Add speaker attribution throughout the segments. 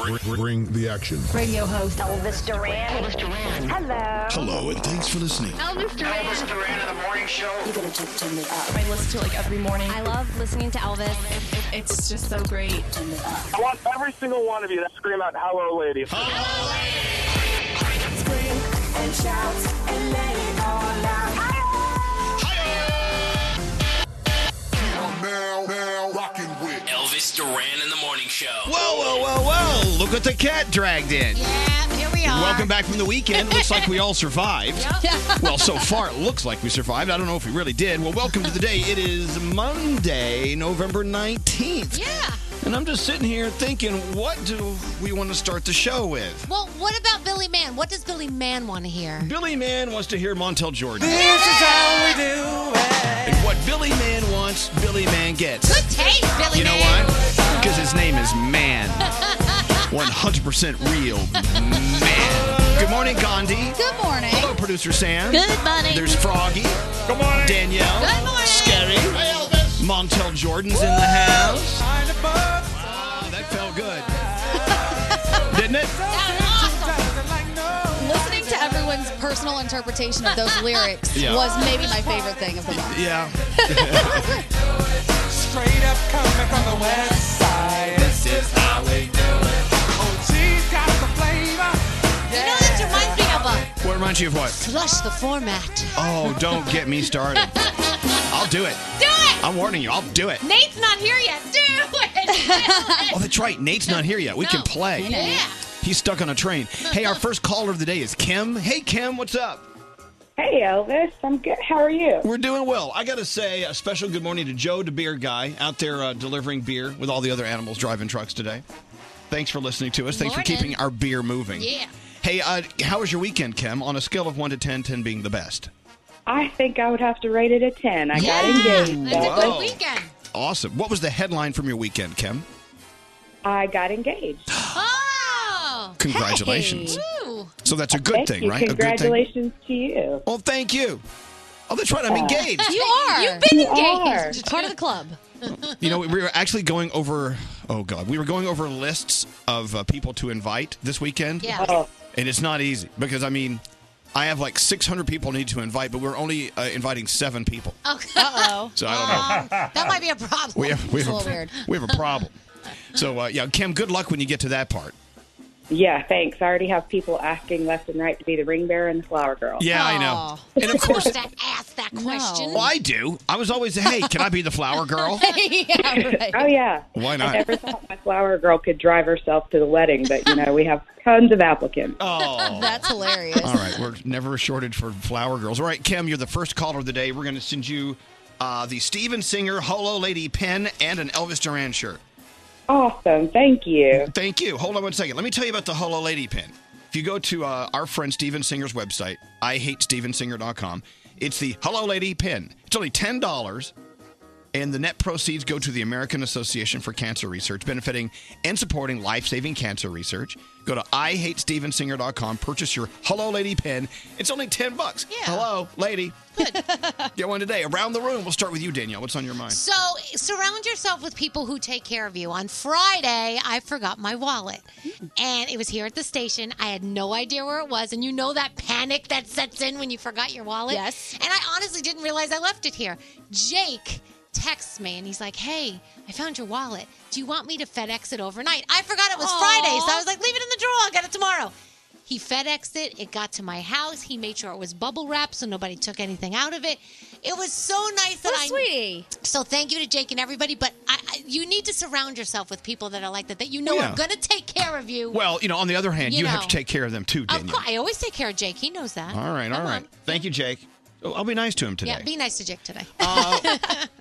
Speaker 1: Bring, bring the action.
Speaker 2: Radio host
Speaker 3: Elvis Duran. Elvis Duran. Hello.
Speaker 4: Hello, and thanks for listening.
Speaker 5: Elvis Duran. Elvis Duran in the morning show.
Speaker 6: You gotta turn, turn it up.
Speaker 7: I listen to it like every morning.
Speaker 8: I love listening to Elvis.
Speaker 7: It's just so great. Turn
Speaker 9: it up. I want every single one of you to scream out, "Hello, lady!"
Speaker 5: Hello,
Speaker 6: lady. Scream and shout and let it all out.
Speaker 10: Now, now, rocking with
Speaker 11: Elvis Duran in the morning show.
Speaker 12: Whoa, whoa, whoa, whoa! Look what the cat dragged in.
Speaker 7: Yeah, here we are.
Speaker 12: Welcome back from the weekend. Looks like we all survived.
Speaker 7: Yep.
Speaker 12: well, so far it looks like we survived. I don't know if we really did. Well, welcome to the day. It is Monday, November 19th.
Speaker 13: Yeah.
Speaker 12: And I'm just sitting here thinking, what do we want to start the show with?
Speaker 13: Well, what about Billy Mann? What does Billy Mann want to hear?
Speaker 12: Billy Mann wants to hear Montel Jordan.
Speaker 14: This is how we do it.
Speaker 12: And what Billy Mann wants, Billy Mann gets.
Speaker 13: Good taste, Billy
Speaker 12: You know
Speaker 13: Mann.
Speaker 12: why? Because his name is Man. 100% real man. Good morning, Gandhi.
Speaker 15: Good morning.
Speaker 12: Hello, producer Sam.
Speaker 15: Good morning.
Speaker 12: There's Froggy.
Speaker 16: Good morning.
Speaker 12: Danielle.
Speaker 15: Good morning.
Speaker 12: Scary.
Speaker 16: Hey, Elvis.
Speaker 12: Montel Jordan's in the house. Wow, that felt good. Didn't it?
Speaker 15: Listening to everyone's personal interpretation of those lyrics
Speaker 12: Yeah.
Speaker 15: was maybe my favorite thing of the month.
Speaker 12: Yeah.
Speaker 14: Straight up coming from the west side. This is how we do it. Oh, she's got the flavor.
Speaker 13: You know, this reminds me of a
Speaker 12: What reminds you of what?
Speaker 13: flush the format.
Speaker 12: Oh, don't get me started. I'll do it.
Speaker 13: Do it!
Speaker 12: I'm warning you, I'll do it.
Speaker 13: Nate's not here yet. Do it!
Speaker 12: Oh, that's right. Nate's not here yet. We can
Speaker 13: No.
Speaker 12: play.
Speaker 13: Yeah.
Speaker 12: He's stuck on a train. Hey, our first caller of the day is Kim. Hey, Kim, what's up?
Speaker 17: Hey Elvis, I'm good. How are you?
Speaker 12: We're doing well. I got to say a special good morning to Joe, the beer guy, out there uh, delivering beer with all the other animals driving trucks today. Thanks for listening to us. Thanks for
Speaker 13: Morning.
Speaker 12: keeping our beer moving.
Speaker 13: Yeah.
Speaker 12: Hey, uh, how was your weekend, Kim? On a scale of 1 to 10, 10 being the best.
Speaker 17: I think I would have to rate it a ten. I got
Speaker 12: Yeah,
Speaker 17: engaged.
Speaker 12: that's a good
Speaker 17: Elvis.
Speaker 13: Weekend.
Speaker 12: Awesome. What was the headline from your weekend, Kim?
Speaker 17: I got engaged.
Speaker 13: Oh!
Speaker 12: Congratulations.
Speaker 13: Ooh.
Speaker 12: So that's a good
Speaker 17: Thank
Speaker 12: thing,
Speaker 17: you.
Speaker 12: right? A good thing.
Speaker 17: Congratulations to you.
Speaker 12: Well, thank you. Oh, that's right. I'm
Speaker 17: Yeah.
Speaker 12: engaged.
Speaker 13: You are. You've been
Speaker 17: You
Speaker 13: engaged.
Speaker 17: are.
Speaker 13: Part of the club.
Speaker 12: You know, we were actually going over. Oh God, we were going over lists of uh, people to invite this weekend.
Speaker 13: Yeah. Oh.
Speaker 12: And it's not easy because I mean, I have like 600 people I need to invite, but we're only uh, inviting seven people.
Speaker 13: Oh, Uh-oh. Um,
Speaker 12: So I don't know.
Speaker 13: That might be a problem.
Speaker 12: We have we
Speaker 13: It's
Speaker 12: have
Speaker 13: a little
Speaker 12: a,
Speaker 13: weird.
Speaker 12: we have a problem. So uh, yeah, Kim, good luck when you get to that part.
Speaker 17: Yeah, thanks. I already have people asking left and right to be the ring bearer and the flower girl.
Speaker 12: Yeah, I know. And of course,
Speaker 13: to ask that question.
Speaker 12: well, I do. I was always, hey, can I be the flower girl?
Speaker 13: yeah, right.
Speaker 17: Oh yeah.
Speaker 12: Why not?
Speaker 17: I never thought my flower girl could drive herself to the wedding, but you know we have tons of applicants.
Speaker 12: Oh.
Speaker 15: That's hilarious.
Speaker 12: All right, we're never a shortage for flower girls. All right, Kim, you're the first caller of the day. We're going to send you uh, the Steven Singer Holo Lady pin and an Elvis Duran shirt.
Speaker 17: Awesome. Thank you.
Speaker 12: Thank you. Hold on one second. Let me tell you about the Holo Lady pin. If you go to uh, our friend Steven Singer's website, ihatestevensinger.com, it's the Hello Lady pin. It's only $10, and the net proceeds go to the American Association for Cancer Research, benefiting and supporting life saving cancer research. Go to ihatestevensinger.com, purchase your Hello Lady pin. It's only 10 bucks. Hello, lady. Get one today. Around the room, we'll start with you, Danielle. What's on your mind?
Speaker 13: So surround yourself with people who take care of you. On Friday, I forgot my wallet, and it was here at the station. I had no idea where it was, and you know that panic that sets in when you forgot your wallet.
Speaker 15: Yes.
Speaker 13: And I honestly didn't realize I left it here. Jake texts me, and he's like, "Hey, I found your wallet. Do you want me to FedEx it overnight? I forgot it was
Speaker 15: Aw.
Speaker 13: Friday, so I was like, leave it in the drawer. I'll get it tomorrow." He FedExed it. It got to my house. He made sure it was bubble wrap, so nobody took anything out of it. It was so nice that
Speaker 15: How
Speaker 13: I
Speaker 15: sweet.
Speaker 13: so thank you to Jake and everybody, but I, I, you need to surround yourself with people that are like that, that you know
Speaker 12: Oh, Yeah.
Speaker 13: are going to take care of you.
Speaker 12: Well, you know, on the other hand, you,
Speaker 13: You
Speaker 12: have
Speaker 13: know.
Speaker 12: to take care of them too,
Speaker 13: of
Speaker 12: Danielle.
Speaker 13: course, I always take care of Jake. He knows
Speaker 15: Uh,
Speaker 13: that.
Speaker 12: All right, all right. Thank you, Jake. Oh, I'll be nice to him today.
Speaker 13: Yeah, be nice to Jake today.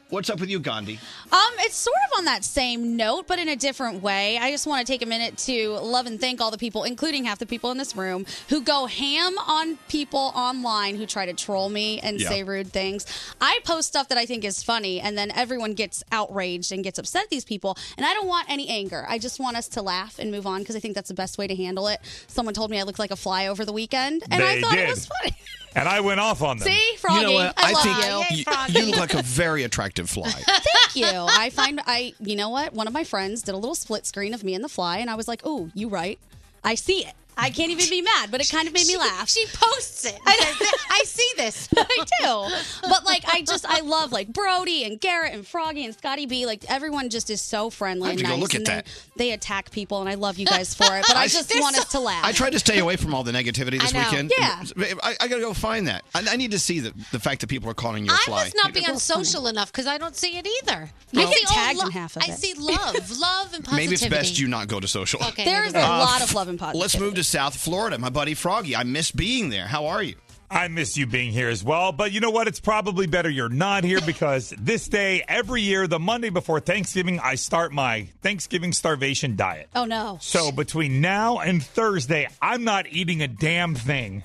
Speaker 12: What's up with you, Gandhi?
Speaker 15: Um, it's sort of on that same note, but in a different way. I just want to take a minute to love and thank all the people, including half the people in this room, who go ham on people online who try to troll me and
Speaker 18: Yeah.
Speaker 15: say rude things. I post stuff that I think is funny, and then everyone gets outraged and gets upset at these people. And I don't want any anger. I just want us to laugh and move on because I think that's the best way to handle it. Someone told me I looked like a fly over the weekend, and I
Speaker 16: They
Speaker 15: thought
Speaker 16: did.
Speaker 15: it was funny.
Speaker 16: And I went off on them.
Speaker 15: See, Froggy, I, love you.
Speaker 12: You look like a very attractive attractive fly.
Speaker 15: Thank you. I find I you know what? One of my friends did a little split screen of me and the fly, and I was like, "Ooh, you right? I see it. I can't even be mad." But it kind of made me laugh. She posts it. I see this. I do. But like, I just I love like Brody and Garrett and Froggy and Scotty B. Like everyone just is so friendly.
Speaker 12: I have
Speaker 15: and
Speaker 12: to go
Speaker 15: nice,
Speaker 12: look at
Speaker 15: and they-
Speaker 12: that.
Speaker 15: They attack people, and I love you guys for it. But I,
Speaker 12: I-
Speaker 15: just
Speaker 12: They're
Speaker 15: want
Speaker 12: so-
Speaker 15: us to laugh.
Speaker 12: I tried to stay away from all the negativity this
Speaker 15: I know.
Speaker 12: weekend.
Speaker 15: Yeah.
Speaker 12: I, I gotta go find that. I, I need to see the, the fact that people are calling you a
Speaker 13: I
Speaker 12: fly.
Speaker 13: must not be on social enough because I don't see it either.
Speaker 12: I
Speaker 13: I
Speaker 12: get
Speaker 13: see all
Speaker 15: tagged in
Speaker 13: lo-
Speaker 15: half of
Speaker 13: I
Speaker 15: it.
Speaker 13: see love, love and positivity.
Speaker 12: Maybe it's best you not go to social. Uh,
Speaker 13: Okay, There is maybe a lot of
Speaker 15: love and positivity.
Speaker 12: Let's move to South Florida. My buddy Froggy, I miss being there. How are you?
Speaker 1: I miss you being here as well, but you know what? It's probably better you're not here because this day, every year, the Monday before Thanksgiving, I start my Thanksgiving starvation diet.
Speaker 15: Oh no.
Speaker 1: So between now and Thursday, I'm not eating a damn thing.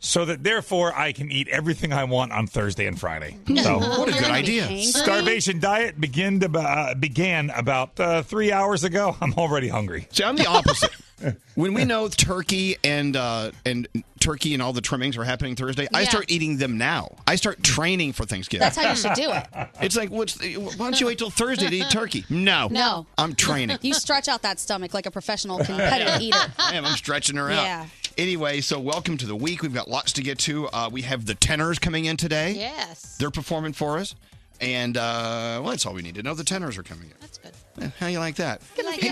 Speaker 1: So that therefore I can eat everything I want on Thursday and Friday. So
Speaker 12: What a good You're gonna be idea. hangry.
Speaker 1: Starvation diet began to, uh, began about uh, three hours ago. I'm already hungry.
Speaker 12: See, I'm the opposite. when we know turkey and uh, and turkey and all the trimmings are happening Thursday, I
Speaker 1: Yeah.
Speaker 12: start eating them now. I start training for Thanksgiving.
Speaker 15: That's how you should do it.
Speaker 12: It's like, what's the, why don't you wait till Thursday to eat turkey? No,
Speaker 15: No.
Speaker 12: I'm training.
Speaker 15: You stretch out that stomach like a professional competitive eater.
Speaker 12: I am. I'm stretching her out.
Speaker 15: Yeah.
Speaker 12: Anyway, so welcome to the week. We've got lots to get to. Uh, we have the tenors coming in
Speaker 14: Eh,
Speaker 12: today.
Speaker 13: Yes.
Speaker 12: They're performing for us. And uh, well, that's all we need to know. The tenors are coming in. That's good. How you like that?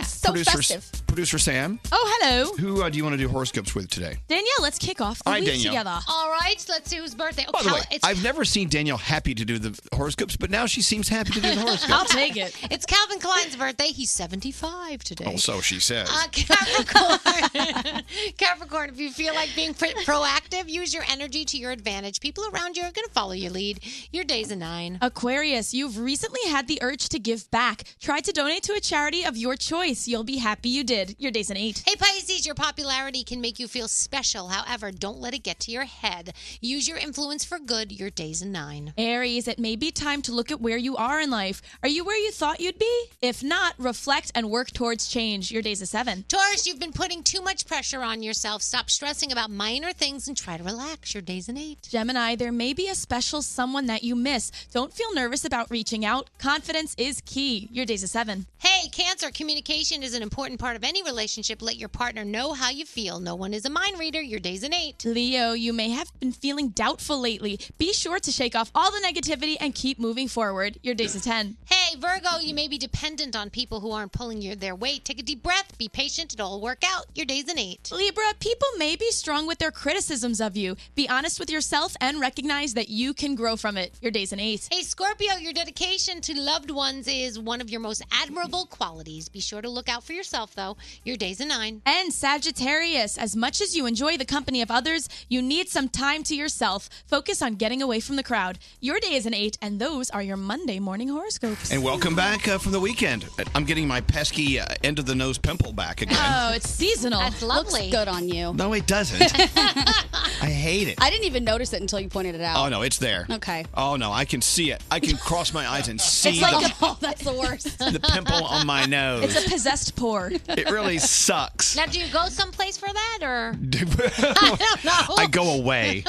Speaker 7: so
Speaker 12: producer,
Speaker 7: festive.
Speaker 12: Producer Sam,
Speaker 7: Oh, hello.
Speaker 12: who uh, do you want to do horoscopes with today?
Speaker 7: Danielle, let's kick off the
Speaker 12: All right,
Speaker 7: week
Speaker 12: Danielle.
Speaker 7: together.
Speaker 13: All right, let's see whose birthday. Oh,
Speaker 12: By the
Speaker 13: Cal-
Speaker 12: way,
Speaker 13: it's,
Speaker 12: I've never seen Danielle happy to do the horoscopes, but now she seems happy to do the horoscopes.
Speaker 13: it. It's Calvin Klein's birthday. He's 75 today.
Speaker 12: Oh, so she says.
Speaker 13: Uh, Capricorn. Capricorn, if you feel like being pr- proactive, use your energy to your advantage. People around you are going to follow your lead. Your day's a nine.
Speaker 7: Aquarius, you've recently had the urge to give back. Try to donate to a charity of your choice. You'll be happy you did. Your day's an eight.
Speaker 13: Hey, Pisces, your popularity can make you feel special. However, don't let it get to your head. Use your influence for good. Your day's a nine.
Speaker 7: Aries, it may be time to look at where you are in life. Are you where you thought you'd be? If not, reflect and work towards change. Your day's a seven.
Speaker 13: Taurus, you've been putting too much pressure on yourself. Stop stressing about minor things and try to relax. Your day's an eight.
Speaker 7: Gemini, there may be a special someone that you miss. Don't feel nervous about reaching out. Confidence is key. Your day's a seven.
Speaker 13: Hey, Cancer, communication is an important part of any relationship. Let your partner know how you feel. No one is a mind reader. Your day's an eight.
Speaker 7: Leo, you may have been feeling doubtful lately. Be sure to shake off all the negativity and keep moving forward. Your day's a 10.
Speaker 13: Hey, Virgo, you may be dependent on people who aren't pulling your, their weight. Take a deep breath, be patient, it'll all work out. Your day's an eight.
Speaker 7: Libra, people may be strong with their criticisms of you. Be honest with yourself and recognize that you can grow from it. Your day's an 8.
Speaker 13: Hey, Scorpio, your dedication to loved ones is one of your most admirable qualities. Be sure to look out for yourself, though. Your day's a nine.
Speaker 7: And Sagittarius, as much as you enjoy the company of others, you need some time to yourself. Focus on getting away from the crowd. Your day is an 8, and those are your Monday morning horoscopes.
Speaker 12: And welcome back uh, from the weekend. I'm getting my pesky uh, end of the nose pimple back again.
Speaker 7: Oh, it's seasonal.
Speaker 15: That's lovely. Looks good on you.
Speaker 12: No, it doesn't. I hate it.
Speaker 15: I didn't even notice it until you pointed it out.
Speaker 12: Oh no, it's there.
Speaker 15: Okay.
Speaker 12: Oh no, I can see it. I can cross my eyes and see
Speaker 15: it's like
Speaker 12: the,
Speaker 15: a, oh, that's the worst.
Speaker 12: the pimple on my nose.
Speaker 7: It's a possessed pour.
Speaker 12: it really sucks.
Speaker 13: Now, do you go someplace for that, or?
Speaker 12: I
Speaker 13: don't know.
Speaker 12: I go away.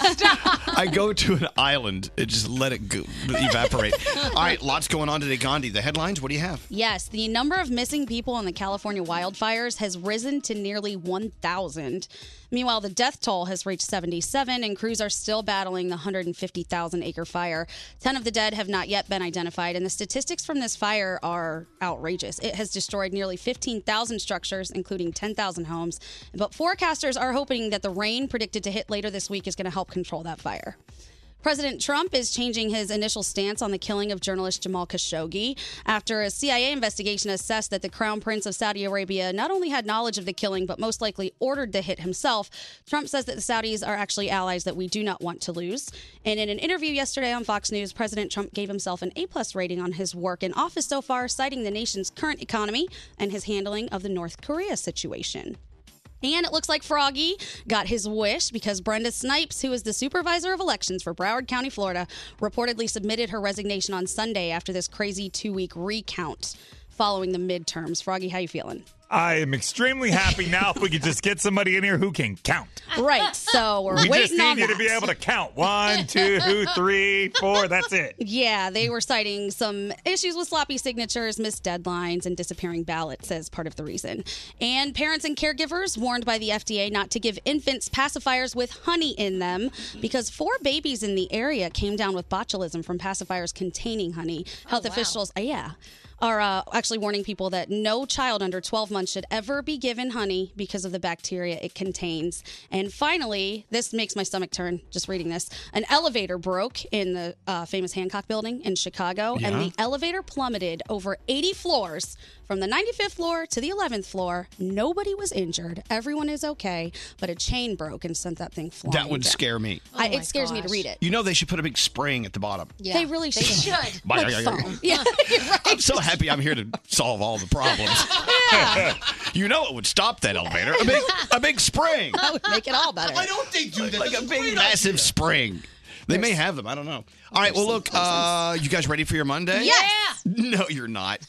Speaker 12: I go to an island and just let it go, evaporate. All right, lots going on today, Gandhi. The headlines. What do you have?
Speaker 15: Yes, the number of missing people in the California wildfires has risen to nearly 1,000. Meanwhile, the death toll has reached 77, and crews are still battling the 150,000 acre fire. 10 of the dead have not yet been identified, and the statistics from this fire are outrageous. It has destroyed nearly 15,000 structures, including 10,000 homes. But forecasters are hoping that the rain predicted to hit later this week is going to help control that fire. President Trump is changing his initial stance on the killing of journalist Jamal Khashoggi after a CIA investigation assessed that the Crown Prince of Saudi Arabia not only had knowledge of the killing, but most likely ordered the hit himself. Trump says that the Saudis are actually allies that we do not want to lose. And in an interview yesterday on Fox News, President Trump gave himself an A plus rating on his work in office so far, citing the nation's current economy and his handling of the North Korea situation. And it looks like Froggy got his wish because Brenda Snipes, who is the supervisor of elections for Broward County, Florida, reportedly submitted her resignation on Sunday after this crazy two week recount. following the midterms. Froggy, how you feeling?
Speaker 1: I am extremely happy now if we could just get somebody in here who can count.
Speaker 15: Right. So we're
Speaker 1: we
Speaker 15: waiting
Speaker 1: just need
Speaker 15: on
Speaker 1: you
Speaker 15: that.
Speaker 1: to be able to count. One, two, three, four. That's it.
Speaker 15: Yeah, they were citing some issues with sloppy signatures, missed deadlines, and disappearing ballots as part of the reason. And parents and caregivers warned by the FDA not to give infants pacifiers with honey in them because four babies in the area came down with botulism from pacifiers containing honey. Health officials, uh, yeah. Are uh, actually warning people that no child under 12 months should ever be given honey because of the bacteria it contains. And finally, this makes my stomach turn just reading this. An elevator broke in the uh, famous Hancock building in Chicago, and
Speaker 2: Yeah.
Speaker 15: the elevator plummeted over 80 floors from the 95th floor to the 11th floor. Nobody was injured. Everyone is okay, but a chain broke and sent that thing flying.
Speaker 12: That would
Speaker 15: down.
Speaker 12: scare me.
Speaker 15: I, it scares me to read it.
Speaker 12: You know they should put a big spraying at the bottom.
Speaker 15: They really should.
Speaker 12: Bye, bye,
Speaker 15: Like
Speaker 12: bye,
Speaker 15: foam. Yeah.
Speaker 12: I'm so happy I'm here to solve all the problems. you know it would stop that elevator. A big, a big spring.
Speaker 15: That would make it all better.
Speaker 12: Why
Speaker 6: don't they do that?
Speaker 12: Like a big, massive spring. They may have them. I don't know. All right. Well, look, uh, you guys ready for your Monday?
Speaker 6: Yes.
Speaker 12: No, you're not.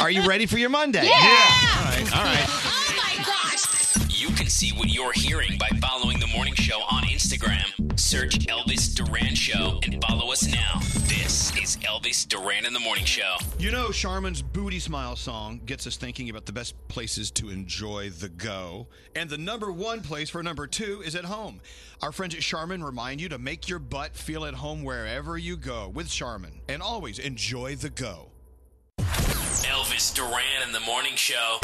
Speaker 12: Are you ready for your Monday?
Speaker 6: Yeah. Yeah.
Speaker 12: All right. All right.
Speaker 11: You can see what you're hearing by following the morning show on Instagram. Search Elvis Duran Show and follow us now. This is Elvis Duran in the Morning Show.
Speaker 12: You know, Charmin's Booty Smile song gets us thinking about the best places to enjoy the go. And the number one place for number two is at home. Our friends at Charmin remind you to make your butt feel at home wherever you go with Charmin. And always enjoy the go.
Speaker 11: Elvis Duran in the Morning Show.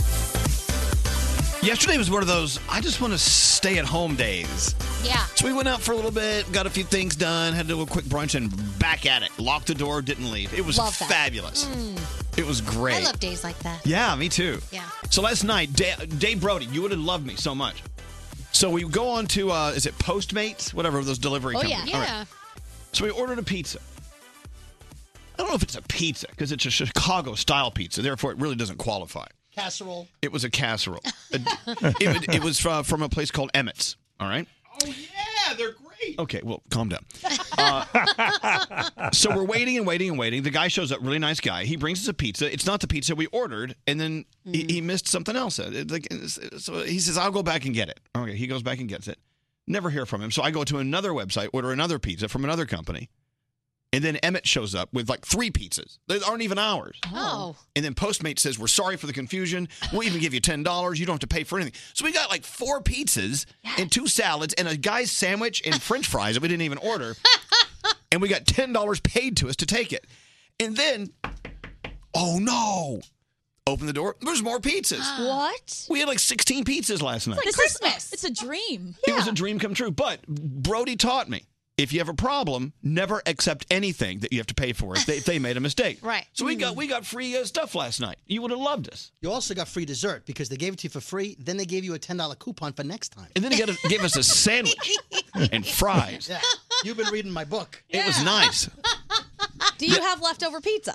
Speaker 12: Yesterday was one of those I just want to stay at home days.
Speaker 13: Yeah.
Speaker 12: So we went out for a little bit, got a few things done, had a little quick brunch, and back at it. Locked the door, didn't leave. It was
Speaker 13: Love that.
Speaker 12: fabulous.
Speaker 13: Mm.
Speaker 12: It was great.
Speaker 13: I love days like that.
Speaker 12: Yeah, me too.
Speaker 13: Yeah.
Speaker 12: So last night, Dave, Dave Brody, you would have loved me so much. So we go on to uh, is it Postmates, whatever those delivery
Speaker 13: Oh, yeah.
Speaker 12: companies. All right.
Speaker 13: Yeah.
Speaker 12: So we ordered a pizza. I don't know if it's a pizza because it's a Chicago style pizza, therefore it really doesn't qualify.
Speaker 4: Casserole.
Speaker 12: It was a casserole. it, it- it was from, from a place called Emmett's. All right.
Speaker 4: Yeah, they're great.
Speaker 12: Okay, well, calm down. Uh, so we're waiting and waiting and waiting. The guy shows up, really nice guy. He brings us a pizza. It's not the pizza we ordered, and then he, he missed something else. It- like, it's- So he says, "I'll go back and get it." Okay, he goes back and gets it. Never hear from him. So I go to another website, order another pizza from another company, and then Emmett shows up with like three pizzas that aren't even ours.
Speaker 13: Oh.
Speaker 12: And then Postmates says, We're sorry for the confusion. We'll even give you $10. You don't have to pay for anything. So we got like four pizzas and two salads and a guy's sandwich and french fries that we didn't even order. and we got $10 paid to us to take it. And then, oh no, open the door. There's more pizzas.
Speaker 15: What?
Speaker 12: We had like 16 pizzas last night.
Speaker 7: It's Christmas. It's a dream.
Speaker 12: It was a dream come true. But Brody taught me if you have a problem, never accept anything that you have to pay for if they, if they made a mistake.
Speaker 4: Right.
Speaker 12: So we got we got free uh, stuff last night. You would have loved us.
Speaker 4: You also got free dessert because they gave it to you for free. Then they gave you a ten dollar coupon for next time.
Speaker 12: And then they got to give us a sandwich and fries.
Speaker 4: Yeah. You've been reading my book.
Speaker 12: It was nice.
Speaker 15: Do you have leftover pizza?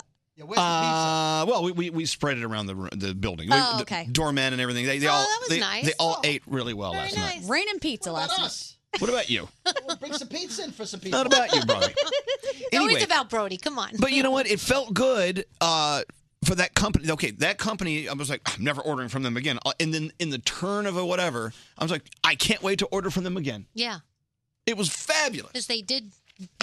Speaker 12: Uh, well, we, we, we spread it around the ru- the building. We-
Speaker 15: Oh,
Speaker 12: the
Speaker 15: okay.
Speaker 12: doorman and everything. They, they
Speaker 15: Oh,
Speaker 12: all
Speaker 15: that was
Speaker 12: they,
Speaker 15: nice. Oh.
Speaker 12: they all ate really well last night.
Speaker 15: Rain and pizza last night.
Speaker 12: What about you?
Speaker 4: Well, bring some pizza in for some people.
Speaker 12: Not about you, Brody.
Speaker 13: It's always
Speaker 12: Anyway.
Speaker 13: about Brody. Come on.
Speaker 12: But you know what? It felt good uh, for that company. Okay, that company. I was like, I'm never ordering from them again. Uh, And then in the turn of a whatever, I was like, I can't wait to order from them again.
Speaker 13: Yeah.
Speaker 12: It was fabulous.
Speaker 13: Because they did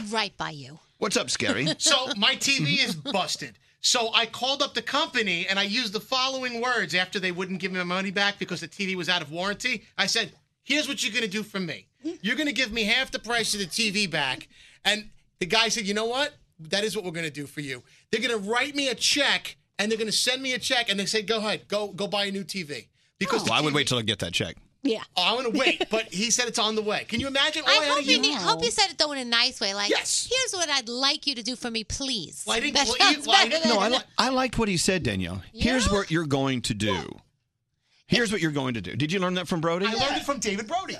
Speaker 13: right by you.
Speaker 12: What's up, Scary?
Speaker 4: So
Speaker 16: my TV is busted. So I called up the company and I used the following words after they wouldn't give me my money back because the TV was out of warranty. I said, "Here's what you're going to do for me. You're going to give me half the price of the TV back." And the guy said, "You know what? That is what we're going to do for you. They're going to write me a check and they're going to send me a check and they said, "Go ahead. Go go buy a new TV." Because
Speaker 12: well, Oh, I would wait till I get that check.
Speaker 15: Yeah.
Speaker 16: Oh, I want to wait, but he said it's on the way. Can you imagine? All
Speaker 13: I
Speaker 16: had
Speaker 13: hope
Speaker 16: to
Speaker 13: you,
Speaker 16: do-
Speaker 13: ne- hope you said it though in a nice way. Like,
Speaker 16: Yes.
Speaker 13: here's what I'd like you to do for me, please.
Speaker 16: Well, I think-
Speaker 13: That
Speaker 16: well, you-
Speaker 13: sounds
Speaker 16: well, I-
Speaker 13: better
Speaker 12: No, I,
Speaker 13: than-
Speaker 12: li- I liked what he said, Danielle. Here's what you're going to do. Here's what you're going to do. Did you learn that from Brody?
Speaker 16: I learned it from David Brody.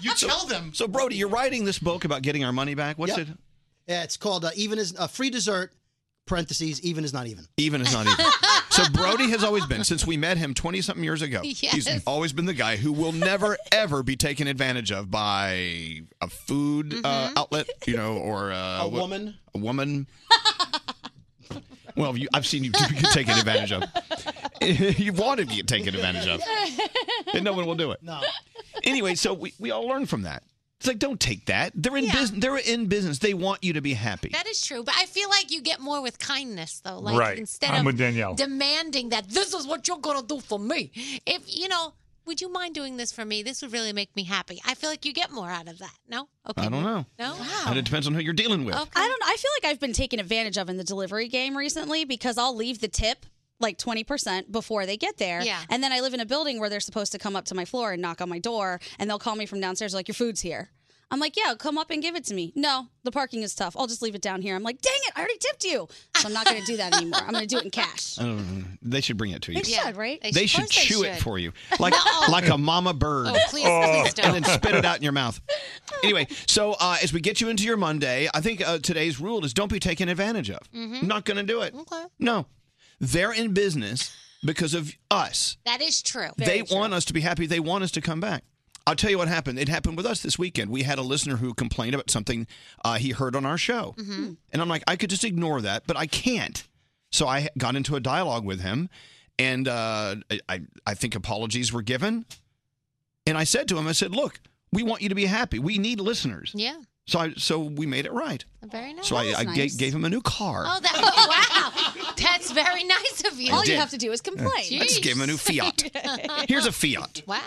Speaker 16: You tell them.
Speaker 12: So, Brody, you're writing this book about getting our money back. What's it?
Speaker 4: Yep. Yeah, it's called uh, even is uh, free dessert. Parentheses even is not even.
Speaker 12: Even is not even. so, Brody has always been, since we met him 20 something years ago,
Speaker 4: Yes.
Speaker 12: he's always been the guy who will never, ever be taken advantage of by a food uh, outlet, you know, or uh,
Speaker 4: A
Speaker 12: what-
Speaker 4: woman.
Speaker 12: A woman. Well, you, I've seen you taken advantage of. You've wanted to get taken advantage of, and no one will do it. No. Anyway, so we, we all learn from that. It's like don't take that. They're in business. They're in business. They want you to be happy.
Speaker 13: That is true, but I feel like you get more with kindness though. Like
Speaker 12: Right.
Speaker 13: instead
Speaker 12: I'm
Speaker 13: of
Speaker 12: with Danielle.
Speaker 13: demanding that this is what you're gonna do for me. If you know, would you mind doing this for me? This would really make me happy. I feel like you get more out of that. No? Okay.
Speaker 12: I don't know.
Speaker 13: No?
Speaker 12: And it depends on who you're dealing with.
Speaker 15: Oh, I don't. I feel like I've been taken advantage of in the delivery game recently because I'll leave the tip like 20% before they get there.
Speaker 13: Yeah.
Speaker 15: And then I live in a building where they're supposed to come up to my floor and knock on my door and they'll call me from downstairs like your food's here. I'm like, yeah, come up and give it to me. No, the parking is tough. I'll just leave it down here. I'm like, dang it, I already tipped you. So I'm not going to do that anymore. I'm going to do it in cash.
Speaker 12: I don't know. They should bring it to you.
Speaker 15: They should, right?
Speaker 12: They, should chew it for you, like like a mama bird,
Speaker 15: Oh, please, please don't.
Speaker 12: and then spit it out in your mouth. Anyway, so uh, as we get you into your Monday, I think uh, today's rule is don't be taken advantage of.
Speaker 13: Mhm.
Speaker 15: Mm-hmm.
Speaker 12: I'm not going to do it. Okay. No, they're in business because of us.
Speaker 13: That is true.
Speaker 12: they want us to be happy. They want us to come back. I'll tell you what happened. It happened with us this weekend. We had a listener who complained about something uh, he heard on our show.
Speaker 6: Mhm.
Speaker 12: And I'm like, I could just ignore that, but I can't. So I got into a dialogue with him, and uh, I, I think apologies were given. And I said to him, I said, look, we want you to be happy. We need listeners.
Speaker 13: Yeah.
Speaker 12: So I, so we made it right.
Speaker 13: Very nice.
Speaker 12: So I, I ga- gave him a new car.
Speaker 13: Oh, that, wow. That's very nice of you.
Speaker 12: I All you did. have
Speaker 15: to do is
Speaker 12: I just gave him a new Fiat. Here's a Fiat.
Speaker 13: Wow.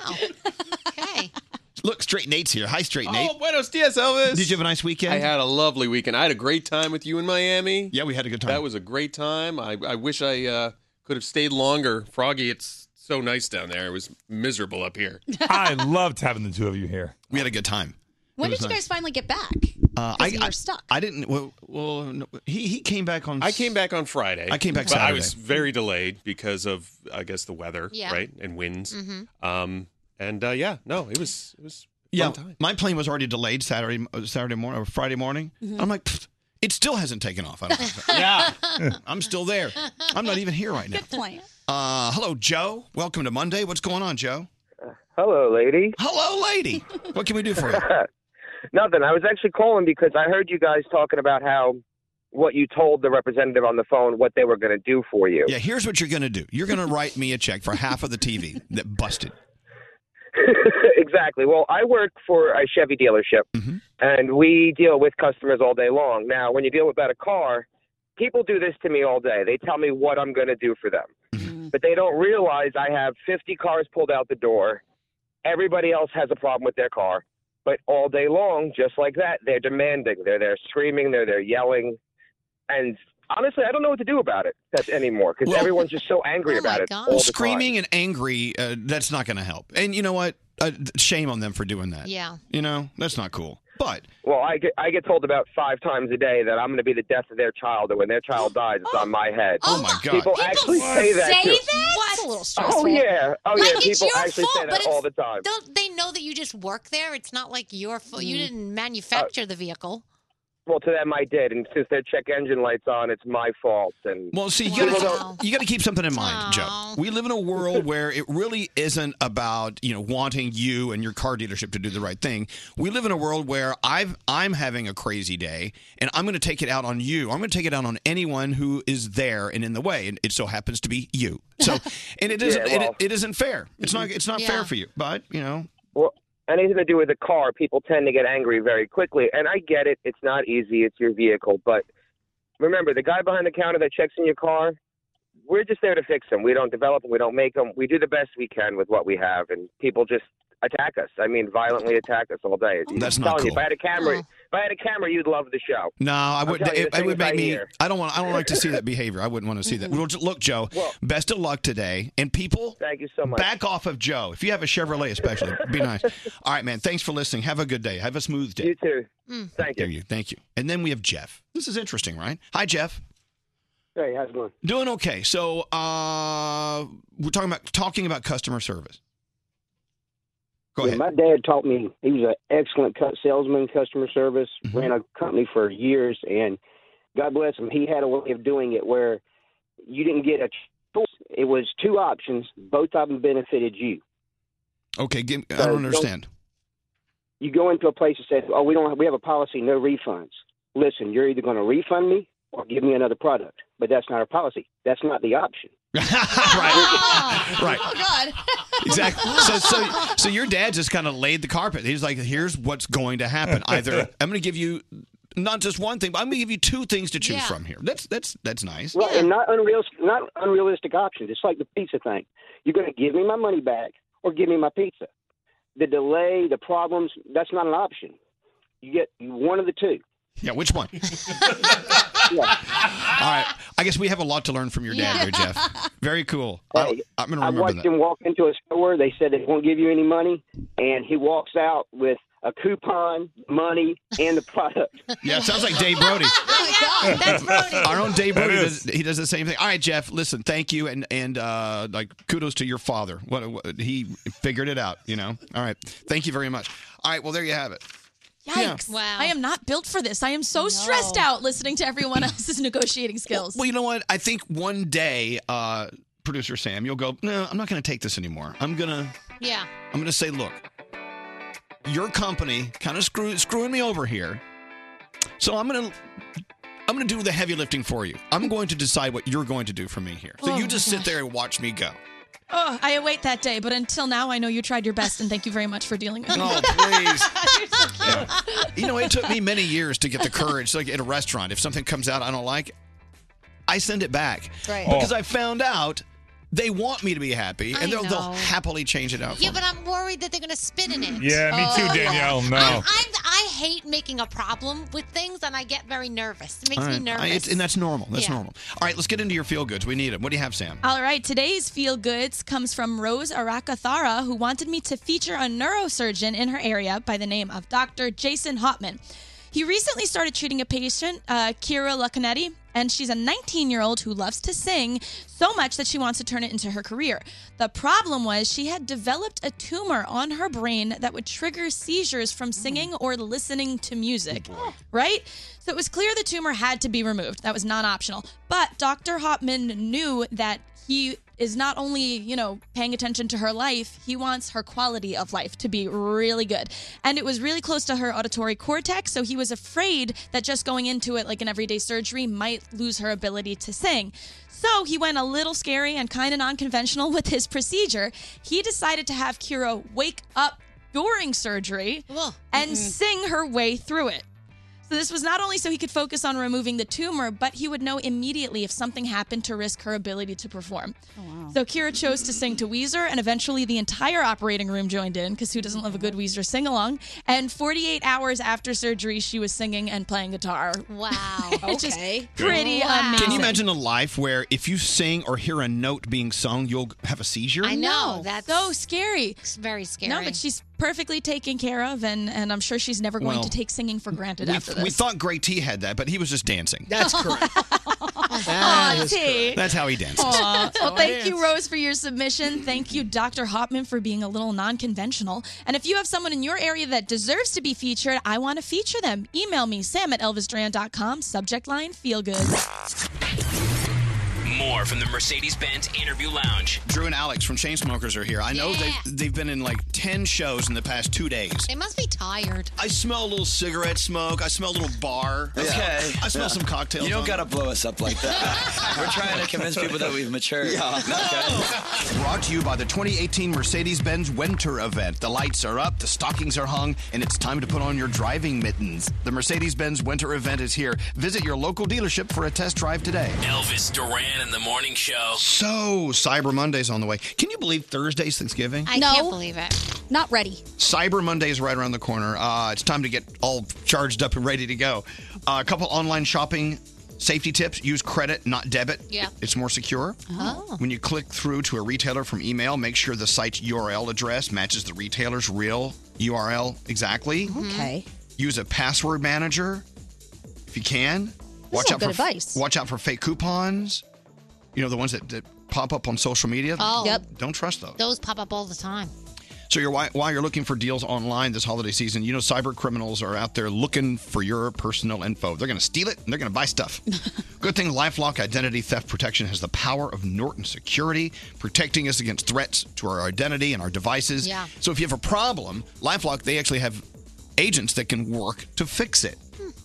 Speaker 12: Look, Straight Nate's here. Hi, Straight Nate.
Speaker 2: Oh, buenos dias, Elvis.
Speaker 12: Did you have a nice weekend?
Speaker 2: I had a lovely weekend. I had a great time with you in Miami.
Speaker 12: Yeah, we had a good time.
Speaker 2: That was a great time. I, I wish I uh, could have stayed longer. Froggy, it's so nice down there. It was miserable up here.
Speaker 1: I loved having the two of you here.
Speaker 12: We had a good time.
Speaker 15: When did you guys finally get back?
Speaker 12: Uh,
Speaker 15: 'Cause you were stuck.
Speaker 12: I didn't. Well, well no, he he came back on.
Speaker 2: I came back on Friday.
Speaker 12: I came back
Speaker 2: But I was
Speaker 12: Saturday.
Speaker 2: very delayed because of, I guess, the weather,
Speaker 12: Yeah.
Speaker 2: right, and winds.
Speaker 12: Mhm.
Speaker 2: Um, and uh, yeah, no, it was it was a
Speaker 12: Yeah,
Speaker 2: fun time.
Speaker 12: my plane was already delayed Saturday uh, Saturday morning or Friday morning.
Speaker 15: Mm-hmm.
Speaker 2: Mhm.
Speaker 12: I'm like, "Pfft, it still hasn't taken off. I don't think so." I'm still there. I'm not even here right now.
Speaker 15: point.
Speaker 12: Uh, hello, Joe. Welcome to Monday. What's going on, Joe?
Speaker 18: Hello, lady.
Speaker 12: Hello, lady. what can we do for you?
Speaker 18: Nothing. I was actually calling because I heard you guys talking about how what you told the representative on the phone what they were going to do for you.
Speaker 12: Yeah, here's what you're gonna do. You're gonna write me a check for half of the TV that busted.
Speaker 18: exactly. Well, I work for a Chevy dealership, and we deal with customers all day long. Now, when you deal about a car, people do this to me all day. They tell me what I'm going to do for them, but they don't realize I have 50 cars pulled out the door. Everybody else has a problem with their car, but all day long, just like that, they're demanding. They're there screaming. They're there yelling, and honestly, I don't know what to do about it that- anymore because everyone's just so angry about it all the time.
Speaker 12: Screaming and angry. Uh, that's not gonna help. And you know what? Uh, shame on them for doing that.
Speaker 18: Yeah.
Speaker 12: You know that's not cool. But
Speaker 18: well, I get I get told about five times a day that I'm going to be the death of their child, and when their child dies, it's on my head.
Speaker 12: Oh my God.
Speaker 18: People
Speaker 12: People
Speaker 18: actually say that.
Speaker 13: Say
Speaker 18: too.
Speaker 13: that?
Speaker 15: That's a little stressful.
Speaker 18: Oh yeah, oh
Speaker 13: like
Speaker 18: yeah.
Speaker 13: it's
Speaker 18: People
Speaker 13: your
Speaker 18: actually
Speaker 13: fault,
Speaker 18: say
Speaker 13: but
Speaker 18: that
Speaker 13: it's-
Speaker 18: all the time.
Speaker 13: Don't they know that you just work there? It's not like your fault. You
Speaker 15: Mm.
Speaker 13: didn't manufacture the vehicle.
Speaker 18: Well, to them I did, and since their check engine lights on, it's my fault. And
Speaker 12: well, see, you
Speaker 18: people
Speaker 12: gotta,
Speaker 18: don't.
Speaker 12: you gotta keep something in mind, Joe. We live in a world where it really isn't about you know wanting you and your car dealership to do the right thing. We live in a world where I've I'm having a crazy day, and I'm gonna take it out on you. I'm gonna take it out on anyone who is there and in the way, and it so happens to be you. So, and it
Speaker 18: Yeah,
Speaker 12: isn't it-
Speaker 18: well-
Speaker 12: it isn't fair. It's not it's not
Speaker 18: Mm-hmm. Yeah.
Speaker 12: fair for you. But you know,
Speaker 18: Well, anything to do with a car, people tend to get angry very quickly. And I get it. It's not easy. It's your vehicle. But remember, the guy behind the counter that checks in your car, we're just there to fix them. We don't develop them. We don't make them. We do the best we can with what we have. And people just attack us. I mean, violently attack us all day.
Speaker 12: That's
Speaker 18: I'm
Speaker 12: not
Speaker 18: telling you, if
Speaker 12: cool.
Speaker 18: I had a camera, if I had a camera, you'd love the show.
Speaker 12: No, I
Speaker 18: I'm
Speaker 12: would.
Speaker 18: telling you,
Speaker 12: It,
Speaker 18: the
Speaker 12: it would
Speaker 18: things
Speaker 12: make
Speaker 18: I
Speaker 12: me.
Speaker 18: hear.
Speaker 12: I don't want. I don't like to see that behavior. I wouldn't want to see that. Well, j- look, Joe. best of luck today, and people.
Speaker 18: Thank you so much.
Speaker 12: Back off of Joe. If you have a Chevrolet, especially, be nice. All right, man. Thanks for listening. Have a good day. Have a smooth day. You
Speaker 18: too. Thank
Speaker 12: you. Thank you. And then we have Jeff. This is interesting, right? Hi, Jeff.
Speaker 19: Hey, how's it going?
Speaker 12: Doing okay. So uh, we're talking about talking about customer service. Go
Speaker 19: Yeah, my dad taught me. He was an excellent cu- salesman, customer service, ran a company for years, and God bless him, he had a way of doing it where you didn't get a choice. It was two options. Both of them benefited you.
Speaker 12: Okay. Give, I
Speaker 19: So
Speaker 12: don't
Speaker 19: don't-
Speaker 12: understand.
Speaker 19: You go into a place and say, "Oh, we don't. Have, we have a policy, no refunds." Listen, you're either going to refund me or give me another product. But that's not our policy. That's not the option.
Speaker 12: right.
Speaker 15: Oh, God.
Speaker 12: Exactly. So, so, so your dad just kind of laid the carpet. He's like, "Here's what's going to happen. Either I'm going to give you not just one thing, but I'm going to give you two things to choose
Speaker 19: Yeah.
Speaker 12: from here. That's that's that's nice.
Speaker 19: Right, and not unreal, not unrealistic options. It's like the pizza thing. You're going to give me my money back or give me my pizza. The delay, the problems, that's not an option. You get one of the two.
Speaker 12: Yeah. Which one? All
Speaker 19: Yeah.
Speaker 12: right. I guess we have a lot to learn from your dad
Speaker 19: Yeah.
Speaker 12: there, Jeff. Very cool. I, I'm going to
Speaker 19: I
Speaker 12: remember
Speaker 19: watched
Speaker 12: that.
Speaker 19: him walk into a store. They said they won't give you any money, and he walks out with a coupon, money, and the product.
Speaker 6: Uh,
Speaker 12: Yeah, it sounds like Dave Brody.
Speaker 13: Oh,
Speaker 19: that's Brody.
Speaker 12: Our own Dave
Speaker 19: That
Speaker 12: Brody
Speaker 19: is.
Speaker 12: does, he does the same thing. All right, Jeff, listen, thank you and and uh like kudos to your father. What, what he figured it out, you know. All right. Thank you very much. All right, well there you have it.
Speaker 7: Yikes. Wow. I am not built for this. I am so stressed out listening to everyone else's negotiating skills.
Speaker 12: Well, you know what? I think one day uh producer Sam, you'll go, "No, I'm not going to take this anymore. I'm going to
Speaker 13: Yeah.
Speaker 12: I'm going to say, look, your company kind of screw, screwing me over here. So I'm going to I'm going to do the heavy lifting for you. I'm going to decide what you're going to do for me here. So
Speaker 7: Oh
Speaker 12: you
Speaker 7: my
Speaker 12: just sit there and watch me go.
Speaker 7: Oh, I await that day, but until now, I know you tried your best, and thank you very much for dealing with me.
Speaker 12: Oh, please. You know, it took me many years to get the courage like at a restaurant if something comes out I don't like, I send it back.
Speaker 13: Right. Oh.
Speaker 12: Because I found out they want me to be happy and
Speaker 13: I
Speaker 12: they'll, they'll
Speaker 13: know.
Speaker 12: happily change it out.
Speaker 13: Yeah,
Speaker 12: for me.
Speaker 13: but I'm worried that they're going to spit in it. Oh.
Speaker 12: Yeah, me too, Danielle. No.
Speaker 13: I'm, I'm, I hate making a problem with things, and I get very nervous. It makes
Speaker 12: All
Speaker 13: me
Speaker 12: right.
Speaker 13: nervous.
Speaker 12: I- it's- and that's normal. That's
Speaker 13: Yeah.
Speaker 12: normal. All right, let's get into your feel goods. We need them. What do you have, Sam?
Speaker 7: All right, today's Feel Goods comes from Rose Arakathara, who wanted me to feature a neurosurgeon in her area by the name of Dr. Jason Hotman. He recently started treating a patient, uh, Kira Lacanetti, and she's a 19 year old who loves to sing so much that she wants to turn it into her career. The problem was she had developed a tumor on her brain that would trigger seizures from singing or listening to music right? So it was clear the tumor had to be removed. That was non optional. But Dr. Hopman knew that he is not only, you know, paying attention to her life, he wants her quality of life to be really good. And it was really close to her auditory cortex, so he was afraid that just going into it like an everyday surgery might lose her ability to sing. So he went a little scary and kind of non conventional with his procedure. He decided to have Kira wake up during surgery and sing her way through it. So this was not only so he could focus on removing the tumor, but he would know immediately if something happened to risk her ability to perform. So Kira chose to sing to Weezer, and eventually the entire operating room joined in because who doesn't love a good Weezer sing along? And 48 hours after surgery, she was singing and playing guitar.
Speaker 13: Wow.
Speaker 7: okay. Pretty amazing.
Speaker 12: Can you imagine a life where if you sing or hear a note being sung, you'll have a seizure?
Speaker 13: I know. That's
Speaker 7: so scary.
Speaker 13: It's very scary.
Speaker 7: No, but she's perfectly taken care of, and, and I'm sure she's never going
Speaker 12: Well,
Speaker 7: to take singing for granted
Speaker 12: We,
Speaker 7: after this.
Speaker 12: we thought Gray T had that, but he was just dancing.
Speaker 7: That's correct. Aw, T.
Speaker 12: That's how he dances.
Speaker 7: Aw.
Speaker 12: That's how
Speaker 7: Well,
Speaker 12: it
Speaker 7: thank you,
Speaker 12: is.
Speaker 7: Rose, for your submission. Thank you, Dr. Hopman, for being a little non conventional. And if you have someone in your area that deserves to be featured, I want to feature them. Email me, sam at elvisduran.com, subject line feel good.
Speaker 11: More from the Mercedes Benz Interview Lounge.
Speaker 12: Drew and Alex from Chainsmokers are here. I know they've, they've been in like 10 shows in the past two days.
Speaker 13: They must be tired.
Speaker 12: I smell a little cigarette smoke. I smell a little bar.
Speaker 20: Okay.
Speaker 12: I smell
Speaker 20: Yeah.
Speaker 12: some cocktails.
Speaker 20: You don't
Speaker 12: got
Speaker 20: to blow us up like that. We're trying to convince people that we've matured.
Speaker 12: Brought to you by the 2018 Mercedes Benz Winter Event. The lights are up, the stockings are hung, and it's time to put on your driving mittens. The Mercedes Benz Winter Event is here. Visit your local dealership for a test drive today.
Speaker 11: Elvis Duran in the Morning Show.
Speaker 12: So, Cyber Monday's on the way. Can you believe Thursday's Thanksgiving?
Speaker 13: I can't believe it.
Speaker 15: Not ready.
Speaker 12: Cyber Monday is right around the corner. Uh, it's time to get all charged up and ready to go. Uh, a couple online shopping safety tips use credit, not debit.
Speaker 13: Yeah.
Speaker 12: It's more secure.
Speaker 13: Oh.
Speaker 12: When you click through to a retailer from email, make sure the site's URL address matches the retailer's real URL exactly.
Speaker 15: Mm-hmm. Okay.
Speaker 12: Use a password manager if you can.
Speaker 15: all
Speaker 12: out
Speaker 15: good
Speaker 12: for
Speaker 15: advice.
Speaker 12: watch out for fake coupons. You know the ones that, that pop up on social media.
Speaker 13: Oh. Yep.
Speaker 12: Don't trust those.
Speaker 13: Those pop up all the time.
Speaker 12: So you're while, while you're looking for deals online this holiday season, you know cyber criminals are out there looking for your personal info. They're going to steal it and they're going to buy stuff. Good thing LifeLock Identity Theft Protection has the power of Norton Security, protecting us against threats to our identity and our devices.
Speaker 13: Yeah.
Speaker 12: So if you have a problem, LifeLock they actually have agents that can work to fix it.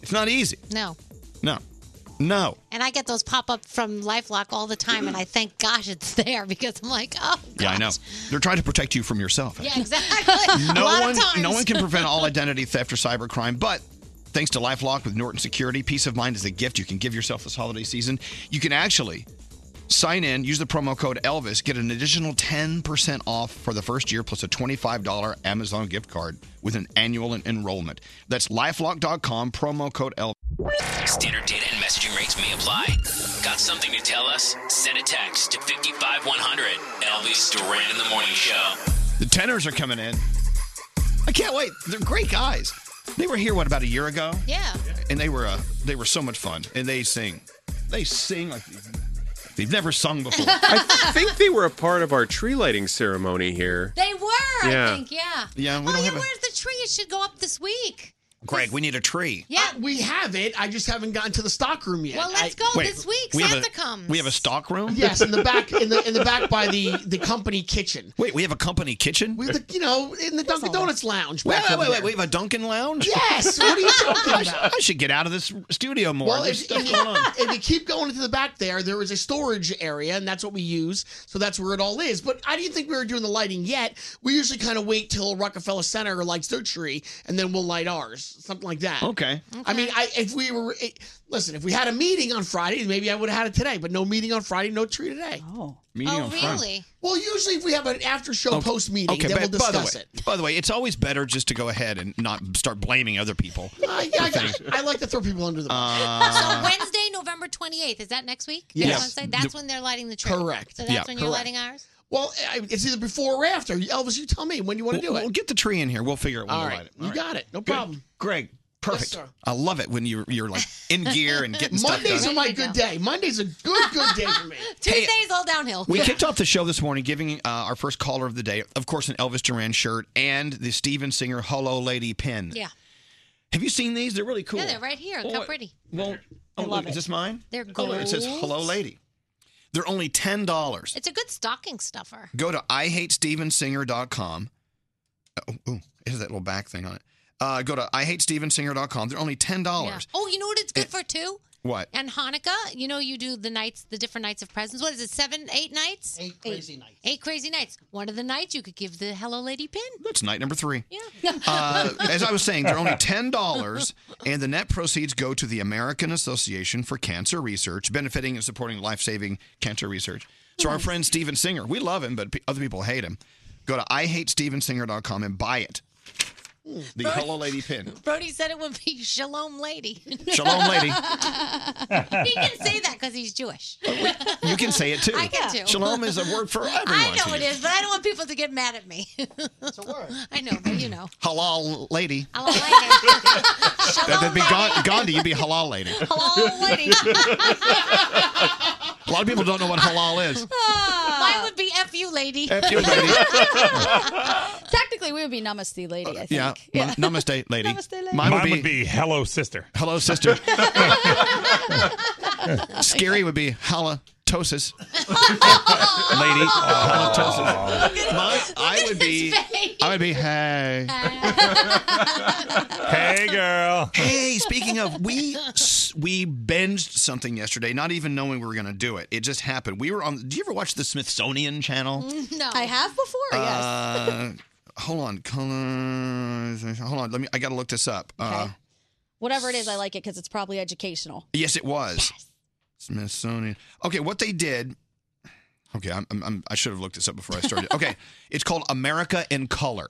Speaker 12: It's not easy.
Speaker 13: No.
Speaker 12: No. No.
Speaker 13: And I get those pop up from LifeLock all the time, and I thank gosh it's there because I'm like, oh,
Speaker 12: Yeah, I know. They're trying to protect you from yourself.
Speaker 13: yeah, exactly.
Speaker 12: no
Speaker 13: a lot
Speaker 12: one,
Speaker 13: of times.
Speaker 12: no one can prevent all identity theft or cybercrime, but thanks to LifeLock with Norton Security, peace of mind is a gift you can give yourself this holiday season. You can actually sign in, use the promo code Elvis, get an additional 10% off for the first year plus a $25 Amazon gift card with an annual en- enrollment. That's lifelock.com promo code Elvis.
Speaker 11: Standard data and messaging rates may apply. Got something to tell us? Send a text to 55100. Elvis Duran in the Morning Show.
Speaker 12: The tenors are coming in. I can't wait. They're great guys. They were here what about a year ago?
Speaker 13: Yeah.
Speaker 12: and they were uh, they were so much fun. And they sing, they sing like they've- they've never sung before.
Speaker 2: I think they were a part of our tree lighting ceremony here.
Speaker 13: They were, I
Speaker 2: Yeah.
Speaker 13: think, yeah.
Speaker 12: Yeah, we
Speaker 13: oh,
Speaker 12: don't
Speaker 13: yeah,
Speaker 12: have a-
Speaker 13: where's the tree? It should go up this week.
Speaker 12: Greg, we need a tree.
Speaker 13: Yeah,
Speaker 21: we have it. I just haven't gotten to the stock room yet.
Speaker 13: Well, let's
Speaker 21: I-
Speaker 13: go this week.
Speaker 12: we have
Speaker 13: Santa
Speaker 12: a,
Speaker 13: comes.
Speaker 12: We have a stock room.
Speaker 21: Yes, in the back, in the in the back by the the company kitchen.
Speaker 12: Wait, we have a company kitchen.
Speaker 21: We, the, you know, in the Dunkin' Donuts lounge.
Speaker 12: Wait,
Speaker 21: back
Speaker 12: wait,
Speaker 21: over
Speaker 12: wait, wait,
Speaker 21: there.
Speaker 12: We have a Dunkin' Lounge.
Speaker 21: Yes, what are you talking
Speaker 12: I, sh-
Speaker 21: about?
Speaker 12: I should get out of this studio more.
Speaker 21: Well,
Speaker 12: There's
Speaker 21: if,
Speaker 12: stuff
Speaker 21: if, you,
Speaker 12: going on.
Speaker 21: if you keep going into the back there, there is a storage area, and that's what we use. So that's where it all is. But I didn't think we were doing the lighting yet. We usually kind of wait till Rockefeller Center lights their tree, and then we'll light ours, something like that.
Speaker 12: Okay.
Speaker 21: I mean, I if we were it, listen, if we had a meeting on Friday, maybe I would have had it today. But no meeting on Friday, no tree today.
Speaker 12: Oh, Meeting on Friday.
Speaker 21: Well, usually if we have an after show post meeting,
Speaker 12: Okay,
Speaker 21: then we'll
Speaker 12: but by the way,
Speaker 21: discuss it.
Speaker 12: by the way, it's always better just to go ahead and not start blaming other people.
Speaker 21: Uh, yeah, I, I- I like to throw people under the bus.
Speaker 13: Oh, so
Speaker 12: Uh,
Speaker 13: Wednesday, November 28th. Is that next week?
Speaker 21: Yes.
Speaker 13: That's Wednesday? That's
Speaker 21: The-
Speaker 13: when they're lighting the tree.
Speaker 21: Correct.
Speaker 13: So that's
Speaker 21: Yeah,
Speaker 13: when you're
Speaker 21: correct.
Speaker 13: lighting ours?
Speaker 21: well, I- it's either before or after. Elvis, you tell me when you want to
Speaker 12: we'll,
Speaker 21: do it.
Speaker 12: we'll get the tree in here. We'll figure out when
Speaker 21: All
Speaker 12: to
Speaker 21: right,
Speaker 12: light it.
Speaker 21: you got it. No problem.
Speaker 12: Greg, perfect.
Speaker 21: sir.
Speaker 12: I love it when you're you're like in gear and getting stuff
Speaker 21: Mondays
Speaker 12: done.
Speaker 21: are my good day. Monday's a good, good day for me.
Speaker 13: Tuesday's all downhill.
Speaker 12: We kicked off the show this morning giving uh, our first caller of the day, of course, an Elvis Duran shirt and the Steven Singer Hello Lady pin.
Speaker 13: Yeah.
Speaker 12: Have you seen these? They're really Mm. cool.
Speaker 13: Yeah, they're right here. Look
Speaker 12: Oh,
Speaker 13: how pretty.
Speaker 12: Well, oh, look, is this mine?
Speaker 13: They're
Speaker 12: Oh, look, it says
Speaker 13: gold.
Speaker 12: Hello Lady. They're only $10.
Speaker 13: It's a good stocking stuffer.
Speaker 12: Go to IHateStevenSinger.com. Oh, ooh, it has that little back thing on it. Uh, go to IHateStevenSinger.com. They're only $10.
Speaker 13: Yeah. Oh, you know what it's good for too?
Speaker 12: What?
Speaker 13: And Hanukkah, you know, you do the nights, the different nights of presents. What is it, seven, eight nights? Eight
Speaker 21: crazy nights.
Speaker 13: Eight crazy nights. One of the nights you could give the Hello Lady pin.
Speaker 12: That's night number three. Uh, as I was saying, they're only ten dollars, and the net proceeds go to the American Association for Cancer Research, benefiting and supporting life-saving cancer research. So our friend Steven Singer, we love him, but pe- other people hate him. Go to IHateStevenSinger.com and buy it. The
Speaker 13: Brody-
Speaker 12: Hello Lady pin.
Speaker 13: Brody said it would be Shalom Lady.
Speaker 12: Shalom Lady.
Speaker 13: he can say that because he's Jewish.
Speaker 12: You can say it too.
Speaker 13: I can too.
Speaker 12: Shalom is a word for everyone.
Speaker 13: I know
Speaker 12: to
Speaker 13: it
Speaker 12: use.
Speaker 13: is, but I don't want people to get mad at me. It's a word. I know, but you know.
Speaker 12: Halal lady.
Speaker 13: I like it.
Speaker 12: That'd be Ga- Gandhi. You'd be halal lady.
Speaker 13: Hello, lady.
Speaker 12: A lot of people don't know what halal is.
Speaker 13: Mine would be F you, lady.
Speaker 12: F you, lady.
Speaker 15: Technically, we would be namaste lady. I think.
Speaker 12: Yeah. yeah. Namaste, lady.
Speaker 15: Namaste, lady.
Speaker 12: Mine,
Speaker 1: Mine
Speaker 12: would, be,
Speaker 1: would be hello, sister.
Speaker 12: Hello, sister. Scary would be halitosis. Lady.
Speaker 1: Oh.
Speaker 12: Halitosis. Mine, I would be. I would be. Hey.
Speaker 1: hey, girl.
Speaker 12: Hey. Speaking of, we s- we binged something yesterday, not even knowing we were going to do it. It just happened. We were on. Do you ever watch the Smithsonian Channel?
Speaker 13: No.
Speaker 15: I have before, yes.
Speaker 12: Uh, hold on, colors. Hold on, let me. I gotta look this up. Uh,
Speaker 15: Whatever it is, I like it because it's probably educational.
Speaker 12: yes, it was Smithsonian. Okay, what they did. Okay, I'm, I'm- I'm, I should have looked this up before I started. Okay, it's called America in Color.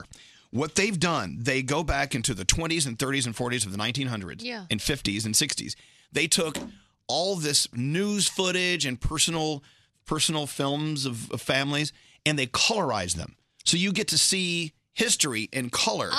Speaker 12: What they've done, they go back into the 20s and 30s and 40s of the 1900s
Speaker 22: Yeah.
Speaker 12: and 50s and 60s. They took all this news footage and personal personal films of, of families and they colorized them. So you get to see history in color.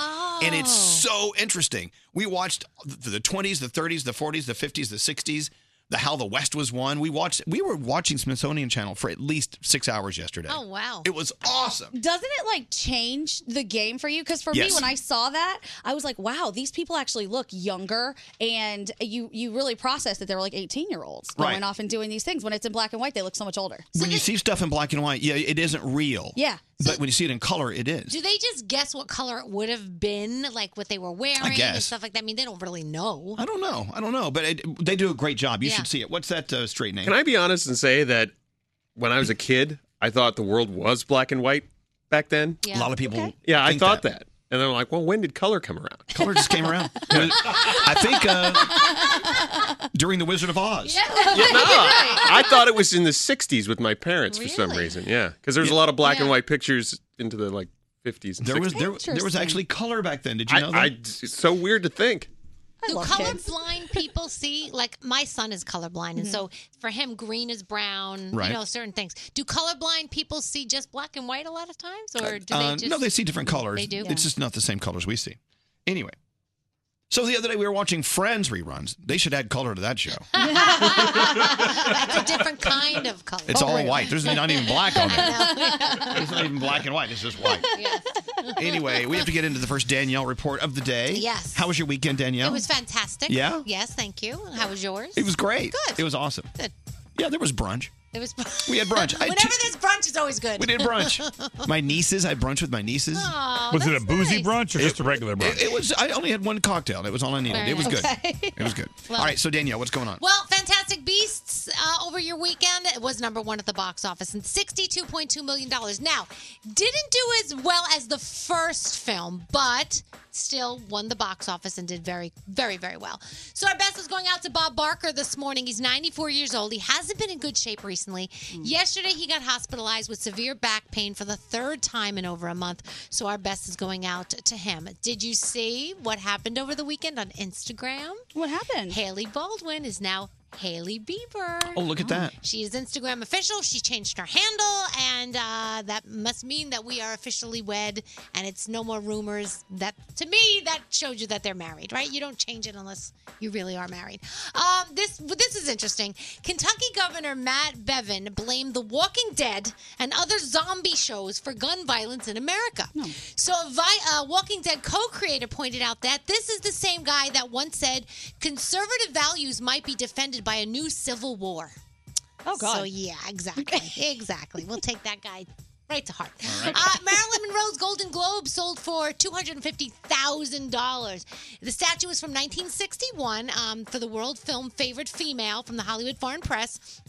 Speaker 12: And it's so interesting. We watched the the 20s, the 30s, the 40s, the 50s, the 60s, the how the West was won. We watched we were watching Smithsonian Channel for at least 6 hours yesterday.
Speaker 15: Oh, wow.
Speaker 12: It was awesome.
Speaker 15: Doesn't it like change the game for you? Because for
Speaker 12: Yes.
Speaker 15: me, when I saw that, I was like, "Wow, these people actually look younger," and you you really process that they were like eighteen year olds going
Speaker 12: Right.
Speaker 15: off and doing these things. When it's in black and white, they look so much older.
Speaker 12: when you see stuff in black and white, yeah, it isn't real.
Speaker 15: Yeah.
Speaker 12: but when you see it in color, it is.
Speaker 13: Do they just guess what color it would have been, like what they were wearing and
Speaker 12: guess.
Speaker 13: stuff like that? I mean, they don't really know.
Speaker 12: I don't know. I don't know, but it, they do a great job. You
Speaker 13: Yeah.
Speaker 12: should see it. What's that uh, straight name?
Speaker 2: Can I be honest and say that when I was a kid, I thought the world was black and white back then?
Speaker 12: Yeah. A lot of people Okay.
Speaker 2: Yeah, I thought that. And then I'm like, well, when did color come around?
Speaker 12: Color just came around. I think uh, during The Wizard of Oz.
Speaker 2: Yeah, no, I thought it was in the 60s with my parents for some reason. Yeah. Because there's a lot of black and white pictures into the like 50s and
Speaker 12: There was
Speaker 2: 60s.
Speaker 12: there, there was actually color back then. Did you
Speaker 2: I,
Speaker 12: know that?
Speaker 2: I, it's so weird to think.
Speaker 13: Do colorblind people see? Like my son is colorblind, and so for him, green is brown.
Speaker 12: Mm-hmm. Right.
Speaker 13: You know certain things. Do colorblind people see just black and white a lot of times, or do
Speaker 12: Uh,
Speaker 13: they just?
Speaker 12: no, they see different colors.
Speaker 13: They do.
Speaker 12: It's just not the same colors we see. Anyway, so the other day we were watching Friends reruns. They should add color to that show.
Speaker 13: That's a different kind of color.
Speaker 12: It's all white. There's not even black on it.
Speaker 13: I know.
Speaker 12: It's not even black and white. It's just white.
Speaker 13: Yes.
Speaker 12: Anyway, we have to get into the first Danielle report of the day.
Speaker 13: Yes.
Speaker 12: How was your weekend, Danielle?
Speaker 13: It was fantastic.
Speaker 12: Yeah?
Speaker 13: Yes, thank you. How was yours?
Speaker 12: It was great.
Speaker 13: Good.
Speaker 12: It was awesome.
Speaker 13: Good.
Speaker 12: Yeah, there was brunch.
Speaker 13: It was.
Speaker 12: We had brunch. I
Speaker 13: Whenever
Speaker 12: t-
Speaker 13: there's brunch, it's always good.
Speaker 12: We did brunch. My nieces. I had brunch with my nieces.
Speaker 13: Aw,
Speaker 1: Was it a boozy brunch or just a regular brunch?
Speaker 12: It, it was. I only had one cocktail. It was all I needed.
Speaker 13: Fair
Speaker 12: It was
Speaker 13: enough.
Speaker 12: good.
Speaker 13: Okay.
Speaker 12: It was good.
Speaker 13: Well-
Speaker 12: all right. So Danielle, what's going on?
Speaker 13: Well, Fantastic Beasts uh, over your weekend it was number one at the box office and sixty-two point two million dollars. Now, didn't do as well as the first film, but still won the box office and did very, very, very well. So our best is going out to Bob Barker this morning. He's ninety-four years old. He hasn't been in good shape recently.
Speaker 15: Hmm.
Speaker 13: Yesterday, he got hospitalized with severe back pain for the third time in over a month. So our best is going out to him. Did you see what happened over the weekend on Instagram?
Speaker 15: What happened?
Speaker 13: Haley Baldwin is now Haley Bieber.
Speaker 12: Oh, look at that.
Speaker 13: She is Instagram official. She changed her handle, and uh, that must mean that we are officially wed, and it's no more rumors. That to me, that shows you that they're married, right? You don't change it unless you really are married. Um, this this is interesting. Kentucky Governor Matt Bevin blamed The Walking Dead and other zombie shows for gun violence in America. So, a vi- uh, Walking Dead co-creator pointed out that this is the same guy that once said conservative values might be defended by a new civil war. Oh
Speaker 6: God.
Speaker 13: So yeah, exactly, exactly. We'll take that guy right to heart. Uh, Marilyn Monroe's Golden Globe sold for two hundred fifty thousand dollars. The statue was from nineteen sixty one um, for the World Film Favorite Female from the Hollywood Foreign Press.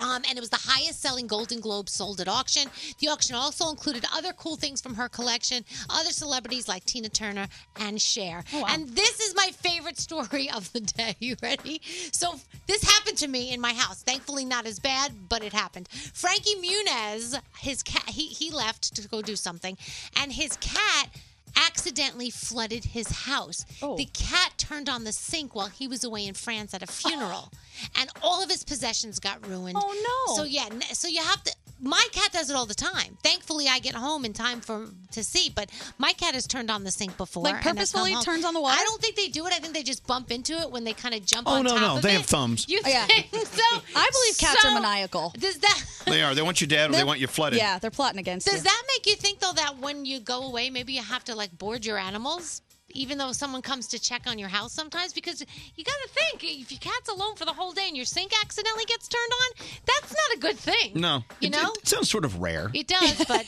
Speaker 13: Um, and it was the highest selling Golden Globe sold at auction. The auction also included other cool things from her collection, other celebrities like Tina Turner and Cher. And this is my favorite story of the day. You ready? So, this happened to me in my house. Thankfully, not as bad, but it happened. Frankie Muniz, his cat, he, he left to go do something, and his cat accidentally flooded his house.
Speaker 15: Oh.
Speaker 13: The cat turned on the sink while he was away in France at a funeral, and all of his possessions got ruined. Oh no! So yeah, n- so you have to. My cat does it all the time. Thankfully, I get home in time for to see. But my cat has turned on the sink before.
Speaker 15: Like
Speaker 13: and has come
Speaker 15: purposefully
Speaker 13: home.
Speaker 15: turns on the water?
Speaker 13: I don't think they do it. I think they just bump into it when they kind of jump
Speaker 12: Oh,
Speaker 13: on
Speaker 12: no,
Speaker 13: top
Speaker 12: no,
Speaker 13: of
Speaker 12: they
Speaker 13: it.
Speaker 12: have thumbs.
Speaker 13: You
Speaker 15: Oh, Yeah.
Speaker 13: think so?
Speaker 15: I believe cats
Speaker 13: So,
Speaker 15: are maniacal.
Speaker 13: Does that
Speaker 12: They are. They want you dead, or they want you flooded.
Speaker 15: Yeah, they're plotting against
Speaker 13: Does
Speaker 15: you.
Speaker 13: that make you think though that when you go away, maybe you have to like board your animals, even though someone comes to check on your house sometimes? Because you got to think if your cat's alone for the whole day and your sink accidentally gets turned on, that's not a good thing.
Speaker 12: No.
Speaker 13: You
Speaker 12: It-
Speaker 13: know?
Speaker 12: It, sounds sort of rare.
Speaker 13: It does, but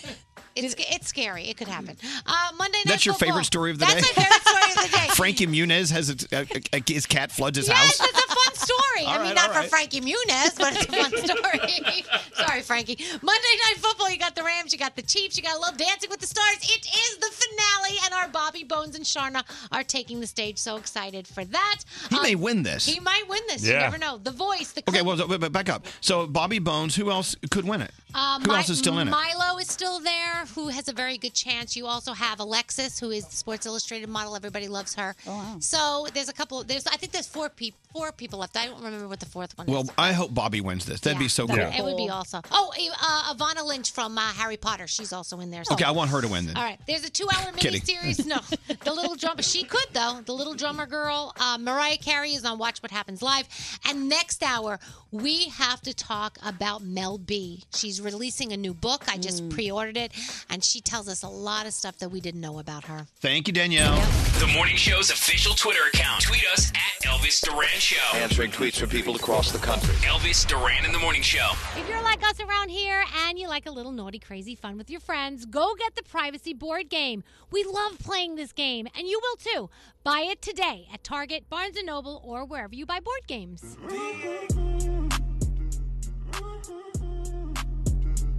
Speaker 13: it's it's scary. It could happen. Uh, Monday night.
Speaker 12: That's your
Speaker 13: Football.
Speaker 12: favorite story of the
Speaker 13: That's
Speaker 12: day?
Speaker 13: my favorite story of the day.
Speaker 12: Frankie Muniz has a, a, a, uh, his cat floods his
Speaker 13: Yes,
Speaker 12: house.
Speaker 13: it's a fun story.
Speaker 12: All
Speaker 13: I mean,
Speaker 12: right,
Speaker 13: not
Speaker 12: all
Speaker 13: for
Speaker 12: right.
Speaker 13: Frankie Muniz, but it's a fun story. Sorry, Frankie. Monday Night Football, you got the Rams, you got the Chiefs, you got to love Dancing with the Stars. It is the finale, and our Bobby Bones and Sharna are taking the stage. So excited for that. Um,
Speaker 12: He may win this.
Speaker 13: He might win this. You
Speaker 12: Yeah.
Speaker 13: never know. The Voice, the
Speaker 12: Okay, well, but- but back up. So Bobby Bones, who else could win it? who
Speaker 13: Uh, Mi-
Speaker 12: else is still in it?
Speaker 13: Milo is still there, who has a very good chance. You also have Alexis, who is the Sports Illustrated model. Everybody loves her.
Speaker 12: Oh,
Speaker 13: So there's a couple. There's I think there's four people. Four people left. I don't remember what the fourth one. is.
Speaker 12: well, I hope Bobby wins this. That'd be so cool.
Speaker 13: It would be awesome. Oh, uh, Ivana Lynch from uh, Harry Potter. She's also in there. so-
Speaker 12: Okay, I want her to win then.
Speaker 13: All right. There's a two-hour
Speaker 12: Kidding.
Speaker 13: miniseries. No, the little drummer. She could though. The little drummer girl. Uh, Mariah Carey is on Watch What Happens Live. And next hour, we have to talk about Mel B. She's releasing a new book. I just
Speaker 12: Mm.
Speaker 13: pre-ordered it, and she tells us a lot of stuff that we didn't know about her.
Speaker 12: Thank you, Danielle.
Speaker 11: The morning show's official Twitter account. Tweet us at Elvis Duran Show.
Speaker 20: Answering tweets from people across the country.
Speaker 11: Elvis Duran in the morning show.
Speaker 8: If you're like us around here and you like a little naughty, crazy fun with your friends, go get the privacy board game. We love playing this game, and you will too. Buy it today at Target, Barnes & Noble, or wherever you buy board games.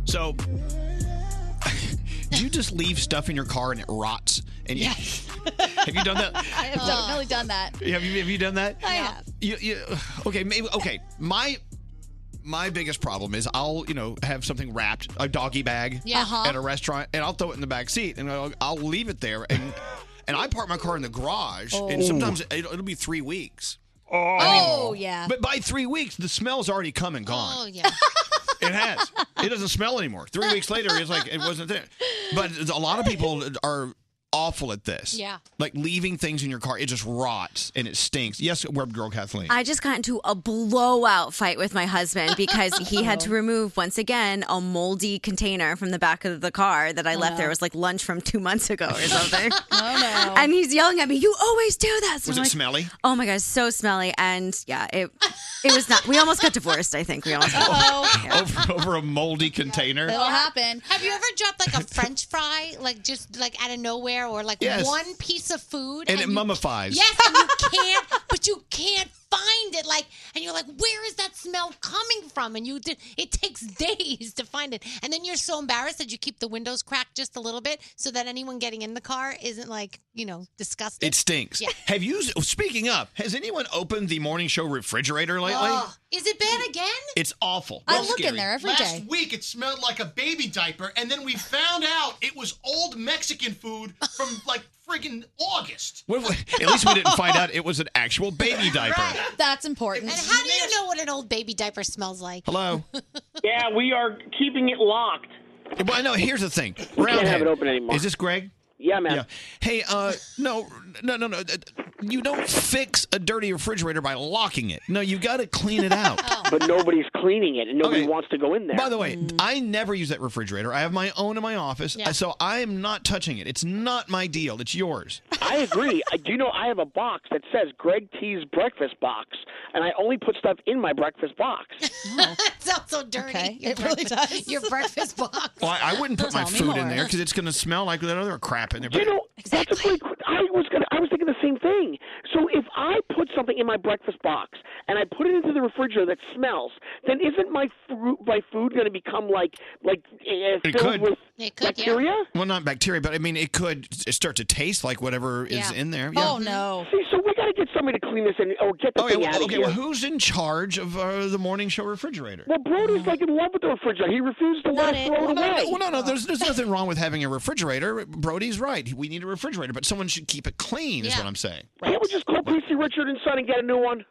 Speaker 12: So, do you just leave stuff in your car and it rots? And you, have you done that?
Speaker 15: I have definitely done that.
Speaker 12: Have you have you done that?
Speaker 15: I have.
Speaker 12: You, you, okay, maybe okay. My my biggest problem is I'll you know have something wrapped a doggy bag
Speaker 15: Yeah. Uh-huh.
Speaker 12: at a restaurant and I'll throw it in the back seat and I'll, I'll leave it there and and I park my car in the garage and
Speaker 15: Oh.
Speaker 12: sometimes it'll, it'll be three weeks. Oh,
Speaker 15: Oh, yeah.
Speaker 12: But by three weeks, the smell's already come and gone.
Speaker 13: Oh, yeah.
Speaker 12: It has. It doesn't smell anymore. Three weeks later, it's like it wasn't there. But a lot of people are awful at this.
Speaker 3: Yeah.
Speaker 12: Like leaving things in your car, it just rots and it stinks. Yes, web girl Kathleen.
Speaker 3: I just got into a blowout fight with my husband because he had to remove once again a moldy container from the back of the car that I
Speaker 22: Oh,
Speaker 3: left
Speaker 22: no.
Speaker 3: there. It was like lunch from two months ago or something. oh no! And he's yelling at me, "You always do that."
Speaker 12: was
Speaker 3: I'm
Speaker 12: it
Speaker 3: like,
Speaker 12: smelly?
Speaker 3: Oh my gosh, so smelly! And yeah, it it was not. We almost got divorced. I think we almost.
Speaker 12: Over, over a moldy container.
Speaker 13: happen. Have you ever dropped like a French fry, like just like out of nowhere, or like
Speaker 12: Yes.
Speaker 13: one piece of food,
Speaker 12: And it
Speaker 13: you-
Speaker 12: mummifies.
Speaker 13: Yes, and you can't, but you can't find it. Like, and you're like, where is that smell coming from? And you did. It takes days to find it, and then you're so embarrassed that you keep the windows cracked just a little bit, so that anyone getting in the car isn't like, you know, disgusted.
Speaker 12: It stinks.
Speaker 13: Yeah.
Speaker 12: Have you, speaking up, has anyone opened the morning show refrigerator lately?
Speaker 13: Oh, is it bad again?
Speaker 12: It's awful. It's scary.
Speaker 13: every
Speaker 16: Last
Speaker 13: day.
Speaker 16: week it smelled like a baby diaper, and then we found out it was old Mexican food from like friggin' August.
Speaker 12: What if we- at least we didn't find out it was an actual baby diaper.
Speaker 13: That's important. And how do you know what an old baby diaper smells like?
Speaker 12: Hello?
Speaker 5: Yeah, we are keeping it locked.
Speaker 12: Well, no, here's the thing.
Speaker 5: We can't have it open
Speaker 12: anymore. Is this Greg?
Speaker 5: Yeah, man.
Speaker 12: Hey, uh, no, no, no, no. uh, You don't fix a dirty refrigerator by locking it. No, you got to clean it out.
Speaker 13: Oh.
Speaker 19: But nobody's cleaning it, and nobody wants to go in there.
Speaker 12: By the way, I never use that refrigerator. I have my own in my office,
Speaker 19: Mm. Yeah.
Speaker 12: so I am not touching it. It's not my deal. It's yours.
Speaker 19: I agree. I- Do you know I have a box that says Greg T's breakfast box, and I only put stuff in my breakfast box.
Speaker 13: it sounds so dirty. Oh. It really does. Your breakfast box.
Speaker 12: Well, I, I wouldn't put my
Speaker 13: Tell me
Speaker 12: food in
Speaker 13: more.
Speaker 12: there because it's going to smell like that other crap in there.
Speaker 19: You know, that's a great. I was gonna. I was thinking the same thing. So if I put something in my breakfast box and I put it into the refrigerator that smells, then isn't my fruit, my food going to become like like uh,
Speaker 12: It
Speaker 19: filled
Speaker 12: could.
Speaker 19: with
Speaker 13: It could, yeah.
Speaker 19: bacteria?
Speaker 12: Well, not bacteria, but I mean, it could s- start to taste like whatever is
Speaker 19: Yeah.
Speaker 12: in there.
Speaker 19: Oh,
Speaker 15: no!
Speaker 19: See, so we got to get somebody to clean this in or get the
Speaker 12: Okay,
Speaker 19: thing
Speaker 12: Oh, well,
Speaker 19: out of
Speaker 12: okay,
Speaker 19: here.
Speaker 12: well, who's in charge of uh, the morning show refrigerator?
Speaker 19: Well, Brody's
Speaker 15: Oh.
Speaker 19: like in love with the refrigerator. He refused to let us throw
Speaker 12: Well,
Speaker 19: it
Speaker 12: no,
Speaker 19: away.
Speaker 12: no, well, no, no, there's, there's nothing wrong with having a refrigerator. Brody's right. We need a refrigerator, but someone should keep it clean, is
Speaker 19: Yeah.
Speaker 12: what I'm saying.
Speaker 19: Can't we just call Greasy Richard and Son and get a new one?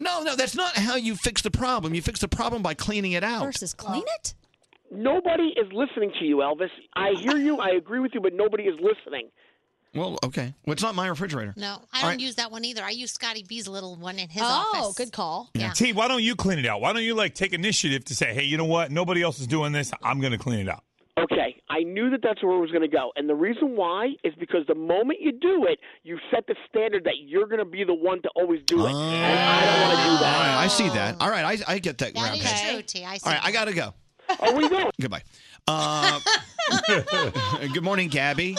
Speaker 12: No, no, that's not how you fix the problem. You fix the problem by cleaning it out.
Speaker 15: Versus clean it?
Speaker 19: Nobody is listening to you, Elvis. I hear you. I agree with you, but nobody is listening.
Speaker 12: Well, okay. Well, it's not my refrigerator.
Speaker 13: No, I
Speaker 12: All
Speaker 13: don't
Speaker 12: right.
Speaker 13: use that one either. I use Scotty B's little one in his
Speaker 15: Oh,
Speaker 13: office. good
Speaker 15: call.
Speaker 13: Yeah.
Speaker 1: T, why don't you clean it out? Why don't you like take initiative to say, hey, you know what? Nobody else is doing this. I'm going to clean it out.
Speaker 19: Okay, I knew that that's where it was going to go. And the reason why is because the moment you do it, you set the standard that you're going to be the one to always do it.
Speaker 21: Oh,
Speaker 19: And I don't want to do
Speaker 12: All
Speaker 19: that.
Speaker 12: right, I see that. All right, I, I get that. ground
Speaker 13: is
Speaker 12: head.
Speaker 13: true, T. I see
Speaker 12: All right, I
Speaker 13: that.
Speaker 12: gotta go.
Speaker 19: Oh, we go.
Speaker 12: Goodbye. Uh, good morning, Gabby.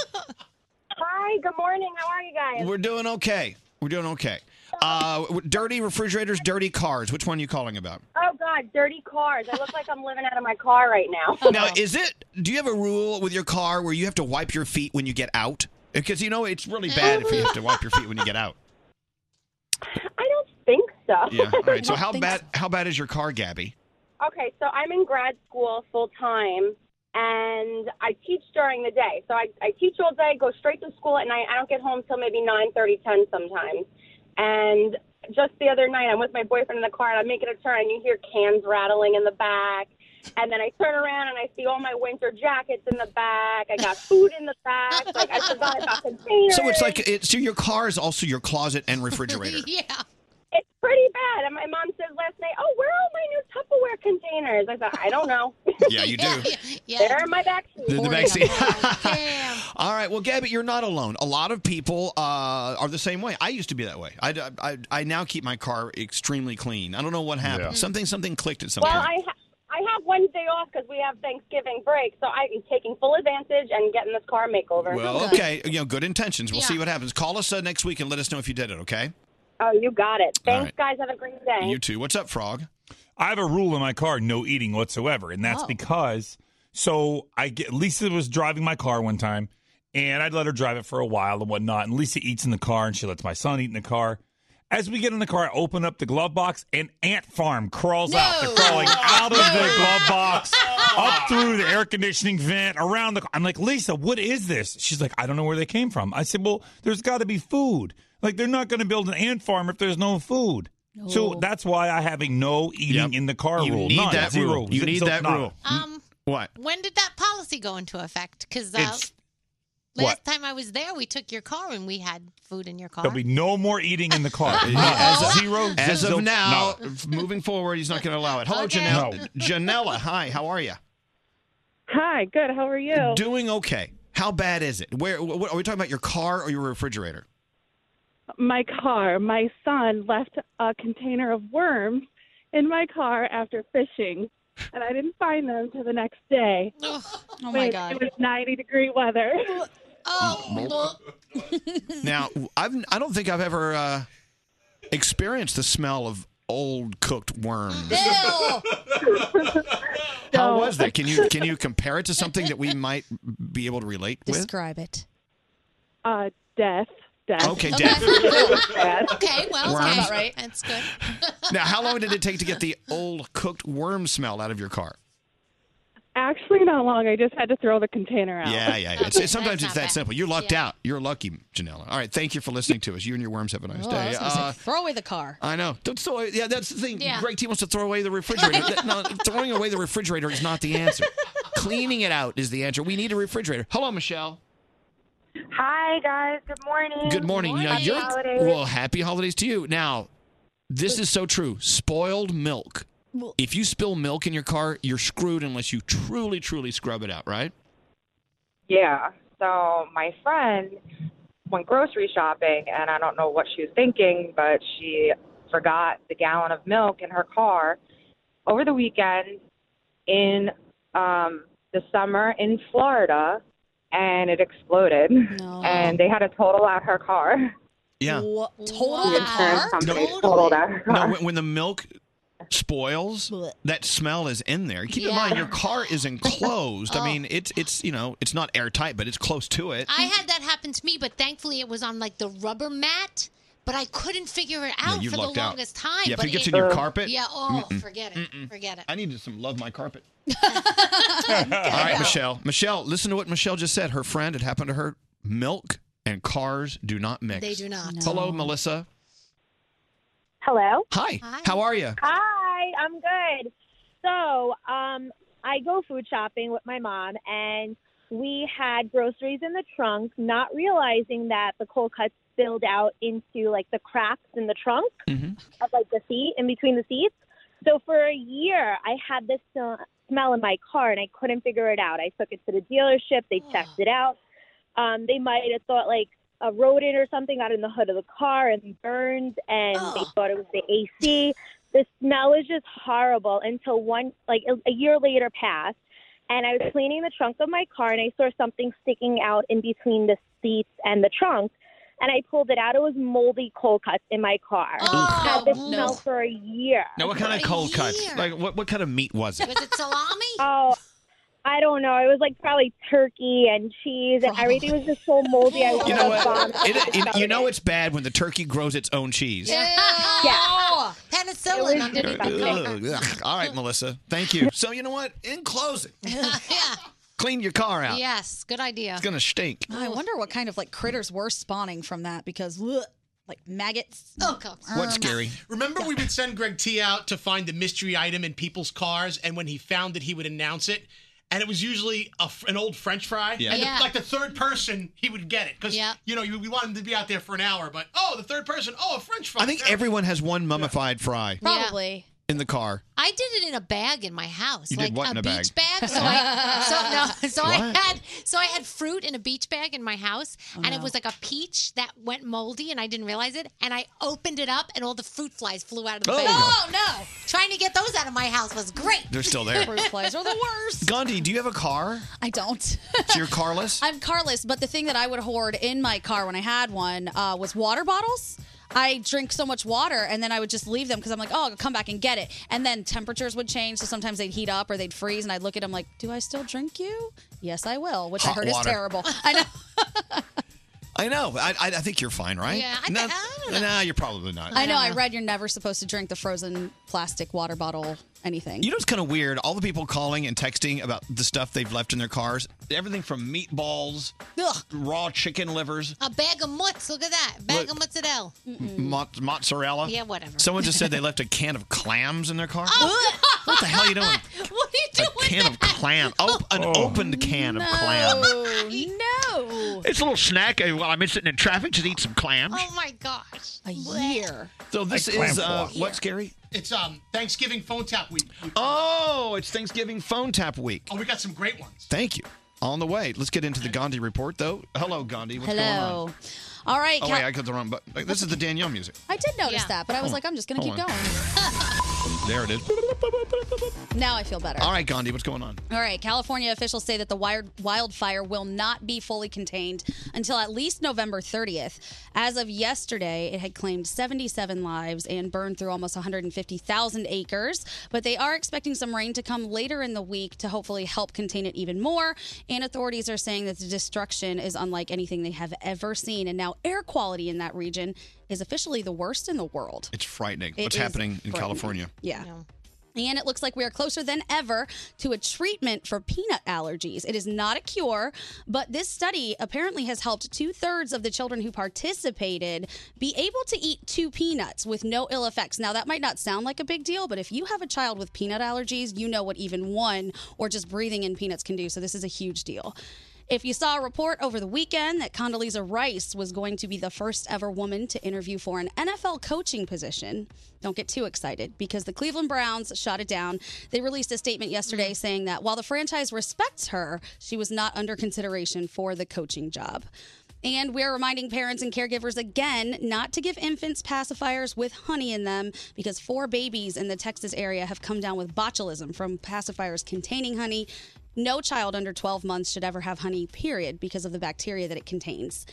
Speaker 23: Hi, good morning. How are you guys?
Speaker 12: We're doing okay. We're doing okay. Uh, dirty refrigerators, dirty cars. Which one are you calling about?
Speaker 23: Oh God, dirty cars. I look like I'm living out of my car right now.
Speaker 12: Now, is it? Do you have a rule with your car where you have to wipe your feet when you get out? Because you know it's really bad if you have to wipe your feet when you get out.
Speaker 23: I don't think so.
Speaker 12: Yeah. All right. So how bad? How bad is your car, Gabby?
Speaker 23: Okay, so I'm in grad school full time, and I teach during the day. So I, I teach all day, go straight to school at night. I don't get home till maybe nine thirty, ten sometimes. And just the other night, I'm with my boyfriend in the car, and I'm making a turn, and you hear cans rattling in the back. And then I turn around and I see all my winter jackets in the back. I got food in the back. Like I forgot about containers.
Speaker 12: So it's like it's so your car is also your closet and refrigerator.
Speaker 23: It's pretty dad. And my mom says last night, "Oh, where are all my new Tupperware containers?" I thought, "I don't know.
Speaker 12: Yeah, you do.
Speaker 23: They're in my backseat."
Speaker 12: The, the backseat. All right. Well, Gabby, you're not alone. A lot of people uh, are the same way. I used to be that way. I, I, I now keep my car extremely clean. I don't know what happened.
Speaker 23: Yeah.
Speaker 12: Something something clicked at some
Speaker 23: Well,
Speaker 12: point.
Speaker 23: I ha- I have Wednesday off because we have Thanksgiving break, so I'm taking full advantage and getting this car makeover.
Speaker 12: well, okay. You know, good intentions. We'll see what happens. Call us uh, next week and let us know if you did it. Okay.
Speaker 23: Oh, you got it.
Speaker 12: All
Speaker 23: Thanks, guys. Have a great day.
Speaker 12: You too. What's up, Frog?
Speaker 1: I have a rule in my car: no eating whatsoever, and that's
Speaker 23: Oh.
Speaker 1: because. So I get Lisa was driving my car one time, and I'd let her drive it for a while and whatnot. And Lisa eats in the car, and she lets my son eat in the car. As we get in the car, I open up the glove box, and Ant Farm crawls out. They're crawling out of the glove box,
Speaker 13: Oh.
Speaker 1: up through the air conditioning vent, around the. I'm like, Lisa, what is this? She's like, I don't know where they came from. I said, Well, there's got to be food. Like, they're not going to build an ant farm if there's no food. So
Speaker 12: No.
Speaker 1: that's why I have a no eating in the car
Speaker 12: You
Speaker 1: rule.
Speaker 12: need
Speaker 1: None.
Speaker 12: that
Speaker 1: Zero.
Speaker 12: rule. You
Speaker 1: Zip,
Speaker 12: need
Speaker 1: zip,
Speaker 12: that
Speaker 1: nada.
Speaker 12: rule. Mm.
Speaker 13: Um,
Speaker 12: What?
Speaker 13: when did that policy go into effect? Because uh,
Speaker 1: It's-
Speaker 13: last
Speaker 1: what?
Speaker 13: time I was there, we took your car and we had food in your car.
Speaker 1: There'll be no more eating in the car. None.
Speaker 12: As of-
Speaker 1: zero. zip,
Speaker 12: As
Speaker 1: zip,
Speaker 12: of now,
Speaker 1: nada.
Speaker 12: f- moving forward, he's not going to allow it. Hello, Janelle. Janella. Hi. How are you?
Speaker 24: Hi. Good. How are you?
Speaker 12: Doing okay. How bad is it? Where? What, are we talking about? Your car or your refrigerator?
Speaker 24: My car. My son left a container of worms in my car after fishing, and I didn't find them till the next day.
Speaker 25: my
Speaker 24: When
Speaker 25: God.
Speaker 24: It was 90 degree weather.
Speaker 12: Oh. Now, I've I don't think I've ever uh, experienced the smell of old cooked worms. How was that? Can you can you compare it to something that we might be able to relate with?
Speaker 15: Describe it.
Speaker 24: Uh, death. Death.
Speaker 12: Okay, Okay. death.
Speaker 24: okay.
Speaker 12: well, Worms. okay.
Speaker 24: right.
Speaker 13: That's good.
Speaker 12: Now, how long did it take to get the old cooked worm smell out of your car?
Speaker 24: Actually, not long. I just had to throw the container out.
Speaker 12: Yeah, yeah. yeah. It's, it's- sometimes it's that simple. You're lucked out. You're lucky, Janella. All right, thank you for listening to us. You and your worms have a nice
Speaker 15: Oh, I
Speaker 12: day.
Speaker 15: was gonna say,
Speaker 12: Uh,
Speaker 15: throw away the car.
Speaker 12: I know. Don't throw. Yeah, that's the thing.
Speaker 15: Yeah.
Speaker 12: Greg T wants to throw away the refrigerator. That- no, throwing away the refrigerator is not the answer. Cleaning it out is the answer. We need a refrigerator. Hello, Michelle.
Speaker 24: Hi, guys. Good morning.
Speaker 12: Good morning. Now
Speaker 24: Happy
Speaker 12: you're
Speaker 24: holidays.
Speaker 12: well. Happy holidays to you. Now, this is so true. Spoiled milk.
Speaker 24: Well-
Speaker 12: If you spill milk in your car, you're screwed unless you truly, truly scrub it out. Right?
Speaker 24: Yeah. So my friend went grocery shopping, and I don't know what she was thinking, but she forgot the gallon of milk in her car over the weekend in um, the summer in Florida, and it exploded. And they had to total out her car.
Speaker 12: Yeah.
Speaker 24: Total the insurance company
Speaker 12: No,
Speaker 24: totaled out her car.
Speaker 12: No, when, when the milk spoils, that smell is in there. Keep in
Speaker 24: Yeah.
Speaker 12: mind your car is enclosed. I mean, it's it's you know it's not airtight, but it's close to it.
Speaker 13: Oh. I had that happen to me, but thankfully it was on like the rubber mat. But I couldn't figure it out
Speaker 12: you
Speaker 13: for the
Speaker 12: lucked out.
Speaker 13: longest time.
Speaker 12: Yeah, if
Speaker 13: but
Speaker 12: it gets in your carpet,
Speaker 13: Yeah. Oh,
Speaker 12: mm-mm.
Speaker 13: forget it. Forget it.
Speaker 12: I needed some love my carpet. All right, Michelle. Michelle, listen to what Michelle just said. Her friend, it happened to her. Milk and cars do not mix.
Speaker 13: They do not.
Speaker 12: Hello, Melissa.
Speaker 26: Hello.
Speaker 12: Hi. How are you?
Speaker 26: Hi, I'm good. So, um, I go food shopping with my mom, and we had groceries in the trunk, not realizing that the cold cuts spilled out into like the cracks in the trunk
Speaker 13: Mm-hmm.
Speaker 26: of like the seat in between the seats. So for a year, I had this uh, smell in my car, and I couldn't figure it out. I took it to the dealership. They checked it out. Um, they might have thought like a rodent or something got in the hood of the car and burned, and they thought it was the AC. The smell is just horrible until one like a- a year later passed, and I was cleaning the trunk of my car, and I saw something sticking out in between the seats and the trunk. And I pulled it out. It was moldy cold cuts in my car. Had this smell for a year.
Speaker 12: Now, what kind of cold cuts? Like, what, what kind of meat was it?
Speaker 13: it salami?
Speaker 26: Oh, I don't know. It was like probably turkey and cheese
Speaker 13: Oh.
Speaker 26: and everything was just so moldy. I was
Speaker 12: You know
Speaker 26: like,
Speaker 12: what?
Speaker 26: "Vomit."
Speaker 12: It- it- you know it's bad when the turkey grows its own cheese.
Speaker 13: Yeah. Penicillin underneath the coat.
Speaker 12: Ugh, ugh. All right, Melissa. Thank you. So you know what? In closing, clean your car out.
Speaker 13: Yes, good idea.
Speaker 12: It's gonna stink.
Speaker 15: Oh, I wonder what kind of like critters were spawning from that because bleh, like maggots.
Speaker 13: Oh
Speaker 12: What's scary?
Speaker 16: Remember, we would send Greg T out to find the mystery item in people's cars, and when he found it, he would announce it. and it was usually a f an old French fry.
Speaker 6: Yeah.
Speaker 16: And the-
Speaker 6: Yeah.
Speaker 16: like the third person, he would get it because you know you, we wanted him to be out there for an hour, but oh, the third person, oh, a French fry.
Speaker 12: I think
Speaker 16: Yeah.
Speaker 12: everyone has one mummified fry
Speaker 13: Probably.
Speaker 12: in the car.
Speaker 13: I did it in a bag in my house,
Speaker 12: You did
Speaker 13: like
Speaker 12: what
Speaker 13: a,
Speaker 12: in a bag?
Speaker 13: beach bag. So I, so no, so
Speaker 12: What?
Speaker 13: I had so I had fruit in a beach bag in my house,
Speaker 15: Oh,
Speaker 13: and it
Speaker 14: no.
Speaker 13: was like a peach that went moldy, and I didn't realize it. And I opened it up, and all the fruit flies flew out of the
Speaker 12: Oh.
Speaker 13: bag.
Speaker 12: Oh,
Speaker 13: no! Trying to get those out of my house was great.
Speaker 12: They're still there.
Speaker 15: Fruit flies are the worst.
Speaker 12: Gandhi, do you have a car?
Speaker 15: I don't.
Speaker 12: So you're carless?
Speaker 15: I'm carless, but the thing that I would hoard in my car when I had one uh, was water bottles. I drink so much water, and then I would just leave them because I'm like, oh, I'll come back and get it. And then temperatures would change, so sometimes they'd heat up or they'd freeze, and I'd look at them like, do I still drink you? Yes, I will, which I
Speaker 12: Hot
Speaker 15: heard
Speaker 12: water.
Speaker 15: is terrible. I know.
Speaker 12: I know. I, I, I think you're fine, right?
Speaker 15: Yeah, I
Speaker 12: no,
Speaker 15: thi- I don't know.
Speaker 12: Nah, you're probably not.
Speaker 15: I know. I read you're never supposed to drink the frozen plastic water bottle anything.
Speaker 12: You know what's kind of weird? All the people calling and texting about the stuff they've left in their cars. Everything from meatballs, raw chicken livers,
Speaker 13: A bag of mutts. Look at that. Bag of mozzarella.
Speaker 12: mo- mozzarella.
Speaker 13: Yeah, whatever.
Speaker 12: Someone just said they left a can of clams in their car.
Speaker 13: Oh,
Speaker 12: what the hell are you doing?
Speaker 13: What are you
Speaker 15: Oh,
Speaker 13: doing?
Speaker 12: A can of clam. Oh, an opened can of clam.
Speaker 13: clam. Oh, No.
Speaker 17: It's a little snack uh, while I'm sitting in traffic. Just eat some clams.
Speaker 13: Oh my gosh.
Speaker 15: A year.
Speaker 12: So this
Speaker 17: Like clam
Speaker 12: is uh,
Speaker 17: flan.
Speaker 12: what's Gary?
Speaker 16: It's um Thanksgiving phone tap week.
Speaker 12: Oh, it's Thanksgiving phone tap week.
Speaker 16: Oh, we got some great ones.
Speaker 12: Thank you. On the way. Let's get into the Gandhi report, though. Hello, Gandhi. What's going on?
Speaker 15: Hello. All right.
Speaker 12: Oh
Speaker 15: Cal-
Speaker 12: wait, I got the wrong button. Wait, This is the Danielle music.
Speaker 15: I did notice that, but I was
Speaker 12: Hold
Speaker 15: like, I'm just going to
Speaker 12: hold
Speaker 15: keep
Speaker 12: on.
Speaker 15: going.
Speaker 12: There it is.
Speaker 15: Now I feel better.
Speaker 12: All right, Gandhi, what's going on?
Speaker 15: All right, California officials say that the wired wildfire will not be fully contained until at least November 30th. As of yesterday, it had claimed 77 lives and burned through almost 150,000 acres, but they are expecting some rain to come later in the week to hopefully help contain it even more. And authorities are saying that the destruction is unlike anything they have ever seen. And now air quality in that region is officially the worst in the world.
Speaker 12: It's frightening.
Speaker 15: It
Speaker 12: what's
Speaker 15: is
Speaker 12: happening in
Speaker 15: frightening.
Speaker 12: California?
Speaker 15: Yeah. And it looks like we are closer than ever to a treatment for peanut allergies. It is not a cure, but this study apparently has helped two thirds of the children who participated be able to eat two peanuts with no ill effects. Now, that might not sound like a big deal, but if you have a child with peanut allergies, you know what even one or just breathing in peanuts can do. So, this is a huge deal. If you saw a report over the weekend that Condoleezza Rice was going to be the first ever woman to interview for an NFL coaching position, don't get too excited because the Cleveland Browns shot it down. They released a statement yesterday saying that while the franchise respects her, she was not under consideration for the coaching job. And we're reminding parents and caregivers again not to give infants pacifiers with honey in them because four babies in the Texas area have come down with botulism from pacifiers containing honey. No child under 12 months should ever have honey, period, because of the bacteria that it contains.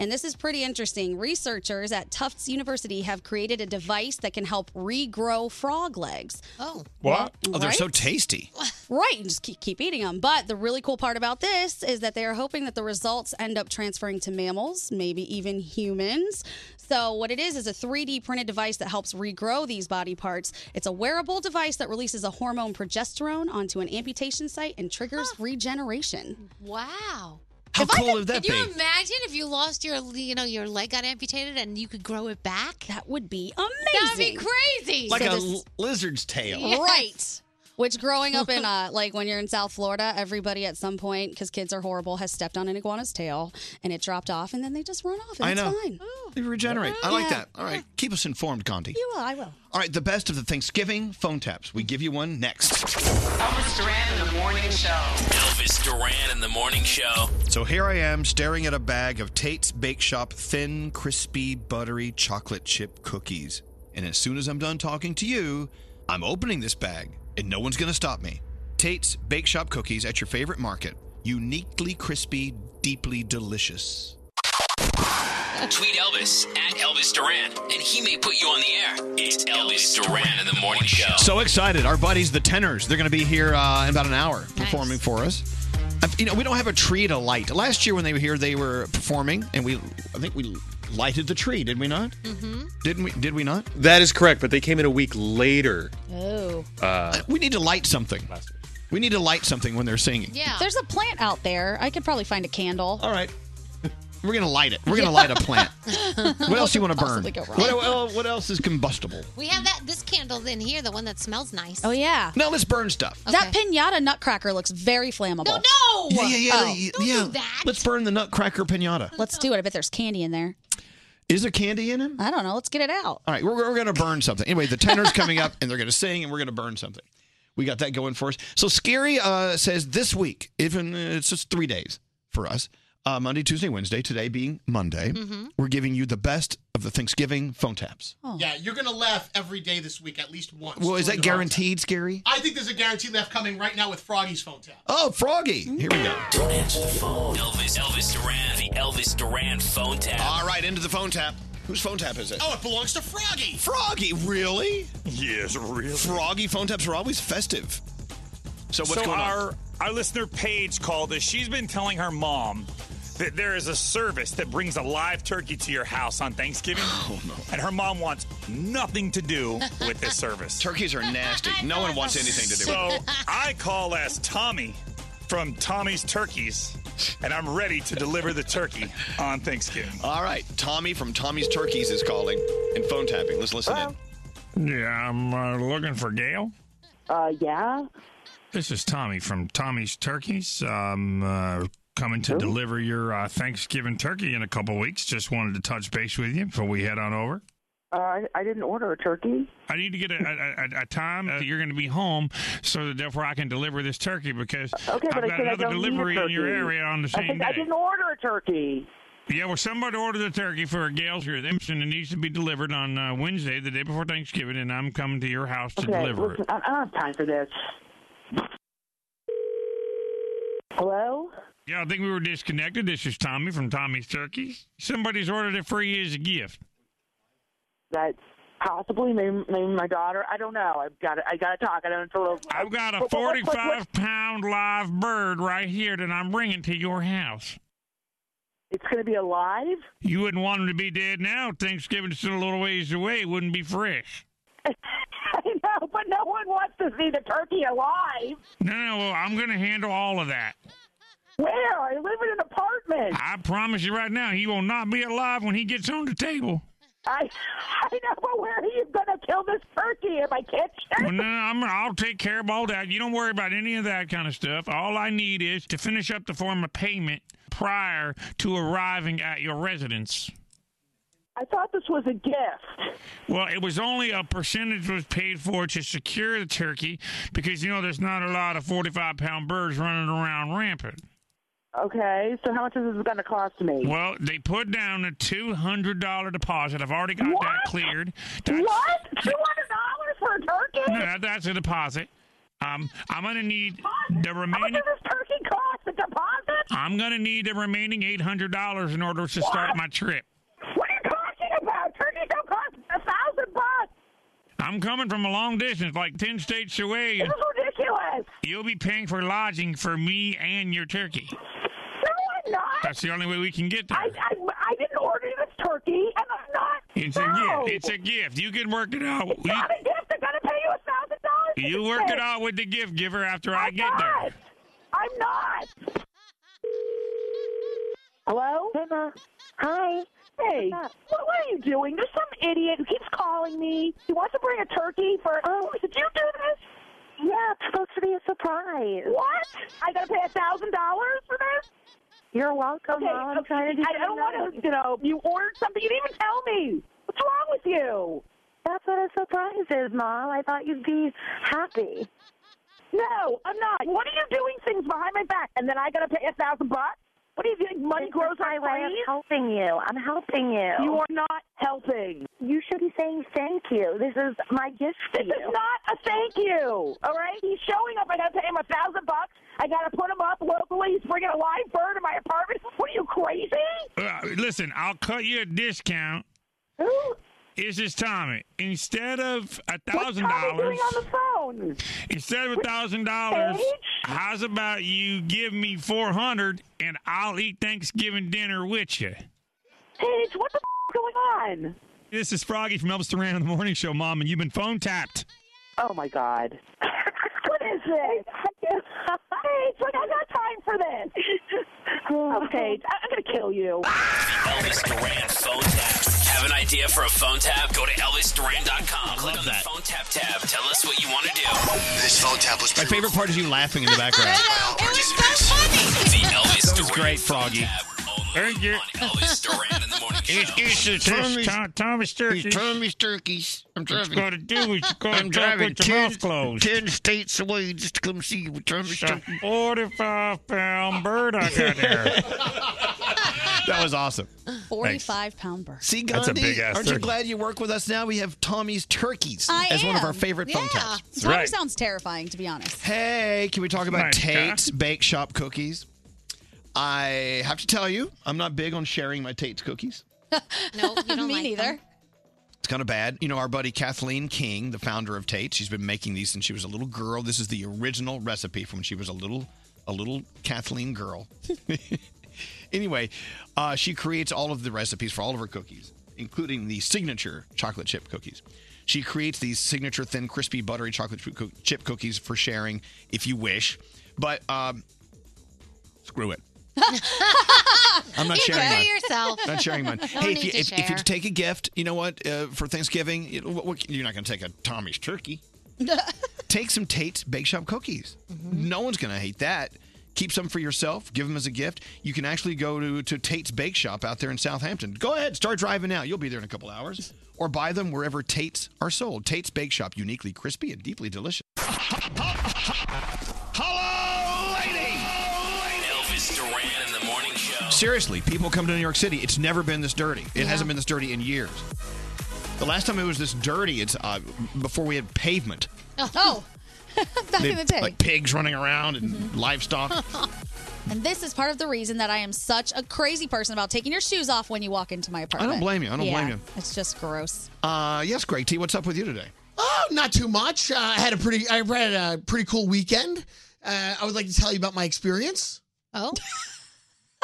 Speaker 15: And this is pretty interesting. Researchers at Tufts University have created a device that can help regrow frog legs. Oh.
Speaker 12: What? Oh, they're
Speaker 15: Right?
Speaker 12: so tasty.
Speaker 15: Right, and just keep, keep eating them. But the really cool part about this is that they are hoping that the results end up transferring to mammals, maybe even humans. So, what it is is a 3D printed device that helps regrow these body parts. It's a wearable device that releases a hormone progesterone onto an amputation site and triggers regeneration.
Speaker 13: Wow.
Speaker 15: How
Speaker 13: Ah. If I
Speaker 15: cool
Speaker 13: could-
Speaker 15: would that
Speaker 13: Can you
Speaker 15: be?
Speaker 13: imagine if you lost your, you know, your leg got amputated and you could grow it back?
Speaker 15: That would be
Speaker 13: That'd be
Speaker 15: amazing.
Speaker 13: crazy.
Speaker 12: Like
Speaker 15: So
Speaker 12: a
Speaker 15: this-
Speaker 12: l- lizard's tail.
Speaker 15: Right. Which growing up in uh like when you're in South Florida, everybody at some point cuz kids are horrible has stepped on an iguana's tail and it dropped off and then they just run off and
Speaker 12: I
Speaker 15: it's
Speaker 12: know.
Speaker 15: fine.
Speaker 12: They regenerate. I like
Speaker 15: Yeah.
Speaker 12: that. All right. Keep us informed, Gandhi.
Speaker 15: You will, I will.
Speaker 12: All right, the best of the Thanksgiving phone taps. We give you one next.
Speaker 6: Elvis Duran in the morning show.
Speaker 11: Elvis Duran in the morning show.
Speaker 12: So here I am staring at a bag of Tate's Bake Shop thin, crispy, buttery chocolate chip cookies. And as soon as I'm done talking to you, I'm opening this bag and no one's going to stop me. Tate's Bake Shop cookies at your favorite market. Uniquely crispy, deeply delicious.
Speaker 11: Tweet Elvis at Elvis Duran, and he may put you on the air. It's Elvis Duran in the morning show.
Speaker 12: So excited. Our buddies, the Tenors, they're going to be here uh, in about an hour performing for us. Uh, You know, we don't have a tree to light. Last year when they were here, they were performing, and we, I think we lighted the tree, did we not? Mm-hmm. Didn't we? Did we not?
Speaker 2: That is correct, but they came in a week later.
Speaker 15: Oh.
Speaker 2: Uh,
Speaker 12: we need to light something. We need to light something when they're singing.
Speaker 15: Yeah. There's a plant out there. I could probably find a candle.
Speaker 12: All right. We're gonna light it. We're gonna light a plant. What else do you want to burn?
Speaker 13: Possibly go wrong.
Speaker 12: What, what- what else is combustible?
Speaker 13: We have that this candle in here, the one that smells nice.
Speaker 15: Oh yeah.
Speaker 12: No, let's burn stuff.
Speaker 15: That pinata nutcracker looks very flammable. No, no.
Speaker 12: Yeah, yeah, yeah.
Speaker 15: Oh.
Speaker 12: yeah, yeah. Let's burn the Nutcracker pinata.
Speaker 15: Let's do it. I bet there's candy in there.
Speaker 12: Is there candy in him?
Speaker 15: I don't know. Let's get it out.
Speaker 12: All right, we're, we're going to burn something. Anyway, the tenor's coming up, and they're going to sing, and we're going to burn something. We got that going for us. So Scary uh, says this week, even uh, it's just three days for us, uh, Monday, Tuesday, Wednesday. Today being Monday,
Speaker 16: Mhm.
Speaker 12: we're giving you the best of the Thanksgiving phone taps.
Speaker 16: Yeah, you're gonna laugh every day this week, at least once.
Speaker 12: Well,
Speaker 16: during
Speaker 12: is that
Speaker 16: the phone
Speaker 12: guaranteed, Scary?
Speaker 16: tap. I think there's a guaranteed laugh coming right now with Froggy's phone tap.
Speaker 12: Oh, Froggy! Here we go.
Speaker 11: Don't answer the phone. Elvis, Elvis Duran, the Elvis Duran phone tap.
Speaker 12: All right, into the phone tap. Whose phone tap is it?
Speaker 16: Oh, it belongs to Froggy.
Speaker 12: Oh, Froggy, really? Yes, really. Froggy phone taps are always festive. So what's going on?
Speaker 27: our, Our listener Paige called us. She's been telling her mom that there is a service that brings a live turkey to your house on Thanksgiving. Oh no! And her mom wants nothing to do with this service.
Speaker 12: Turkeys are nasty. No one wants anything to do with
Speaker 27: So I call as Tommy from Tommy's Turkeys, and I'm ready to deliver the turkey on Thanksgiving.
Speaker 12: All right, Tommy from Tommy's Turkeys is calling and phone tapping. Let's listen in.
Speaker 27: Yeah, I'm uh, looking for Gail.
Speaker 6: Uh, yeah.
Speaker 27: This is Tommy from Tommy's Turkeys. I'm uh, coming to deliver your uh, Thanksgiving turkey in a couple weeks. Just wanted to touch base with you before we head on over.
Speaker 6: Uh, I, I didn't order a turkey.
Speaker 27: I need to get a, a, a, a time that you're going to be home, so that therefore I can deliver this turkey because
Speaker 6: Uh, Okay,
Speaker 27: I've
Speaker 6: but I
Speaker 27: got
Speaker 6: said I
Speaker 27: another
Speaker 6: don't need a
Speaker 27: delivery in your
Speaker 6: turkey.
Speaker 27: area on the
Speaker 6: I,
Speaker 27: same
Speaker 6: said I
Speaker 27: day.
Speaker 6: didn't order a turkey.
Speaker 27: Yeah, well, somebody ordered the turkey for Gail's here, and it needs to be delivered on uh, Wednesday, the day before Thanksgiving, and I'm coming to your house to
Speaker 6: Okay,
Speaker 27: deliver
Speaker 6: listen,
Speaker 27: it.
Speaker 6: I, I don't have time for this. Hello?
Speaker 27: Yeah, I think we were disconnected. This is Tommy from Tommy's Turkeys. Somebody's ordered it for you as a gift.
Speaker 6: That's possibly maybe, maybe my daughter. I don't know. I've got to, I got to talk. I don't. It's a little,
Speaker 27: I've got a
Speaker 6: What- what- what- what-
Speaker 27: 45 pound live bird right here that I'm bringing to your house.
Speaker 6: It's going to be alive.
Speaker 27: You wouldn't want him to be dead now. Thanksgiving's still a little ways away. It wouldn't be fresh.
Speaker 6: I know, but no one wants to see the turkey alive.
Speaker 27: No, no, well, I'm going to handle all of that.
Speaker 6: Where? I live in an apartment.
Speaker 27: I promise you right now, he will not be alive when he gets on the table.
Speaker 6: I I know, but where are you going to kill this turkey if I can't?
Speaker 27: Well, no, no, I'm, I'll take care of all that. You don't worry about any of that kind of stuff. All I need is to finish up the form of payment prior to arriving at your residence.
Speaker 6: I thought this was a gift.
Speaker 27: Well, it was only a percentage was paid for to secure the turkey because you know there's not a lot of 45 pound birds running around rampant.
Speaker 6: Okay, so how much is this going to cost me?
Speaker 27: Well, they put down a $200 deposit. I've already got that cleared. That's,
Speaker 6: What? Two hundred dollars for a turkey?
Speaker 27: No, that- that's a deposit. Um, I'm gonna need the remaining.
Speaker 6: turkey cost the deposit?
Speaker 27: I'm gonna need the remaining eight hundred dollars in order to start my trip.
Speaker 6: What are you talking about? Turkeys don't cost a thousand bucks.
Speaker 27: I'm coming from a long distance, like ten states away.
Speaker 6: This is ridiculous.
Speaker 27: You'll be paying for lodging for me and your turkey.
Speaker 6: No, I'm not.
Speaker 27: That's the only way we can get there.
Speaker 6: I, I didn't order this turkey, and I'm not.
Speaker 27: it's a
Speaker 6: no.
Speaker 27: gift. It's a gift. You can work it out.
Speaker 6: It's
Speaker 27: You-
Speaker 6: not a gift. I'm gonna pay you a thousand dollars. for
Speaker 27: You
Speaker 6: this
Speaker 27: work
Speaker 6: thing.
Speaker 27: it out with the gift giver after I get there.
Speaker 6: I'm not. Hello? Hi. Hey, what, what are you doing? There's some idiot who keeps calling me. He wants to bring a turkey for. Oh, did you do this? Yeah, it's supposed to be a surprise. What? I gotta pay a thousand dollars for this? You're welcome. Okay,
Speaker 23: Mom. I'm
Speaker 6: okay,
Speaker 23: trying to do
Speaker 6: I, I don't want to. You know, you ordered something. You didn't even tell me. What's wrong with you? That's what a surprise is, Mom. I thought you'd be happy. No, I'm not. What are you doing things behind my back? And then I gotta pay a thousand bucks? What are you doing? Money
Speaker 23: This
Speaker 6: grows
Speaker 23: is my
Speaker 6: on
Speaker 23: way of
Speaker 6: trees?
Speaker 23: helping you. I'm helping you.
Speaker 6: You are not helping.
Speaker 23: You should be saying thank you. This is my gift to you.
Speaker 6: This is not a thank you. All right, he's showing up. I gotta pay him a thousand bucks. I gotta put him up locally. He's bringing a live bird in my apartment. What are you crazy?
Speaker 27: Uh, listen, I'll cut you a discount. This is Tommy. Instead of a thousand
Speaker 6: What are you
Speaker 27: dollars,
Speaker 6: doing on the phone?
Speaker 27: instead of a thousand dollars, how's about you give me four hundred and I'll eat Thanksgiving dinner with you?
Speaker 6: Paige, what the f- going on?
Speaker 27: This is Froggy from Elvis Duran on the Morning Show, Mom, and you've been phone tapped.
Speaker 6: Oh my God. What is this? Hey,
Speaker 4: It's like I got time for this. oh, Paige, I- I'm gonna kill you.
Speaker 11: Elvis Duran phone taps. Have an idea for a phone tap? Go to ElvisDuran.com. Click on the phone tap tab. Tell us what you want to do.
Speaker 7: This phone tap was
Speaker 18: My favorite part is you laughing in the background.
Speaker 11: It was so funny. The Elvis
Speaker 18: That was great, Froggy. Thank you.
Speaker 11: Elvis Duran in the morning show.
Speaker 18: It's
Speaker 11: Tommy's-
Speaker 18: Tommy's
Speaker 17: turkeys.
Speaker 18: Tommy's turkeys. I'm
Speaker 17: What you
Speaker 18: driving.
Speaker 17: gotta do is you gotta
Speaker 18: I'm
Speaker 17: talk
Speaker 18: driving
Speaker 17: with your
Speaker 18: ten,
Speaker 17: mouth closed.
Speaker 18: ten states away just to come see you with Tommy's
Speaker 17: It's a
Speaker 18: turkeys.
Speaker 1: 45 pound bird I got there.
Speaker 18: That was awesome.
Speaker 15: Forty-five pound bird.
Speaker 18: See,
Speaker 15: That's
Speaker 1: a
Speaker 18: Gandhi,
Speaker 1: big-ass
Speaker 18: aren't you
Speaker 1: turkey.
Speaker 18: glad you work with us now? We have Tommy's Turkeys
Speaker 15: I
Speaker 18: as one of
Speaker 15: am.
Speaker 18: our favorite phone
Speaker 15: Yeah.
Speaker 18: taps.
Speaker 15: Tommy sounds terrifying, to be honest.
Speaker 18: Hey,
Speaker 12: can we talk about
Speaker 18: Nice guy.
Speaker 12: Tate's Bake Shop cookies? I have to tell you, I'm not big on sharing my Tate's cookies.
Speaker 13: No, you don't
Speaker 15: Me
Speaker 13: like
Speaker 15: neither.
Speaker 13: them.
Speaker 12: It's kind of bad. You know, our buddy Kathleen King, the founder of Tate, she's been making these since she was a little girl. This is the original recipe from when she was a little, a little Kathleen girl. anyway, uh, she creates all of the recipes for all of her cookies, including the signature chocolate chip cookies. She creates these signature thin, crispy, buttery chocolate chip coo- chip cookies for sharing, if you wish. But um, screw it.
Speaker 13: Ah,
Speaker 12: I'm not
Speaker 13: You
Speaker 12: sharing
Speaker 13: do it
Speaker 12: mine.
Speaker 13: yourself.
Speaker 12: Not sharing mine.
Speaker 13: No
Speaker 12: hey, if
Speaker 13: need
Speaker 12: you,
Speaker 13: to
Speaker 12: if, if you
Speaker 13: share.
Speaker 12: take a gift, you know what? Uh, for Thanksgiving, you know, what, what, you're not going to take a Tommy's turkey. take some Tate's Bake Shop cookies.
Speaker 13: Mm-hmm.
Speaker 12: No one's going to hate that. Keep some for yourself. Give them as a gift. You can actually go to, to Tate's Bake Shop out there in Southampton. Go ahead, start driving now. You'll be there in a couple hours. Or buy them wherever Tate's are sold. Tate's Bake Shop, uniquely crispy and deeply delicious.
Speaker 11: Elvis Duran in the morning show.
Speaker 12: Seriously, people come to New York City. It's never been this dirty. It hasn't been this dirty in years. The last time it was this dirty, it's uh, before we had pavement.
Speaker 15: Oh, back
Speaker 12: They-
Speaker 15: in the day.
Speaker 12: Like pigs running around and
Speaker 21: Mm-hmm.
Speaker 12: livestock.
Speaker 15: and this is part of the reason that I am such a crazy person about taking your shoes off when you walk into my apartment.
Speaker 12: blame you. I don't
Speaker 15: Yeah,
Speaker 12: blame you.
Speaker 15: It's just gross.
Speaker 12: Uh, yes, Greg T. What's up with you today?
Speaker 21: Oh, not too much. Uh, I had a pretty, I had a pretty cool weekend. Uh, I would like to tell you about my experience.
Speaker 13: Oh,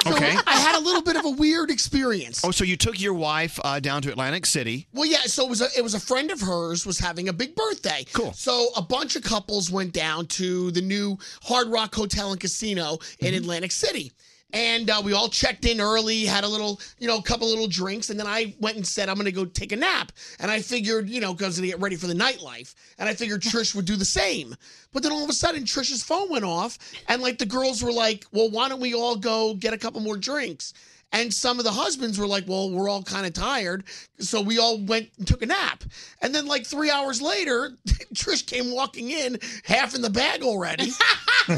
Speaker 12: Okay.
Speaker 21: I had a little bit of a weird experience.
Speaker 12: Oh, so you took your wife uh, down to Atlantic City.
Speaker 21: Well, yeah. So it was a it was a friend of hers was having a big birthday. Cool. So a bunch of couples went down to the new Hard Rock Hotel and Casino in Atlantic City, and uh, we all checked in early, had a little, you know, couple little drinks, and then I went and said I'm going to go take a nap, and I figured, you know, because to get ready for the nightlife, and I figured Trish would do the same. But then all of a sudden, Trish's phone went off, and like the girls were like, well, why don't we all go get a couple more drinks? And some of the husbands were like, well, we're all kind of tired. So we all went and took a nap. And then, like, three hours later, Trish came walking in, half in the bag already.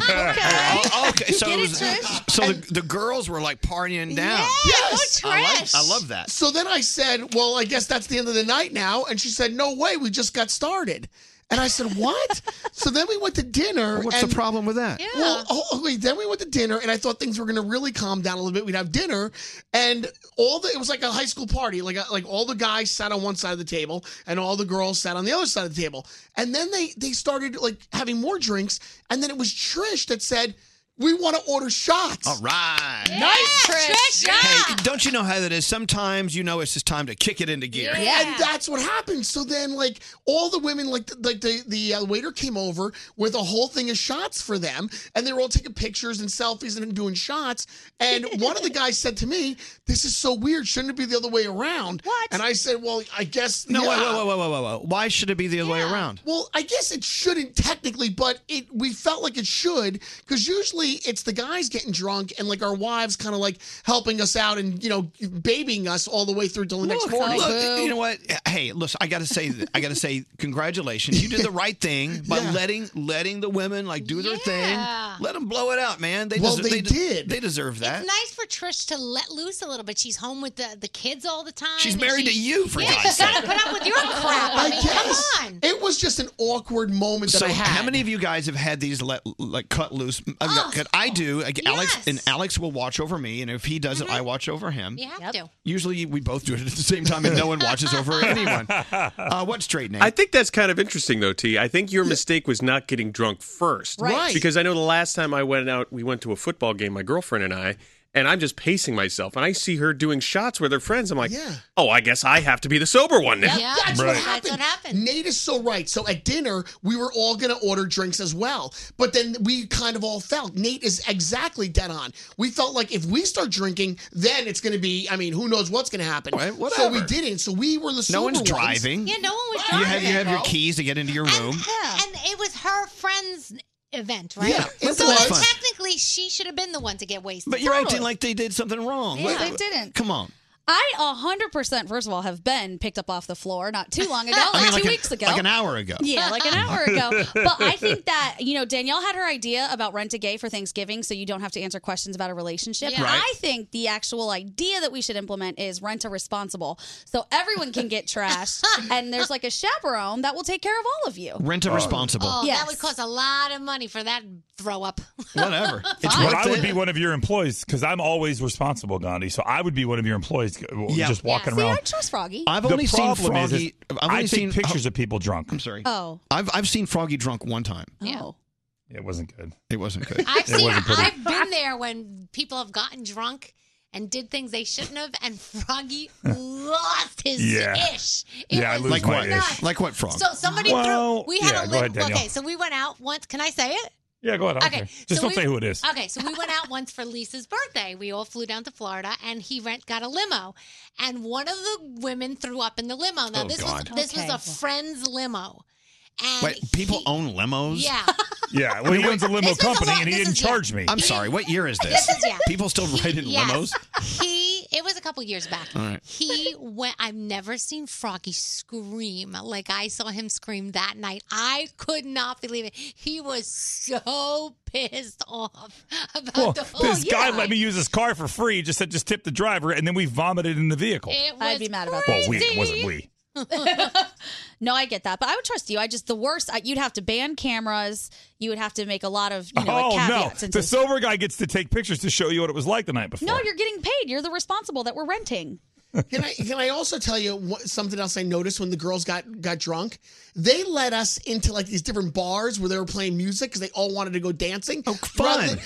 Speaker 12: Oh, okay. So,
Speaker 21: Get
Speaker 12: it
Speaker 21: it,
Speaker 12: was-
Speaker 21: Trish?
Speaker 12: so the, the girls were like partying down.
Speaker 21: Yes.
Speaker 12: I like- I love that.
Speaker 21: So then I said, well, I guess that's the end of the night now. And she said, no way. We just got started. And I said, what? so then we went to dinner.
Speaker 12: What's the
Speaker 21: and-
Speaker 12: problem with that?
Speaker 21: Well, oh, wait, then we went to dinner, and I thought things were going to really calm down a little bit. We'd have dinner, and all the it was like a high school party. Like like all the guys sat on one side of the table, and all the girls sat on the other side of the table. And then they they started like having more drinks, and then it was Trish that said, "We want to order shots."
Speaker 12: All right.
Speaker 21: Nice, Trish.
Speaker 12: Hey, don't you know how that is? Sometimes you know it's just time to kick it into gear.
Speaker 21: And that's what happened. So then, like all the women, like the, like the the uh, waiter came over with a whole thing of shots for them, and they were all taking pictures and selfies and doing shots. And one of the guys said to me, "This is so weird. Shouldn't it be the other way around?" What? And I said, "Well, I guess
Speaker 12: No,
Speaker 21: yeah.
Speaker 12: wait, wait, wait, wait, wait, wait, wait. Why should it be the other way around?
Speaker 21: Well, I guess it shouldn't technically, but it we felt like it should because usually it's the guys getting drunk and like our wives kind of like helping us out and you know babying us all the way through till the next morning.
Speaker 12: look, you know what? Hey, listen, I gotta say, I gotta say, congratulations. You did the right thing by
Speaker 21: Yeah.
Speaker 12: letting letting the women like do their thing. Let them blow it out, man. They
Speaker 21: Well,
Speaker 12: des-
Speaker 21: they
Speaker 12: des-
Speaker 21: did.
Speaker 12: They deserve that.
Speaker 13: It's nice for Trish to let loose a little bit. She's home with the, the kids all the time.
Speaker 12: She's
Speaker 13: and
Speaker 12: married
Speaker 13: she-
Speaker 12: to you, for
Speaker 13: yeah,
Speaker 12: God's
Speaker 13: she's
Speaker 12: sake.
Speaker 13: gotta put up with your crap. I,
Speaker 21: I
Speaker 13: mean,
Speaker 21: guess
Speaker 13: come on.
Speaker 21: it was just an awkward moment that
Speaker 12: So,
Speaker 21: I had.
Speaker 12: how many of you guys have had these let, like cut loose? I've got-
Speaker 21: Oh.
Speaker 12: 'cause I do. Like, Alex and Alex will watch over me, and if he doesn't,
Speaker 21: Mm-hmm.
Speaker 12: I watch over him.
Speaker 13: You have to.
Speaker 12: Usually, we both do it at the same time, and no one watches over anyone. Uh, what straight name?
Speaker 2: I think that's kind of interesting, though, T. I think your mistake was not getting drunk first.
Speaker 12: Right. Right.
Speaker 2: Because I know the last time I went out, we went to a football game, my girlfriend and I, and I'm just pacing myself. And I see her doing shots with her friends. I'm like, oh, I guess I have to be the sober one now.
Speaker 21: That's, what happened. Nate is so right. So at dinner, we were all going to order drinks as well. But then we kind of all felt Nate is exactly dead on. We felt like if we start drinking, then it's going to be, I mean, who knows what's going to happen. so we
Speaker 12: whatever.
Speaker 21: didn't. So we were the sober
Speaker 12: No one's
Speaker 21: ones.
Speaker 12: driving.
Speaker 13: Yeah, no one was
Speaker 12: You
Speaker 13: driving.
Speaker 12: have you have your
Speaker 13: Carl.
Speaker 12: keys to get into your room.
Speaker 13: And it was her friend's event, right?
Speaker 12: Yeah, it
Speaker 13: so
Speaker 12: was.
Speaker 13: then technically, she should have been the one to get wasted.
Speaker 12: But you're acting like they did something wrong.
Speaker 15: Yeah,
Speaker 12: What-
Speaker 15: they didn't.
Speaker 12: Come on.
Speaker 15: I 100%, first of all, have been picked up off the floor not too long ago, like,
Speaker 12: I mean,
Speaker 15: two
Speaker 12: like a-
Speaker 15: weeks ago.
Speaker 12: like an hour ago.
Speaker 15: Yeah, like an hour ago. But I think that, you know, Danielle had her idea about rent a gay for Thanksgiving so you don't have to answer questions about a relationship.
Speaker 6: Yeah. Right.
Speaker 15: I think the actual idea that we should implement is rent a responsible so everyone can get trashed and there's like a chaperone that will take care of all of you.
Speaker 12: Rent
Speaker 27: Uh,
Speaker 12: a responsible.
Speaker 13: Oh,
Speaker 15: Yes.
Speaker 13: that would cost a lot of money for that throw up.
Speaker 12: Whatever.
Speaker 1: It's well, I would be one of your employees because I'm always responsible, Gandhi. So I would be one of your employees uh, just walking
Speaker 15: See,
Speaker 1: around.
Speaker 15: I trust Froggy.
Speaker 1: The problem is- is I take pictures of people drunk. I'm
Speaker 12: sorry.
Speaker 15: Oh.
Speaker 12: I've I've seen Froggy drunk one time.
Speaker 13: Yeah.
Speaker 1: It wasn't good.
Speaker 12: It wasn't good.
Speaker 13: I've seen.
Speaker 12: wasn't pretty.
Speaker 13: I've been there when people have gotten drunk and did things they shouldn't have, and Froggy lost his
Speaker 12: Yeah.
Speaker 13: ish. It
Speaker 12: yeah, I
Speaker 13: was
Speaker 12: lose like what?
Speaker 13: nuts.
Speaker 12: Like what frog?
Speaker 13: So somebody
Speaker 1: Well,
Speaker 13: threw. We had
Speaker 1: yeah,
Speaker 13: a
Speaker 1: go
Speaker 13: little.
Speaker 1: ahead, Danielle.
Speaker 13: okay, so we went out once. Can I say it?
Speaker 1: Yeah, go ahead. I don't care. Just
Speaker 13: so
Speaker 1: don't
Speaker 13: we-
Speaker 1: say who it is.
Speaker 15: uh,
Speaker 13: Okay, so we went out once for Lisa's birthday. We all flew down to Florida, and he rent got a limo, and one of the women threw up in the limo. Now
Speaker 12: Oh,
Speaker 13: this
Speaker 12: God.
Speaker 13: was this
Speaker 12: Okay.
Speaker 13: was a friend's limo.
Speaker 12: Wait, people own limos?
Speaker 13: Yeah,
Speaker 1: Yeah,
Speaker 12: I
Speaker 1: well,
Speaker 12: mean,
Speaker 1: he owns a
Speaker 12: wait-
Speaker 1: limo company and he didn't
Speaker 12: yeah.
Speaker 1: charge me.
Speaker 12: I'm sorry. What year is this?
Speaker 13: This is- yeah.
Speaker 12: People still ride in
Speaker 13: yes.
Speaker 12: limos?
Speaker 13: he. It was a couple years back.
Speaker 12: All right.
Speaker 13: He went. I've never seen Froggy scream like I saw him scream that night. I could not believe it. He was so pissed off about
Speaker 1: Well,
Speaker 13: the
Speaker 15: oh,
Speaker 13: whole
Speaker 1: this guy let me use his car for free. Just said, just tip the driver, and then we vomited in the vehicle.
Speaker 13: It
Speaker 15: I'd be mad about that.
Speaker 1: well, we it wasn't we.
Speaker 15: no, I get that, but I would trust you. I just the worst. I, you'd have to ban cameras. You would have to make a lot of you know like
Speaker 1: oh no,
Speaker 15: caveats.
Speaker 1: the sober guy gets to take pictures to show you what it was like the night before.
Speaker 15: No, you're getting paid. You're the responsible that we're renting.
Speaker 21: Can I can I also tell you what, something else I noticed when the girls got got drunk? They led us into like these different bars where they were playing music because they all wanted to go dancing. Oh,
Speaker 12: fun.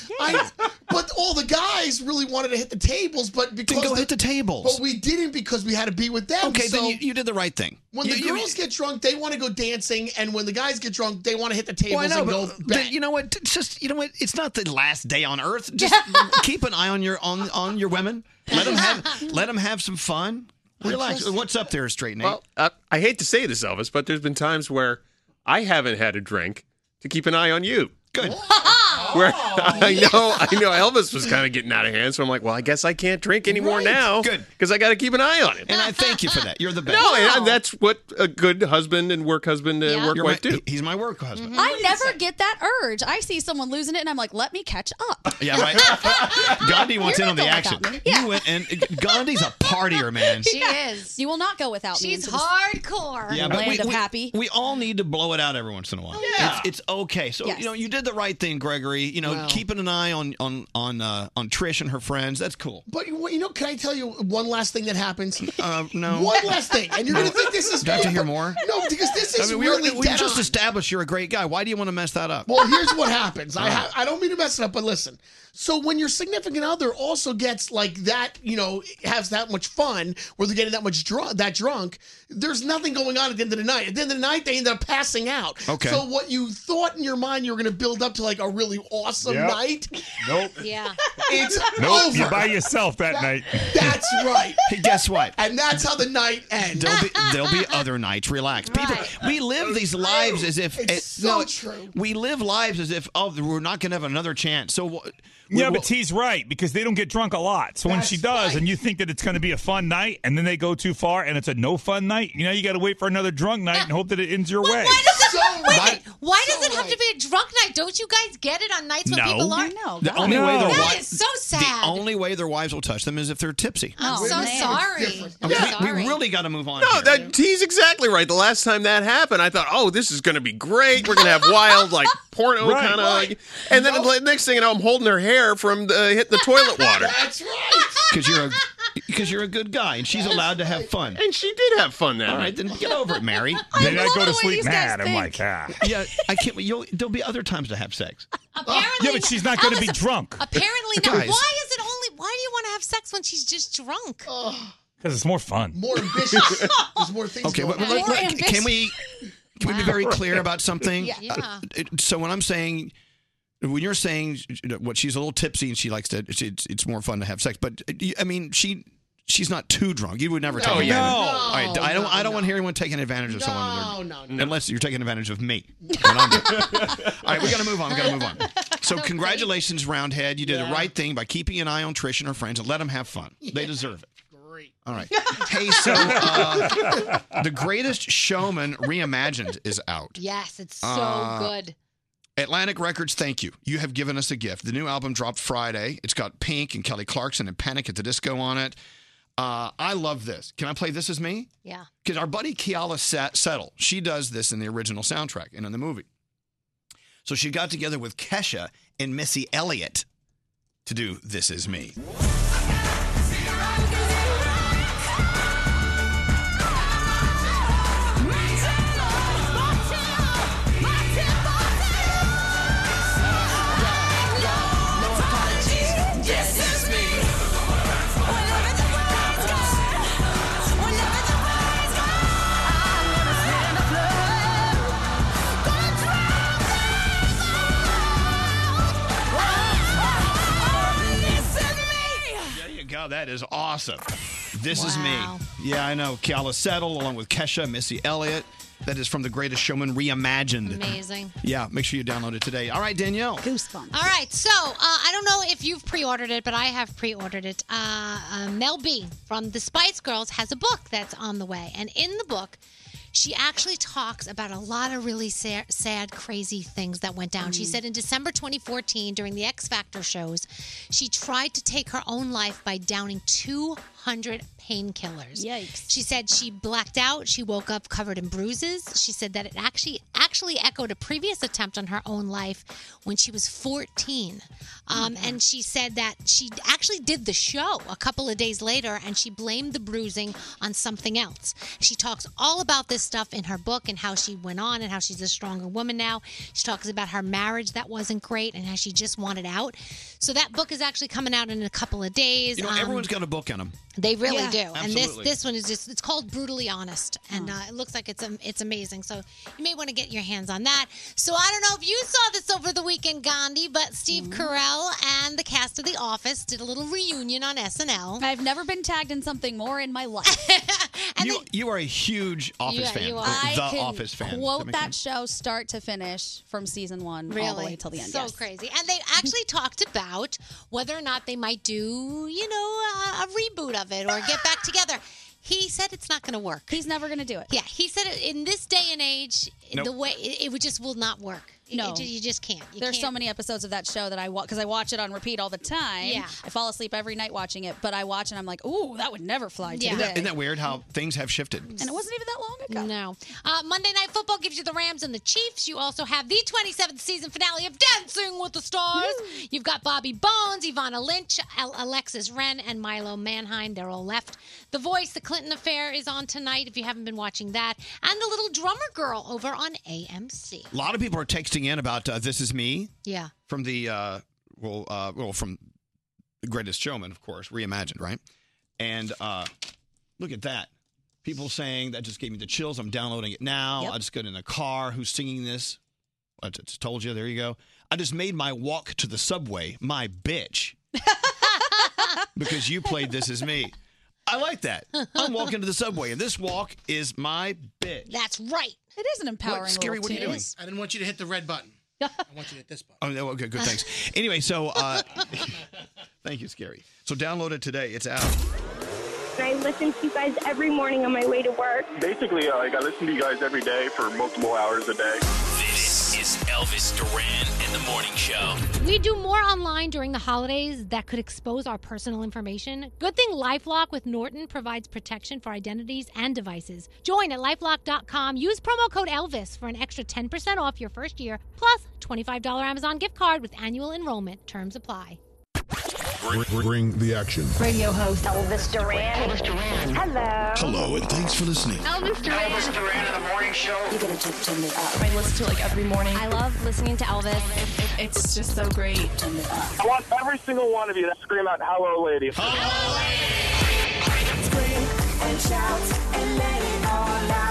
Speaker 21: but all the guys really wanted to hit the tables, but because
Speaker 12: go hit the tables.
Speaker 21: But we didn't because we had to be with them.
Speaker 12: Okay,
Speaker 21: Um, so
Speaker 12: then you, you did the right thing.
Speaker 21: when
Speaker 12: You-
Speaker 21: the
Speaker 12: you-
Speaker 21: girls get drunk, they want to go dancing, and when the guys get drunk, they want to hit the tables
Speaker 12: Well, I know,
Speaker 21: and
Speaker 12: but
Speaker 21: go.
Speaker 12: th-
Speaker 21: back.
Speaker 12: you know what? It's just you know what? It's not the last day on Earth. Just keep an eye on your on on your women. Let them have let 'em have some fun. Relax. What's up there, straight Nate?
Speaker 2: Well, uh, I hate to say this, Elvis, but there's been times where I haven't had a drink to keep an eye on you. Good. Where
Speaker 12: Oh.
Speaker 2: I know, I know, Elvis was kind of getting out of hand, so I'm like, well, I guess I can't drink anymore
Speaker 12: Right.
Speaker 2: now.
Speaker 12: Good.
Speaker 2: because I got to keep an eye on it.
Speaker 12: and I thank you for that. You're the best.
Speaker 2: No, and that's what a good husband and work husband and
Speaker 15: Yeah.
Speaker 2: work
Speaker 15: You're
Speaker 2: wife
Speaker 12: my-
Speaker 2: do.
Speaker 12: He's my work
Speaker 13: Mm-hmm.
Speaker 12: husband.
Speaker 15: I never get that urge. I see someone losing it, and I'm like, let me catch up.
Speaker 12: Yeah, right. Gandhi wants
Speaker 15: You're
Speaker 12: in on
Speaker 15: not
Speaker 12: the
Speaker 15: going
Speaker 12: action.
Speaker 15: without me.
Speaker 12: You went and Gandhi's a partier, man.
Speaker 13: She is.
Speaker 15: You will not go without me.
Speaker 13: She's
Speaker 15: into this
Speaker 13: hardcore.
Speaker 15: land of happy.
Speaker 12: We all need to blow it out every once in a while.
Speaker 13: yeah.
Speaker 12: It's, it's okay. So
Speaker 15: Yes.
Speaker 12: you know, you did the right thing, Gregory. You know,
Speaker 21: Wow.
Speaker 12: keeping an eye on on on uh, on Trish and her friends. That's cool.
Speaker 21: But you you know, can I tell you one last thing that happens?
Speaker 12: Uh, no.
Speaker 21: One last thing, and you're
Speaker 12: No.
Speaker 21: gonna think this is.
Speaker 12: Do I have to hear more?
Speaker 21: No, because this is
Speaker 12: I mean, we,
Speaker 21: really
Speaker 12: already- we
Speaker 21: dead
Speaker 12: just
Speaker 21: on.
Speaker 12: established you're a great guy. Why do you want to mess that up?
Speaker 21: Well, here's what happens. I
Speaker 12: All
Speaker 21: ha- I don't mean to mess it up, but listen. So when your significant other also gets like that, you know, has that much fun, where they're getting that much drunk, that drunk, there's nothing going on at the end of the night. At the end of the night, they end up passing out.
Speaker 12: Okay.
Speaker 21: So what you thought in your mind you were going to build up to like a really awesome
Speaker 1: Yep.
Speaker 21: night,
Speaker 1: Nope.
Speaker 13: Yeah.
Speaker 21: it's
Speaker 1: Nope,
Speaker 21: over.
Speaker 1: you're by yourself that, night.
Speaker 21: That's right.
Speaker 12: Hey, guess what?
Speaker 21: And that's how the night ends.
Speaker 12: There'll be, there'll be other nights. Relax. People, we live these lives as if
Speaker 21: It's
Speaker 12: eh,
Speaker 21: so
Speaker 12: no,
Speaker 21: true.
Speaker 12: We live lives as if oh, we're not going to have another chance. So wh- we-
Speaker 1: Yeah, but T's right because they don't get drunk a lot. So when she does, and you think that it's going to be a fun night, and then they go too far, and it's a no fun night. You know, you got to wait for another drunk night and hope that it ends your way.
Speaker 13: Wait, why does it have to be a drunk night? Don't you guys get it on nights when
Speaker 12: No.
Speaker 13: people are?
Speaker 12: The only way their
Speaker 13: That
Speaker 12: wives
Speaker 13: is so sad.
Speaker 12: The only way their wives will touch them is if they're tipsy.
Speaker 13: I'm so sorry.
Speaker 12: I mean, we- we, really got to move on.
Speaker 2: No, that he's exactly right. The last time that happened, I thought, oh, this is going to be great. We're going to have wild, like porno
Speaker 12: Right.
Speaker 2: kind of. Like, and then the next thing you know, I'm holding her hair from the, hitting the toilet water.
Speaker 21: That's right.
Speaker 12: because you're a because you're a good guy, and she's allowed to have fun.
Speaker 2: And she did have fun that
Speaker 12: All right,
Speaker 2: night.
Speaker 12: then get over it, Mary.
Speaker 1: Then I go to sleep mad. I'm like, ah.
Speaker 12: yeah, I can't. You'll, there'll be other times to have sex.
Speaker 1: yeah, but she's not going to be drunk.
Speaker 13: Apparently not.
Speaker 12: Guys.
Speaker 13: Why is it only? Why do you have sex when she's just drunk?
Speaker 1: Because it's more fun.
Speaker 21: More ambitious. There's more things.
Speaker 12: Okay,
Speaker 21: going
Speaker 12: but, but
Speaker 21: on.
Speaker 12: let- let- can we can we be very clear about something?
Speaker 21: Yeah.
Speaker 12: Uh, it- so when I'm saying when you're saying what she's a little tipsy and she likes to, it's it's, it's more fun to have sex. But uh, you- I mean, she she's not too drunk. You would never
Speaker 18: No,
Speaker 12: take advantage.
Speaker 18: no.
Speaker 12: All right, I don't
Speaker 18: No,
Speaker 12: I don't want to hear anyone taking advantage of someone.
Speaker 21: No, no, no.
Speaker 12: Unless you're taking advantage of me. when I'm doing it. All right, we got to move on. We got to move on. So congratulations, Roundhead. You did the right thing by keeping an eye on Trish and her friends and let them have fun. They deserve it. Great. All right. Hey, so uh, the greatest showman reimagined is out.
Speaker 13: Yes, it's so
Speaker 12: Uh,
Speaker 13: good.
Speaker 12: Atlantic Records, thank you. You have given us a gift. The new album dropped Friday. It's got Pink and Kelly Clarkson and Panic at the Disco on it. Uh, I love this. Can I play This Is Me?
Speaker 13: Yeah.
Speaker 12: Because our buddy Kiala Sa- Settle, she does this in the original soundtrack and in the movie. So she got together with Kesha and Missy Elliott to do This Is Me. There you go. That is awesome. This
Speaker 13: Wow.
Speaker 12: is me. Yeah, I know. Kiala Settle, along with Kesha, Missy Elliott. That is from The Greatest Showman Reimagined.
Speaker 13: Amazing.
Speaker 12: Yeah, make sure you download it today. All right, Danielle.
Speaker 15: Goosebumps.
Speaker 13: All right, so uh, I don't know if you've pre-ordered it, but I have pre-ordered it. Uh, uh, Mel B from the Spice Girls has a book that's on the way, and in the book, she actually talks about a lot of really sa- sad, crazy things that went down. She
Speaker 7: Mm.
Speaker 13: said in December 2014, during the X Factor shows, she tried to take her own life by downing 200 painkillers. Yikes! She said she blacked out. She woke up covered in bruises. She said that it actually actually echoed a previous attempt on her own life when she was 14. Um, And she said that she actually did the show a couple of days later and she blamed the bruising on something else. She talks all about this stuff in her book and how she went on and how she's a stronger woman now. She talks about her marriage that wasn't great and how she just wanted out. So that book is actually coming out in a couple of days.
Speaker 12: You know,
Speaker 13: Um,
Speaker 12: everyone's got a book on them.
Speaker 13: they really
Speaker 12: Yeah.
Speaker 13: do, and this
Speaker 12: Absolutely.
Speaker 13: this one is just it's called brutally honest, and uh, it looks like it's um, it's amazing. So you may want to get your hands on that. So I don't know if you saw this over the weekend, Gandhi, but Steve
Speaker 15: Mm-hmm.
Speaker 13: Carell and the cast of The Office did a little reunion on SNL.
Speaker 15: I've never been tagged in something more in my life.
Speaker 12: you, you are a huge Office
Speaker 15: Yeah,
Speaker 12: fan.
Speaker 15: you
Speaker 12: The
Speaker 15: are. I can
Speaker 12: Office fan. Does
Speaker 15: Quote
Speaker 12: make
Speaker 15: that,
Speaker 12: sense?
Speaker 15: show start to finish from season one all the way till the end.
Speaker 13: So
Speaker 15: yes.
Speaker 13: crazy. And they actually talked about whether or not they might do, you know, a, a reboot of it or get back together. He said it's not going to work.
Speaker 15: He's never going to do it.
Speaker 13: Yeah, he said it in this day and age,
Speaker 15: Nope.
Speaker 13: the way it, it would just will not work. It-
Speaker 15: No.
Speaker 13: it ju- you just can't. You
Speaker 15: There's so
Speaker 13: can't.
Speaker 15: many episodes of that show that I watch because I watch it on repeat all the time.
Speaker 13: Yeah.
Speaker 15: I fall asleep every night watching it, but I watch and I'm like, ooh, that would never fly today.
Speaker 12: Isn't, that, isn't that weird how things have shifted?
Speaker 15: and it wasn't even that long ago.
Speaker 13: No. Uh, Monday Night Football gives you the Rams and the Chiefs. You also have the 27th season finale of Dancing with the Stars. You've got Bobby Bones, Ivana Lynch, Al- Alexis Wren, and Milo Manheim. They're all left. The Voice, The Clinton Affair is on tonight if you haven't been watching that. And The Little Drummer Girl over on AMC.
Speaker 12: A lot of people are texting in about uh, This Is Me
Speaker 13: Yeah.
Speaker 12: from the, uh, well, uh, well, from The Greatest Showman, of course, reimagined, right? And uh, look at that. People saying that just gave me the chills. I'm downloading it now. I just got in a car. Who's singing this? I just told you. There you go. I just made my walk to the subway my bitch because you played This Is Me. I like that. I'm walking to the subway, and this walk is my bitch.
Speaker 13: That's right.
Speaker 15: It is an empowering.
Speaker 12: What? Scary, what are you doing?
Speaker 16: I didn't want you to hit the red button. I want you to hit this button.
Speaker 12: Oh, no, okay, good, thanks. Anyway, so uh, thank you, Scary. So download it today. It's out.
Speaker 14: I listen to you guys every morning on my way to work.
Speaker 20: Basically, uh, like I listen to you guys every day for multiple hours a day.
Speaker 11: This is Elvis Duran and the Morning Show.
Speaker 8: We do more online during the holidays that could expose our personal information. Good thing Lifelock with Norton provides protection for identities and devices. Join at lifelock.com. Use promo code Elvis for an extra 10% off your first year, plus $25 Amazon gift card with annual enrollment. Terms apply.
Speaker 3: Bring, bring the action.
Speaker 14: Radio host Elvis Duran. Elvis Duran. Hello.
Speaker 3: Hello, and thanks for listening.
Speaker 14: Elvis Duran. Elvis Duran in the morning show. You're gonna just turn it up.
Speaker 7: I listen to it like every morning. I love listening to Elvis. It's just so great.
Speaker 20: I want every single one of you to scream out, "Hello, lady!"
Speaker 6: Scream and shout and let it all out.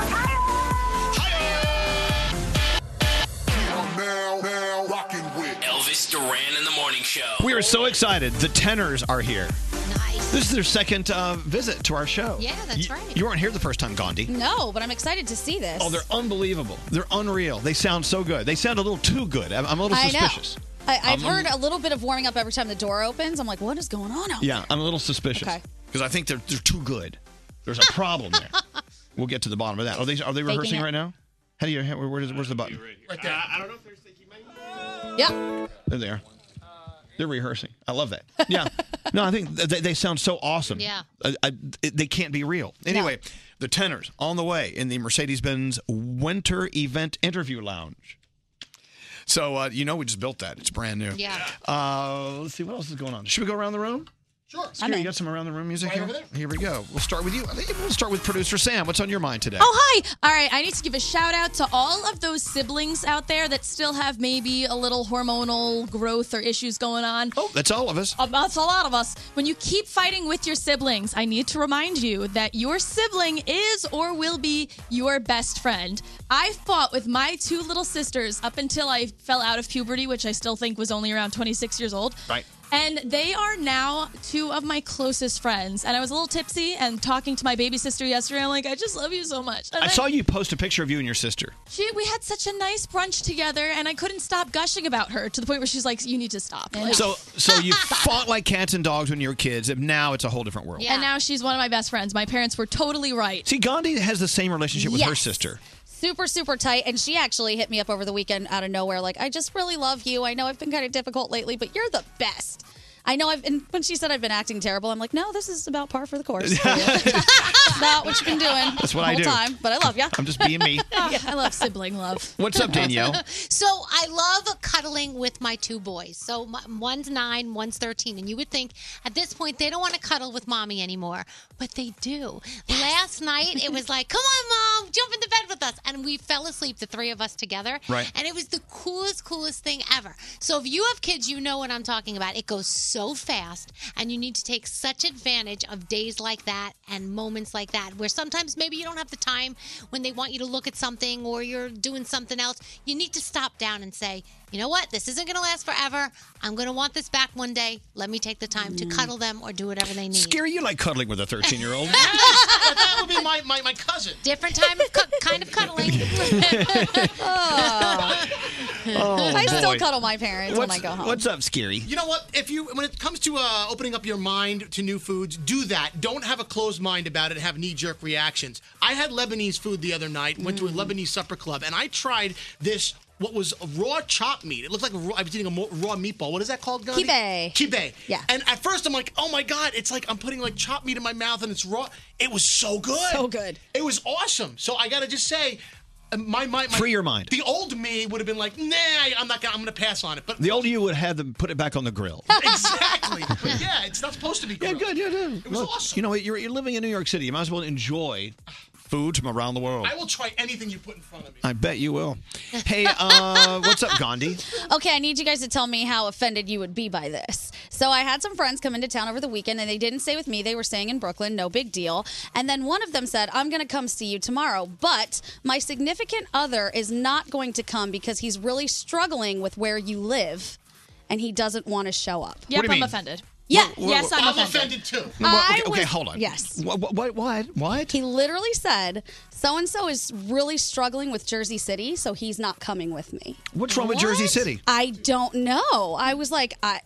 Speaker 3: Now, now, rocking with.
Speaker 11: Elvis Duran in the morning show.
Speaker 12: We are so excited. The tenors are here. Nice. This is their second uh, visit to our show.
Speaker 15: Yeah, that's
Speaker 12: You-
Speaker 15: right.
Speaker 12: You weren't here the first time, Gandhi.
Speaker 15: No, but I'm excited to see this.
Speaker 12: Oh, they're unbelievable. They're unreal. They sound so good. They sound a little too good. I'm, I'm a little
Speaker 15: I know.
Speaker 12: suspicious. Um,
Speaker 15: I, I've
Speaker 12: I'm-
Speaker 15: heard a little bit of warming up every time the door opens. I'm like, what is going on? out
Speaker 12: Yeah, I'm a little suspicious
Speaker 15: Okay.
Speaker 12: because I think they're they're too good. There's a problem there. we'll get to the bottom of that. Are they are they
Speaker 15: Faking
Speaker 12: rehearsing
Speaker 15: it.
Speaker 12: right now? How do you? Where, where's, where's the button?
Speaker 16: Right there.
Speaker 2: I don't know if there's
Speaker 15: Yeah.
Speaker 12: There they are. They're rehearsing. I love that. Yeah. no, I think th- they, they sound so awesome.
Speaker 15: Yeah.
Speaker 12: I, I, it- they can't be real. Anyway, the tenors on the way in the Mercedes Benz Winter Event Interview Lounge. So, uh, you know, we just built that. It's brand new.
Speaker 6: Yeah.
Speaker 12: Uh, let's see, what else is going on? Should we go around the room?
Speaker 21: Sure.
Speaker 12: Scary, you got some around the room music
Speaker 21: Right
Speaker 12: here?
Speaker 21: over there.
Speaker 12: Here we go. We'll start with you. I think We'll start with producer Sam. What's on your mind today?
Speaker 7: Oh, hi. All right. I need to give a shout out to all of those siblings out there that still have maybe a little hormonal growth or issues going on.
Speaker 12: Oh, That's all of us.
Speaker 7: That's a lot of us. When you keep fighting with your siblings, I need to remind you that your sibling is or will be your best friend. I fought with my two little sisters up until I fell out of puberty, which I still think was only around 26 years old.
Speaker 6: Right.
Speaker 7: And they are now two of my closest friends. And I was a little tipsy and talking to my baby sister yesterday. I'm like, I just love you so much. And
Speaker 12: I
Speaker 7: then-
Speaker 12: saw you post a picture of you and your sister.
Speaker 7: she, we had such a nice brunch together, and I couldn't stop gushing about her to the point where she's like, "You need to stop." Like-
Speaker 12: So, so you fought like cats and dogs when you were kids, and now it's a whole different world.
Speaker 7: and now she's one of my best friends. My parents were totally right.
Speaker 12: See, Gandhi has the same relationship with her
Speaker 15: Yes.
Speaker 12: sister.
Speaker 15: Super, super tight. And she actually hit me up over the weekend out of nowhere. Like, I just really love you. I know I've been kind of difficult lately, but you're the best. I know I've been, when she said I've been acting terrible, I'm like, no, this is about par for the course. It's not what you've been doing
Speaker 12: That's
Speaker 15: the
Speaker 12: what I
Speaker 15: whole
Speaker 12: do.
Speaker 15: time, but I love you.
Speaker 12: I'm just being me.
Speaker 15: Yeah,
Speaker 7: I love sibling love.
Speaker 12: What's up, Danielle?
Speaker 13: So I love cuddling with my two boys. So my, one's nine, one's 13. And you would think at this point they don't want to cuddle with mommy anymore, but they do. Last night it was like, come on, mom, jump into bed with us. And we fell asleep, the three of us together.
Speaker 6: Right.
Speaker 13: And it was the coolest, coolest thing ever. So if you have kids, you know what I'm talking about. It goes so fast, and you need to take such advantage of days like that and moments like that, where sometimes maybe you don't have the time when they want you to look at something or you're doing something else. You need to stop down and say, you know what? This isn't going to last forever. I'm going to want this back one day. Let me take the time
Speaker 21: Mm.
Speaker 13: to cuddle them or do whatever they need.
Speaker 12: Scary, you like cuddling with a 13 year old.
Speaker 21: that would be my, my, my cousin.
Speaker 13: Different time of cu- kind of cuddling.
Speaker 21: Oh,
Speaker 15: I still
Speaker 21: boy.
Speaker 15: cuddle my parents when I
Speaker 21: What's-
Speaker 15: go home.
Speaker 21: what's
Speaker 12: up, Scary?
Speaker 21: You know what? If you when it comes to uh, opening up your mind to new foods, do that. Don't have a closed mind about it and have knee jerk reactions. I had Lebanese food the other night. Went to
Speaker 15: Mm.
Speaker 21: a Lebanese supper club and I tried this. What was raw chopped meat? It looked like raw, I was eating a mo- raw meatball. What is that called, Gandhi?
Speaker 15: Kibbeh.
Speaker 21: Kibbeh.
Speaker 15: Yeah.
Speaker 21: And at first, I'm like, oh my god, it's like I'm putting like chopped meat in my mouth and it's raw. It was so good. So
Speaker 15: good.
Speaker 21: It was awesome. So I gotta just say. uh, My, my, my
Speaker 12: Free your mind.
Speaker 21: The old me would have been like, nah, I'm not gonna, I'm gonna pass on it. But
Speaker 12: the older you would have them put it back on the grill.
Speaker 21: exactly. But yeah, it's not supposed to be. Grilled. Yeah, good.
Speaker 12: Yeah, yeah. It
Speaker 21: was
Speaker 12: Look,
Speaker 21: awesome.
Speaker 12: You know, what? you're, you're living in New York City. You might as well enjoy food from around the world.
Speaker 21: I will try anything you put in front of me.
Speaker 12: I bet you will. Hey, uh, what's up, Gandhi?
Speaker 15: Okay, I need you guys to tell me how offended you would be by this. So I had some friends come into town over the weekend and they didn't stay with me. They were staying in Brooklyn, no big deal. And then one of them said, I'm going to come see you tomorrow, but my significant other is not going to come because he's really struggling with where you live and he doesn't want to show up.
Speaker 7: Yep, I'm offended. Yeah. yes, I'm, offended.
Speaker 21: too.
Speaker 12: Well,
Speaker 15: I
Speaker 12: okay, okay,
Speaker 15: was-
Speaker 12: hold on.
Speaker 15: yes.
Speaker 12: What? What? What? what?
Speaker 15: He literally said, so and so is really struggling with Jersey City, so he's not coming with me.
Speaker 12: What's wrong with Jersey City?
Speaker 15: I don't know. I was like, I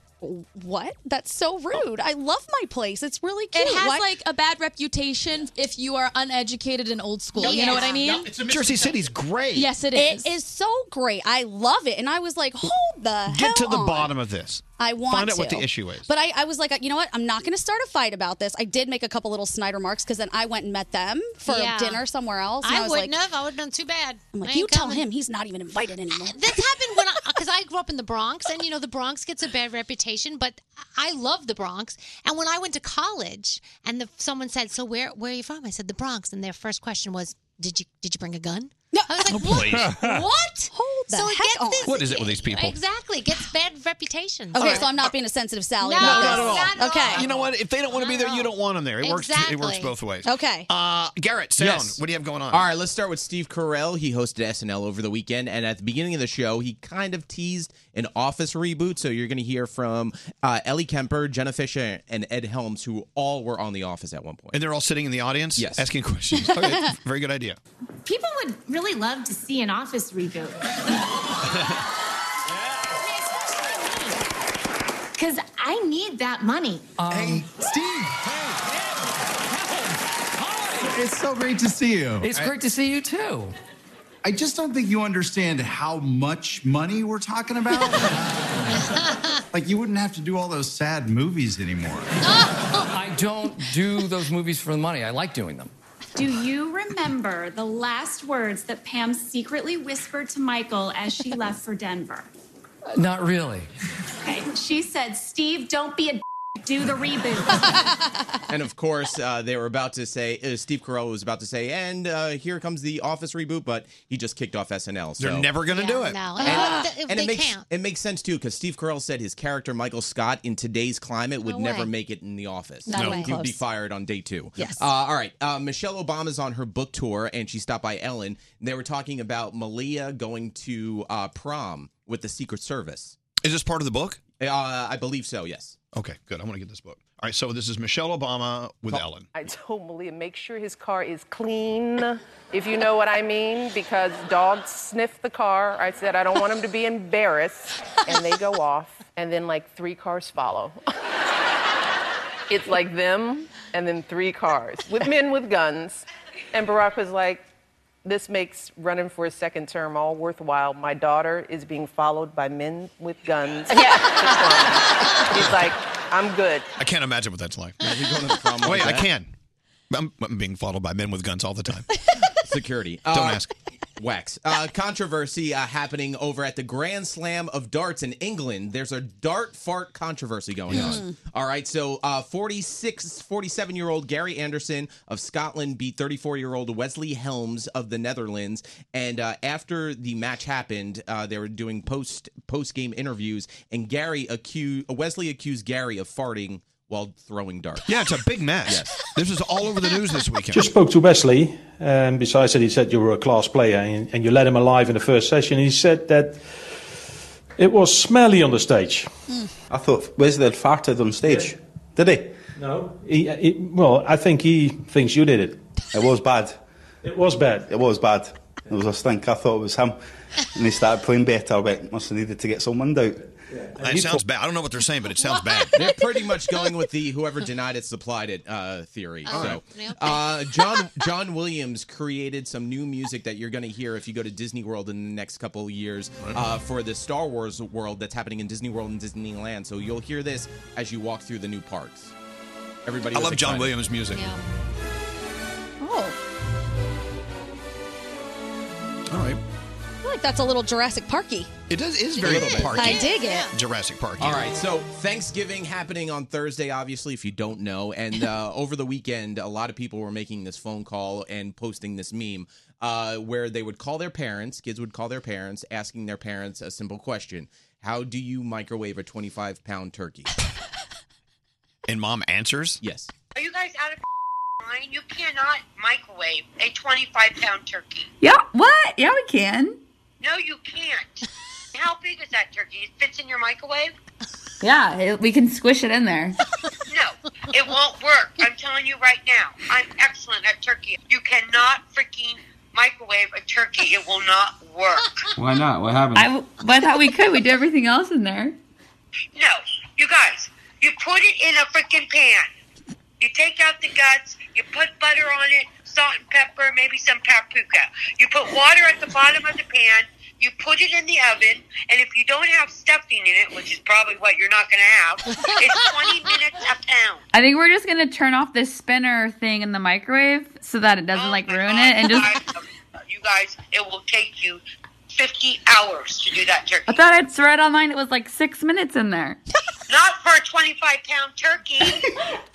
Speaker 15: what? That's so rude. I love my place. It's really cute.
Speaker 7: It has
Speaker 15: Why-
Speaker 7: like a bad reputation if you are uneducated and old school. You know what I mean?
Speaker 12: Jersey City's great.
Speaker 7: Yes, it
Speaker 15: It is so great. I love it. And I was like, hold the hell
Speaker 12: Get to the
Speaker 15: on.
Speaker 12: bottom of this.
Speaker 15: I want
Speaker 12: Find out what
Speaker 15: to.
Speaker 12: the issue is.
Speaker 15: But I, I was like, you know what? I'm not going to start a fight about this. I did make a couple little snide remarks because then I went and met them for
Speaker 13: Yeah.
Speaker 15: dinner somewhere else. and
Speaker 13: I,
Speaker 15: was
Speaker 13: wouldn't
Speaker 15: like,
Speaker 13: have. I would have done too bad.
Speaker 15: I'm like,
Speaker 13: I ain't
Speaker 15: you tell
Speaker 13: coming."
Speaker 15: him he's not even invited anymore.
Speaker 13: This happened when I, because I grew up in the Bronx, and you know the Bronx gets a bad reputation, but I love the Bronx. And when I went to college, and the, someone said, "So where where are you from?" I said the Bronx, and their first question was, "Did you did you bring a gun?" No, I was like,
Speaker 12: Oh, please.
Speaker 13: "What? what? Hold
Speaker 15: the
Speaker 13: so it
Speaker 15: heck
Speaker 13: gets
Speaker 15: on.
Speaker 13: this
Speaker 12: What is it with these people?
Speaker 13: exactly it gets bad reputation.
Speaker 15: Okay, so I'm not being a sensitive Sally.
Speaker 13: No,
Speaker 15: about
Speaker 13: not
Speaker 15: this.
Speaker 13: at all.
Speaker 15: Okay.
Speaker 12: You know what? If they don't want to be there, you don't want them there. It works. It works
Speaker 15: Exactly.
Speaker 12: both ways.
Speaker 15: Okay.
Speaker 12: Uh, Garrett, sound.
Speaker 5: Yes.
Speaker 12: What do you have going on?
Speaker 5: All right, let's start with Steve Carell. He hosted SNL over the weekend, and at the beginning of the show, he kind of teased an Office reboot. So you're going to hear from uh, Ellie Kemper, Jenna Fisher, and Ed Helms, who all were on The Office at one point.
Speaker 12: And they're all sitting in the audience,
Speaker 5: yes,
Speaker 12: asking questions. Okay, very good idea.
Speaker 19: People would really love to see an office reboot. Because I need that money.
Speaker 22: hey, Steve. It's so great to see you.
Speaker 19: It's great
Speaker 22: to see you too. I just don't think you understand how much money we're talking about. like you wouldn't have to do all those sad movies anymore.
Speaker 19: I
Speaker 22: don't do those movies for the money. I like doing them.
Speaker 19: Do you remember the last words that Pam secretly whispered to Michael as she left for Denver?
Speaker 22: Uh, Not really.
Speaker 19: Okay. She said, Steve, don't be a d- do the reboot.
Speaker 5: and of course, uh, they were about to say uh, Steve Carell was about to say, "And uh, here comes the Office reboot," but he just kicked off SNL. So
Speaker 12: They're never gonna do it.
Speaker 13: No,
Speaker 5: And-
Speaker 13: Th-
Speaker 5: and
Speaker 13: they
Speaker 5: it makes
Speaker 13: can't.
Speaker 5: it makes sense too because Steve Carell said his character Michael Scott in today's climate would
Speaker 13: No
Speaker 5: never
Speaker 13: way.
Speaker 5: make it in the office.
Speaker 13: No No. way.
Speaker 5: he would be
Speaker 13: Close.
Speaker 5: fired on day two.
Speaker 13: Yes.
Speaker 5: Uh, all right. Uh, Michelle Obama's on her book tour, and she stopped by Ellen. And they were talking about Malia going to uh, prom with the Secret Service.
Speaker 12: Is this part of the book?
Speaker 5: Uh, I believe so. Yes.
Speaker 12: Okay, good. I want to get this book. All right, so this is Michelle Obama with Ellen.
Speaker 28: I told Malia, make sure his car is clean, if you know what I mean, because dogs sniff the car. I said, I don't want him to be embarrassed. And they go off, and then like three cars follow. it's like them, and then three cars with men with guns. And Barack was like, this makes running for a second term all worthwhile. My daughter is being followed by men with guns. He's like, I'm good.
Speaker 12: I can't imagine what that's like.
Speaker 5: prom
Speaker 12: Wait,
Speaker 5: like
Speaker 12: I
Speaker 5: that?
Speaker 12: can. I'm, I'm being followed by men with guns all the time.
Speaker 5: Security.
Speaker 12: Don't
Speaker 5: Uh,
Speaker 12: ask.
Speaker 5: Wax. Uh, controversy uh, happening over at the Grand Slam of Darts in England. There's a dart fart controversy going
Speaker 12: Hmm.
Speaker 5: on. All right, so uh, 46, 47 year old Gary Anderson of Scotland beat 34 year old Wesley Helms of the Netherlands. And uh, after the match happened, uh, they were doing post post game interviews, and Gary accused Wesley accused Gary of farting while throwing darts.
Speaker 12: Yeah, it's a big mess. This is all over the news this weekend.
Speaker 29: Just spoke to Wesley. Um, besides that, he said you were a class player and, and you let him alive in the first session. He said that it was smelly on the stage.
Speaker 30: I thought Wesley had farted on stage. Did he?
Speaker 29: No.
Speaker 30: He, he- Well, I think he thinks you did it. It was bad. It was bad. It was bad. It was a stink. I thought it was him. And he started playing better. I went, must have needed to get some wind out.
Speaker 12: That sounds bad. I don't know what they're saying, but it sounds bad.
Speaker 5: They're pretty much going with the whoever denied it supplied it uh, theory.
Speaker 12: All
Speaker 5: so, uh, John John Williams created some new music that you're going to hear if you go to Disney World in the next couple of years uh, for the Star Wars world that's happening in Disney World and Disneyland. So you'll hear this as you walk through the new parks. Everybody,
Speaker 12: I
Speaker 5: was
Speaker 12: love John
Speaker 5: excited.
Speaker 12: Williams' music.
Speaker 15: Oh,
Speaker 12: All right.
Speaker 15: I feel like that's a little Jurassic Parky.
Speaker 12: It does is
Speaker 5: very It is. parky.
Speaker 15: I dig it.
Speaker 12: Jurassic Park.
Speaker 5: All right, so Thanksgiving happening on Thursday, obviously, if you don't know. And uh, over the weekend, a lot of people were making this phone call and posting this meme uh, where they would call their parents, kids would call their parents, asking their parents a simple question How do you microwave a 25 pound turkey?
Speaker 12: And mom answers?
Speaker 5: Yes.
Speaker 31: Are you guys out of line? You cannot microwave a 25 pound turkey. Yeah, what? Yeah, we can. No, you can't. How big is that turkey? It fits in your microwave? Yeah, it, we can squish it in there. No, it won't work. I'm telling you right now. I'm excellent at turkey. You cannot freaking microwave a turkey. It will not work. Why not? What happened? I, w- I thought we could. We did everything else in there. No, you guys, you put it in a freaking pan. You take out the guts, you put butter on it, salt and pepper, maybe some paprika. You put water at the bottom of the pan, you put it in the oven, and if you don't have stuffing in it, which is probably what you're not going to have, it's 20 minutes a pound. I think we're just gonna turn off this spinner thing in the Oh microwave so that it doesn't like ruin it, and just You guys, it will take you 50 hours to do that turkey.
Speaker 19: I thought I'd read online it was like six minutes in there.
Speaker 31: Not for a 25 pound turkey.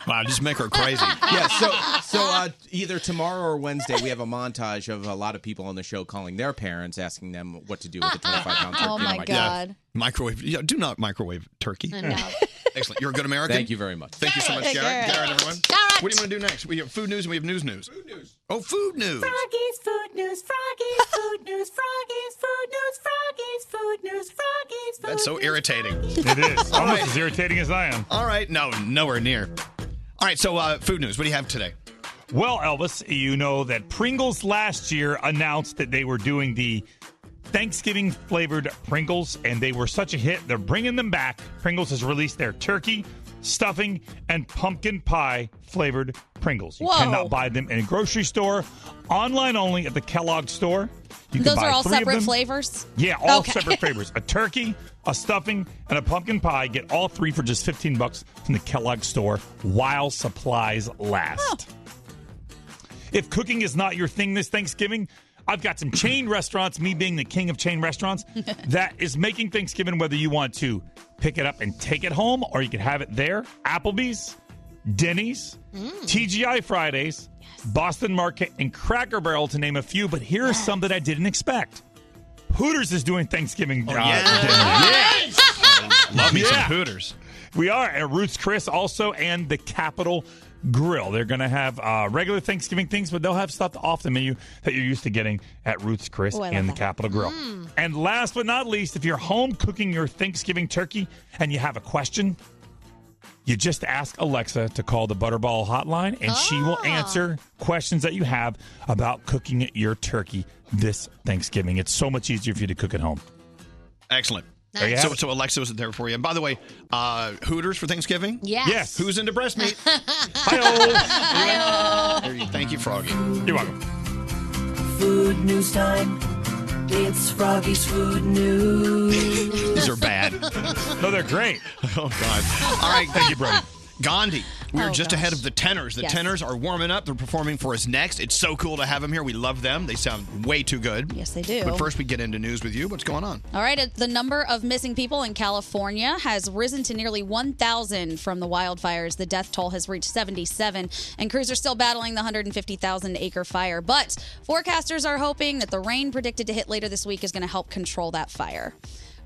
Speaker 12: Wow, just make her crazy.
Speaker 5: yeah, so so uh, either tomorrow or Wednesday we have a montage of a lot of people on the show calling their parents, asking them what to do with the twenty five pound turkey.
Speaker 15: Oh, my
Speaker 5: I'm like,
Speaker 15: God.
Speaker 12: Microwave. Yeah, do not microwave turkey.
Speaker 15: I know.
Speaker 12: Excellent. You're a good American.
Speaker 5: Thank you very much.
Speaker 12: Thank you so much,
Speaker 5: Thank you,
Speaker 12: Garrett.
Speaker 5: Garrett.
Speaker 12: Garrett, everyone. What do you want to do next? We have food news and we have news news. Food news. Oh, food news.
Speaker 6: Froggy's food news, Froggy's food news, Froggy's food news, Froggy's food news, Froggy's food
Speaker 12: That's so irritating.
Speaker 1: It is Oh. almost as irritating as I am.
Speaker 12: All right, no, nowhere near. All right, so uh, food news. What do you have today?
Speaker 1: Well, Elvis, you know that Pringles last year announced that they were doing the Thanksgiving flavored Pringles, and they were such a hit. They're bringing them back. Pringles has released their turkey, stuffing, and pumpkin pie flavored Pringles. You
Speaker 15: Whoa.
Speaker 1: cannot buy them in a grocery store, online only at the Kellogg store. You can
Speaker 15: Those
Speaker 1: buy
Speaker 15: are all
Speaker 1: three of
Speaker 15: separate
Speaker 1: them.
Speaker 15: flavors.
Speaker 1: Yeah, all
Speaker 15: Okay.
Speaker 1: separate flavors: a turkey, a stuffing, and a pumpkin pie. Get all three for just fifteen bucks from the Kellogg store while supplies last. If cooking is not your thing this Thanksgiving, I've got some chain restaurants. Me being the king of chain restaurants, that is making Thanksgiving whether you want to pick it up and take it home, or you can have it there. Applebee's, Denny's, TGI Fridays, Boston Market, and Cracker Barrel, to name a few. But here are some that I didn't expect. Hooters is doing Thanksgiving uh, dinner.
Speaker 12: Oh, Love me some
Speaker 1: Yeah.
Speaker 12: Hooters.
Speaker 1: We are at Roots Chris also and the Capitol Grill. They're going to have uh, regular Thanksgiving things, but they'll have stuff off the menu that you're used to getting at Roots Chris
Speaker 4: Ooh, I love
Speaker 1: and the
Speaker 4: that. Mm.
Speaker 1: Capitol Grill.
Speaker 7: Hmm.
Speaker 1: And last but not least, if you're home cooking your Thanksgiving turkey and you have a question, you just ask Alexa to call the Butterball hotline, and she
Speaker 4: Ah.
Speaker 1: will answer questions that you have about cooking your turkey this Thanksgiving. It's so much easier for you to cook at home.
Speaker 12: Excellent.
Speaker 1: There you have
Speaker 12: So,
Speaker 1: it.
Speaker 12: so Alexa was there for you. And by the way, uh, Hooters for Thanksgiving?
Speaker 1: Yes. Yes.
Speaker 12: Who's into breast meat? There you- Thank you, Froggy.
Speaker 1: You're welcome.
Speaker 6: Food news time. It's Froggy's food news.
Speaker 12: These are bad.
Speaker 1: no, they're great.
Speaker 12: Oh, God. All right.
Speaker 1: Thank you, Brady.
Speaker 12: Gandhi. We are
Speaker 1: Oh,
Speaker 12: just
Speaker 1: gosh.
Speaker 12: ahead of the tenors. The
Speaker 1: Yes.
Speaker 12: tenors are warming up. They're performing for us next. It's so cool to have them here. We love them. They sound way too good.
Speaker 15: Yes, they do.
Speaker 12: But first, we get into news with you. What's going on?
Speaker 15: All right, the number of missing people in California has risen to nearly 1,000 from the wildfires. The death toll has reached 77, and crews are still battling the 150,000 acre fire. But forecasters are hoping that the rain predicted to hit later this week is going to help control that fire.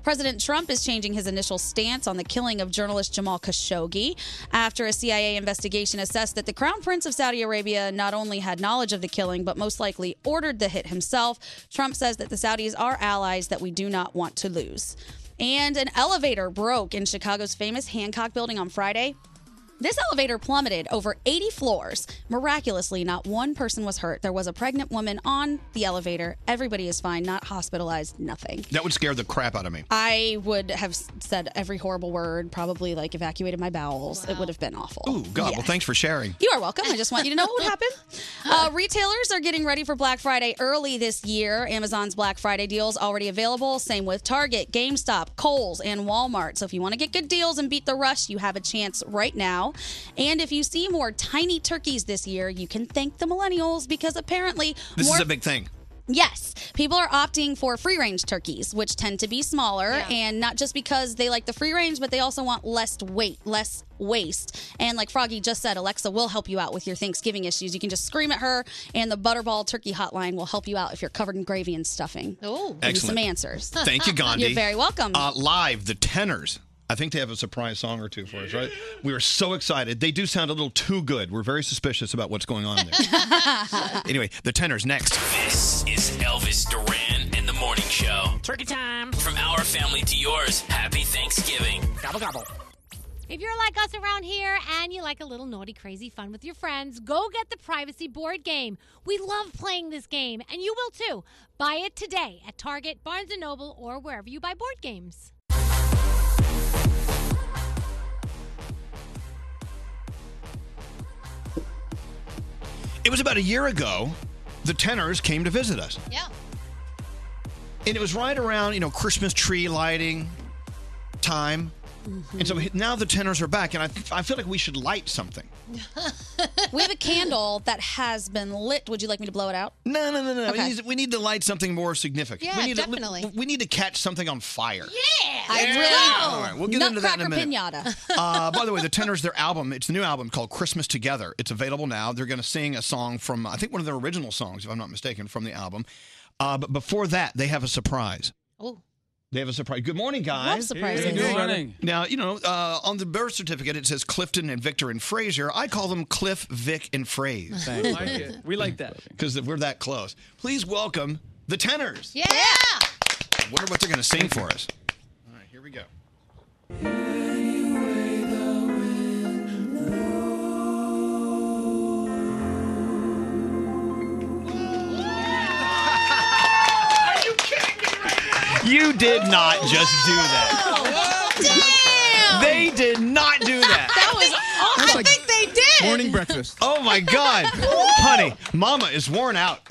Speaker 15: President Trump is changing his initial stance on the killing of journalist Jamal Khashoggi after a CIA investigation assessed that the Crown Prince of Saudi Arabia not only had knowledge of the killing, but most likely ordered the hit himself. Trump says that the Saudis are allies that we do not want to lose. And an elevator broke in Chicago's famous Hancock building on Friday. This elevator plummeted over 80 floors. Miraculously, not one person was hurt. There was a pregnant woman on the elevator. Everybody is fine, not hospitalized, nothing.
Speaker 12: That would scare the crap out of me.
Speaker 15: I would have s- said every horrible word, probably like evacuated my bowels. It would have been awful.
Speaker 12: Ooh, God. Well, thanks for sharing.
Speaker 15: You are welcome. I just want you to know what would happen. Uh, retailers are getting ready for Black Friday early this year. Amazon's Black Friday deals already available. Same with Target, GameStop, Kohl's, and Walmart. So if you want to get good deals and beat the rush, you have a chance right now. And if you see more tiny turkeys this year, you can thank the millennials because apparently
Speaker 12: This
Speaker 15: more
Speaker 12: is a big thing.
Speaker 15: Yes, people are opting for free range turkeys, which tend to be smaller, and not just because they like the free range, but they also want less weight, less waste. And like Froggy just said, Alexa will help you out with your Thanksgiving issues. You can just scream at her, and the Butterball Turkey Hotline will help you out if you're covered in gravy and stuffing. Oh, give you
Speaker 12: Excellent.
Speaker 15: some answers.
Speaker 12: Thank you, Gandhi.
Speaker 15: You're very welcome.
Speaker 12: Uh, live, the tenors. I think they have a surprise song or two for us, right? We are so excited. They do sound a little too good. We're very suspicious about what's going on there. anyway, the tenors next.
Speaker 11: This is Elvis Duran and the Morning Show.
Speaker 9: Turkey time.
Speaker 11: From our family to yours, happy Thanksgiving.
Speaker 9: Gobble, gobble.
Speaker 8: If you're like us around here and you like a little naughty, crazy fun with your friends, go get the Privacy Board Game. We love playing this game, and you will too. Buy it today at Target, Barnes & Noble, or wherever you buy board games.
Speaker 12: It was about a year ago, the tenors came to visit us.
Speaker 13: Yeah.
Speaker 12: And it was right around, you know, Christmas tree lighting time. And so
Speaker 15: Mm-hmm.
Speaker 12: now the tenors are back, and I, I feel like we should light something.
Speaker 15: we have a candle that has been lit. Would you like me to blow it out?
Speaker 12: No, no, no, no.
Speaker 15: Okay.
Speaker 12: We, need, we need to light something more significant.
Speaker 15: Yeah,
Speaker 12: we need
Speaker 15: definitely.
Speaker 12: To, we need to catch something on fire.
Speaker 15: Yeah, I
Speaker 12: Yeah.
Speaker 15: really.
Speaker 12: All right, we'll get into that in a minute.
Speaker 15: Nutcracker pinata.
Speaker 12: uh, by the way, the Tenors, their album, it's the new album called Christmas Together. It's available now. They're going to sing a song from, I think, one of their original songs, if I'm not mistaken, from the album. Uh, but before that, they have a surprise.
Speaker 13: Oh.
Speaker 12: They have a surprise. Good morning, guys.
Speaker 13: Love surprises. Good morning.
Speaker 12: Now, you know, uh, on the birth certificate, it says Clifton and Victor and Fraser. I call them Cliff, Vic, and Phrase.
Speaker 4: Thank you. I like it.
Speaker 12: We like that. Because we're that close. Please welcome the Tenors. Yeah. I wonder what they're going to sing for us. All right, here we go.
Speaker 16: Are you kidding me?
Speaker 12: You did not just do that. They did not do that.
Speaker 16: That was awesome. I think they did.
Speaker 12: breakfast. Oh my God. Honey, Mama is worn out.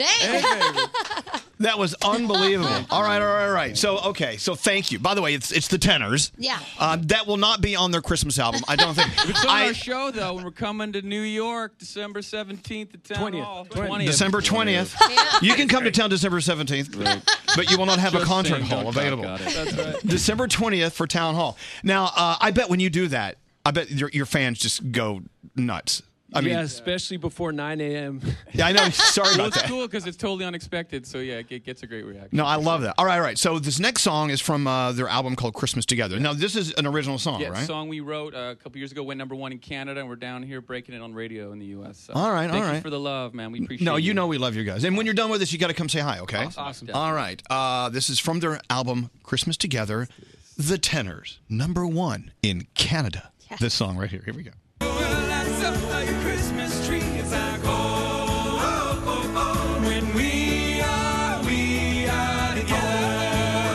Speaker 12: That was unbelievable. All right, all right, all right. So, okay, so thank you. By the way, it's it's the tenors.
Speaker 13: Yeah.
Speaker 12: Uh, that will not be on their Christmas album. I don't think.
Speaker 4: It's on
Speaker 12: I-
Speaker 4: our show though. When we're coming to New York, December seventeenth at Town 20th. Hall. Twentieth.
Speaker 12: December 20th. You can come to town December 17th, but you will not have a
Speaker 4: Just
Speaker 12: concert
Speaker 4: saying,
Speaker 12: hall
Speaker 4: don't
Speaker 12: available.
Speaker 4: talk about it. That's right.
Speaker 12: December 20th for town hall. Now, uh, I bet when you do that, I bet your, your fans just go nuts. I mean,
Speaker 4: yeah, especially before 9 a.m.
Speaker 12: Yeah, I know. Sorry
Speaker 4: well,
Speaker 12: about
Speaker 4: it's
Speaker 12: that.
Speaker 4: cool because it's totally unexpected. So yeah, it get- gets a great reaction.
Speaker 12: No, I love that. All right, all right. So this next song is from uh, their album called Christmas Together. Now, this is an original song,
Speaker 4: yeah,
Speaker 12: right?
Speaker 4: song we wrote uh, a couple years ago went number one in Canada, and we're down here breaking it on radio in the U.S. So
Speaker 12: All right, all
Speaker 4: thank you
Speaker 12: right.
Speaker 4: for the love, man. We appreciate.
Speaker 12: No,
Speaker 4: it.
Speaker 12: you know we love you guys. And when you're done with this, you got to come say hi, okay?
Speaker 4: Awesome, awesome.
Speaker 12: All right. Uh, this is from their album Christmas Together, The Tenors, number one in Canada. This song right here. Here we go.
Speaker 16: Lights up like a Christmas tree. It's like, oh, oh, oh, oh. When we are, we are together.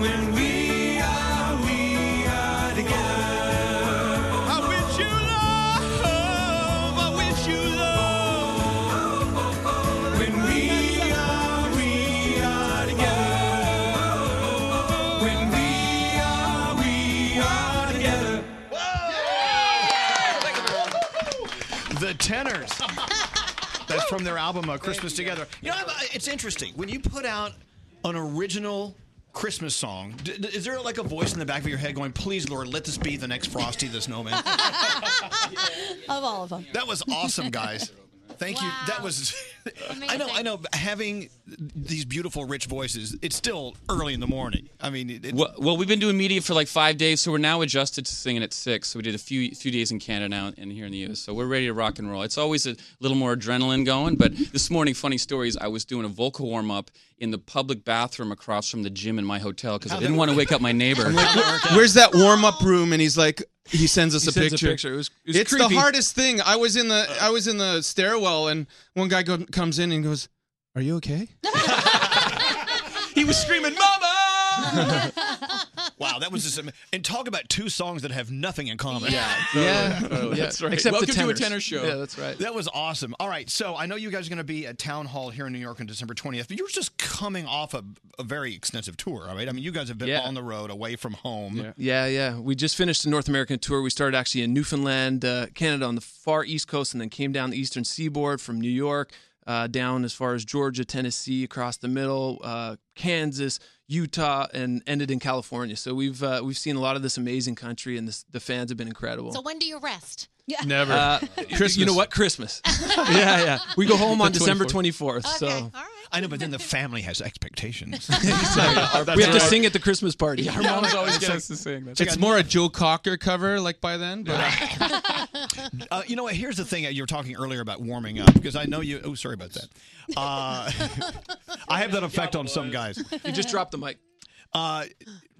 Speaker 16: When we are, we are together. I wish you love. I wish you love. When we are, we are together. When we are, we are together.
Speaker 12: The Tenors. That's from their album uh, Christmas Together. You know, I- it's interesting. When you put out an original Christmas song, d- d- is there like a voice in the back of your head going, please, Lord, let this be the next Frosty the Snowman?
Speaker 15: of all of them.
Speaker 12: That was awesome, guys. Thank you. That was. I know. I know. but Having these beautiful, rich voices, it's still early in the morning. I mean, it, it-
Speaker 4: Well, well, we've been doing media for like five days, so we're now adjusted to singing at six. So we did a few few days in Canada now and here in the U.S. So we're ready to rock and roll. It's always a little more adrenaline going. But this morning, funny stories. I was doing a vocal warm up in the public bathroom across from the gym in my hotel because I didn't want to wake up my neighbor.
Speaker 9: Where's that warm up room? And he's like, he sends us
Speaker 4: He
Speaker 9: a,
Speaker 4: sends a
Speaker 9: picture.
Speaker 4: picture. It was- it was
Speaker 9: it's
Speaker 4: creepy.
Speaker 9: the hardest thing. I was in the I was in the stairwell, and one guy go, comes in and goes, "Are you okay?"
Speaker 12: he was screaming, "Mama!" wow, that was just. am- And talk about two songs that have nothing in common.
Speaker 4: Yeah, totally, Yeah, totally. yeah.
Speaker 12: That's right.
Speaker 4: Except the Welcome to a tenors. tenor show. Yeah, that's
Speaker 12: right. That was awesome. All right, so I know you guys are going to be at Town Hall here in New York on December 20th, but you're just coming off a, a very extensive tour, all right? I mean, you guys have been on the road, away from home.
Speaker 10: Yeah, yeah. We just finished the North American tour. We started actually in Newfoundland, uh, Canada, on the far east coast, and then came down the eastern seaboard from New York uh, down as far as Georgia, Tennessee, across the middle, uh, Kansas, Utah, and ended in California. So we've uh, we've seen a lot of this amazing country, and this, the fans have been incredible.
Speaker 13: So when do you rest? Yeah.
Speaker 9: Never.
Speaker 10: Uh,
Speaker 9: Christmas.
Speaker 10: You know what? Christmas. yeah, yeah. We go home on
Speaker 12: The
Speaker 10: December
Speaker 12: 24th.
Speaker 10: 24th. So
Speaker 12: I know, but then the family has expectations. Oh,
Speaker 10: we have to sing at the Christmas party.
Speaker 9: Yeah, our moms
Speaker 10: always
Speaker 9: get
Speaker 10: us to sing.
Speaker 9: it's more a Joe Cocker cover, like by then. But
Speaker 12: Uh, you know what? Here's the thing that you were talking earlier about warming up because I know you. Oh, sorry about that. Uh, I have that effect on some guys.
Speaker 10: You just dropped the mic.
Speaker 12: Uh,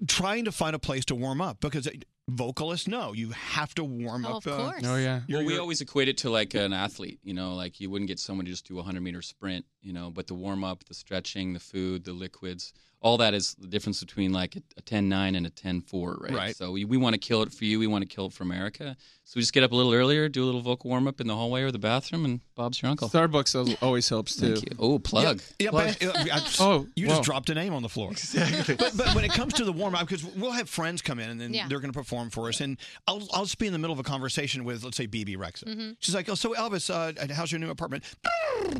Speaker 12: trying to find a place to warm up because uh, vocalists know you have to warm
Speaker 9: Oh,
Speaker 12: up. uh,
Speaker 4: Well, we always equate it to like an athlete. You know, like you wouldn't get someone to just do a hundred meter sprint you know, but the warm up, the stretching, the food, the liquids, all that is the difference between like a, a 10 9 and a 10 4, right?
Speaker 10: Right.
Speaker 4: So we, we want to kill it for you. We want to kill it for America. So we just get up a little earlier, do a little vocal warm up in the hallway or the bathroom, and Bob's your uncle.
Speaker 10: Starbucks al- always helps
Speaker 4: Thank
Speaker 10: too.
Speaker 4: you. Oh, plug.
Speaker 12: Yeah,
Speaker 4: plug.
Speaker 12: but uh, I just-
Speaker 10: Oh,
Speaker 12: you
Speaker 10: whoa.
Speaker 12: just dropped a name on the floor. Exactly. but, but when it comes to the warm up, because we'll have friends come in and then
Speaker 2: Yeah.
Speaker 12: they're going to perform for us, and I'll, I'll just be in the middle of a conversation with, let's say, BB Rexa.
Speaker 16: Mm-hmm.
Speaker 2: Mhm.
Speaker 12: She's like, "Oh, so Elvis, uh, how's your new apartment?"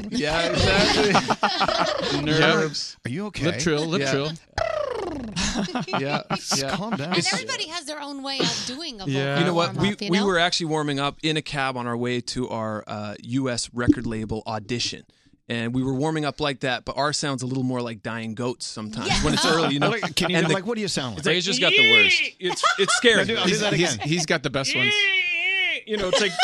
Speaker 10: Yeah, exactly.
Speaker 12: Nerves. Are you okay?
Speaker 10: Lip trill, lip
Speaker 12: Yeah.
Speaker 10: trill. yeah, yeah.
Speaker 12: Calm down.
Speaker 13: And everybody has their own way of doing a vocal
Speaker 10: You know what?
Speaker 13: warm-up,
Speaker 10: we
Speaker 13: you
Speaker 10: we
Speaker 13: know?
Speaker 10: were actually warming up in a cab on our way to our uh, U.S. record label audition. And we were warming up like that, but ours sounds a little more like dying goats sometimes when it's early. You know,
Speaker 12: Like, can you- like, what do you sound like?
Speaker 10: It's like,
Speaker 12: Ray's just got the worst.
Speaker 10: It's it's scary.
Speaker 12: Now do- I'll do that
Speaker 10: He's-
Speaker 12: again.
Speaker 10: he's- he's got the best ones.
Speaker 4: You know, it's like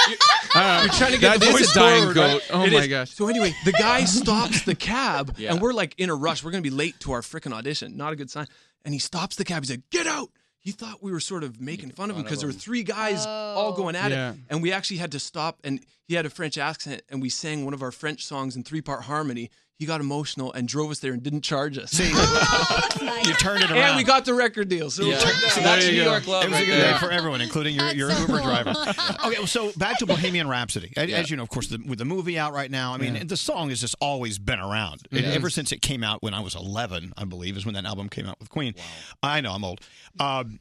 Speaker 10: Uh,
Speaker 9: You're trying to get
Speaker 10: that
Speaker 9: the
Speaker 10: is
Speaker 9: voice
Speaker 10: a dying
Speaker 9: forward,
Speaker 10: goat.
Speaker 9: right?
Speaker 10: Oh
Speaker 9: It
Speaker 10: my
Speaker 9: is.
Speaker 10: gosh. So anyway, the guy stops the cab, and we're like in a rush. We're gonna be late to our freaking audition. Not a good sign. And he stops the cab. He's like, "Get out!" He thought we were sort of making fun of him
Speaker 4: fun of
Speaker 10: because there were
Speaker 4: him.
Speaker 10: three guys all going at
Speaker 4: Yeah.
Speaker 10: it, and we actually had to stop. And he had a French accent, and we sang one of our French songs in three-part harmony. He got emotional and drove us there and didn't charge us.
Speaker 12: you turned it around.
Speaker 10: and we got the record deal. So, it was
Speaker 12: Yeah.
Speaker 10: like that.
Speaker 12: So
Speaker 10: that's
Speaker 12: there you
Speaker 10: New
Speaker 12: go.
Speaker 10: York love.
Speaker 12: It was
Speaker 10: right
Speaker 12: a good
Speaker 10: there.
Speaker 12: day for everyone, including your, your Uber driver. Okay, well, so back to Bohemian Rhapsody. A- As you know, of course, the, with the movie out right now, I mean, the song has just always been around. It-
Speaker 10: Yeah.
Speaker 12: ever since it came out when I was 11, I believe, is when that album came out with Queen. I know I'm old. Um,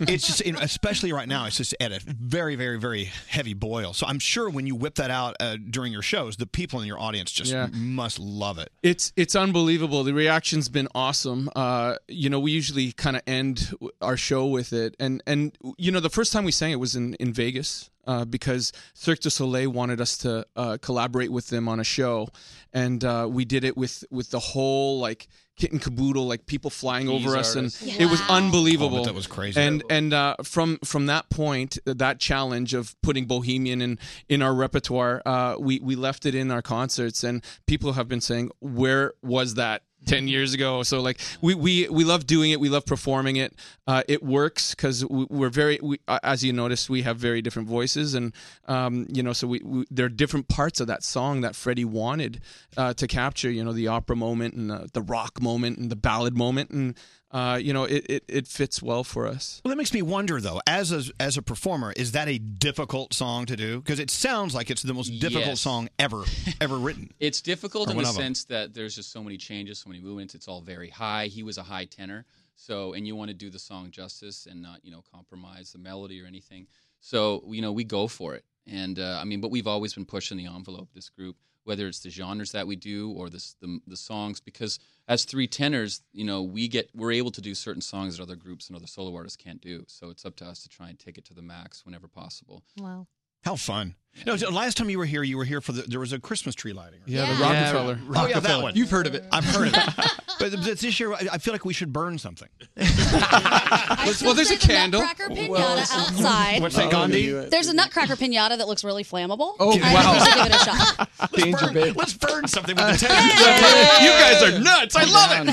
Speaker 12: it's just, you know, especially right now, it's just at a very, very, very heavy boil. So I'm sure when you whip that out uh, during your shows, the people in your audience just
Speaker 10: Yeah.
Speaker 12: must love it.
Speaker 10: It's it's unbelievable. The reaction's been awesome. Uh, you know, we usually kind of end w- our show with it, and and you know, the first time we sang it was in in Vegas uh, because Cirque du Soleil wanted us to uh, collaborate with them on a show, and uh, we did it with with the whole like kit and caboodle, like people flying
Speaker 12: These
Speaker 10: over us,
Speaker 12: artists.
Speaker 10: and it was unbelievable.
Speaker 12: Oh, but that was crazy.
Speaker 10: And and uh, from from that point, that challenge of putting Bohemian in in our repertoire, uh, we we left it in our concerts, and people have been saying, "Where was that?" 10 years ago so like we we we love doing it we love performing it uh it works because we, we're very we, uh, as you noticed we have very different voices and um you know so we, we there are different parts of that song that freddie wanted uh to capture you know the opera moment and the, the rock moment and the ballad moment and uh you know it it, it fits well for us
Speaker 12: Well, that makes me wonder though, as a, as a performer, is that a difficult song to do? Because it sounds like it's the most difficult
Speaker 4: Yes.
Speaker 12: song ever ever written.
Speaker 4: It's difficult
Speaker 12: Or
Speaker 4: in
Speaker 12: one
Speaker 4: the
Speaker 12: of 'em.
Speaker 4: sense that there's just so many changes, so many movements. It's all very high. He was a high tenor, so and you want to do the song justice and not you know compromise the melody or anything. So you know we go for it, and uh, I mean, but we've always been pushing the envelope. This group, whether it's the genres that we do or this, the the songs, because as three tenors, you know we get we're able to do certain songs that other groups and other solo artists can't do. So it's up to us to try and take it to the max whenever possible.
Speaker 13: Wow.
Speaker 12: How fun! No, so last time you were here, you were here for the there was a Christmas tree lighting. right?
Speaker 10: Yeah, the Yeah. Rockefeller.
Speaker 12: Oh yeah, that
Speaker 10: Rockefeller.
Speaker 12: one.
Speaker 10: You've heard of it.
Speaker 12: I've heard of it. But th- this year, I I feel like we should burn something.
Speaker 10: well, there's a candle.
Speaker 15: Nutcracker pinata outside.
Speaker 12: What's that, Gandhi?
Speaker 15: There's a nutcracker pinata that looks really flammable.
Speaker 10: Oh,
Speaker 15: I
Speaker 10: wow.
Speaker 15: think we should give it a shot.
Speaker 10: danger babe
Speaker 12: Let's burn something with the
Speaker 10: you guys are nuts i love it
Speaker 12: I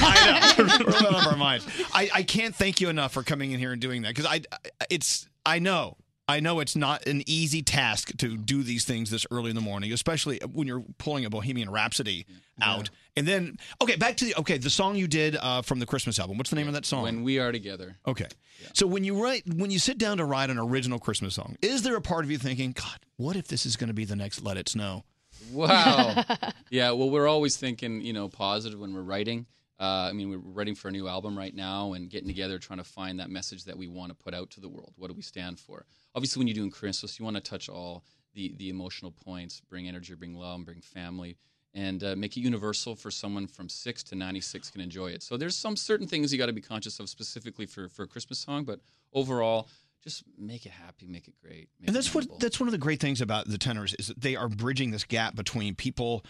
Speaker 12: know. We're out of our minds. I, I can't thank you enough for coming in here and doing that because I, I- it's I know I know it's not an easy task to do these things this early in the morning, especially when you're pulling a Bohemian Rhapsody out. And then okay, back to the okay the song you did uh, from the Christmas album. What's the name of that song?
Speaker 4: When we are together.
Speaker 12: Okay. So when you write, when you sit down to write an original Christmas song, is there a part of you thinking, God, what if this is going to be the next Let It Snow?
Speaker 4: Wow. yeah. Well, we're always thinking, you know, positive when we're writing. Uh, I mean, we're writing for a new album right now and getting together, trying to find that message that we want to put out to the world. What do we stand for? Obviously, when you're doing Christmas, you want to touch all the the emotional points, bring energy, bring love, bring family, and uh, make it universal for someone from six to ninety six can enjoy it. So there's some certain things you got to be conscious of specifically for for a Christmas song, but overall, just make it happy, make it great.
Speaker 12: And that's what that's one of the great things about the tenors is that they are bridging this gap between people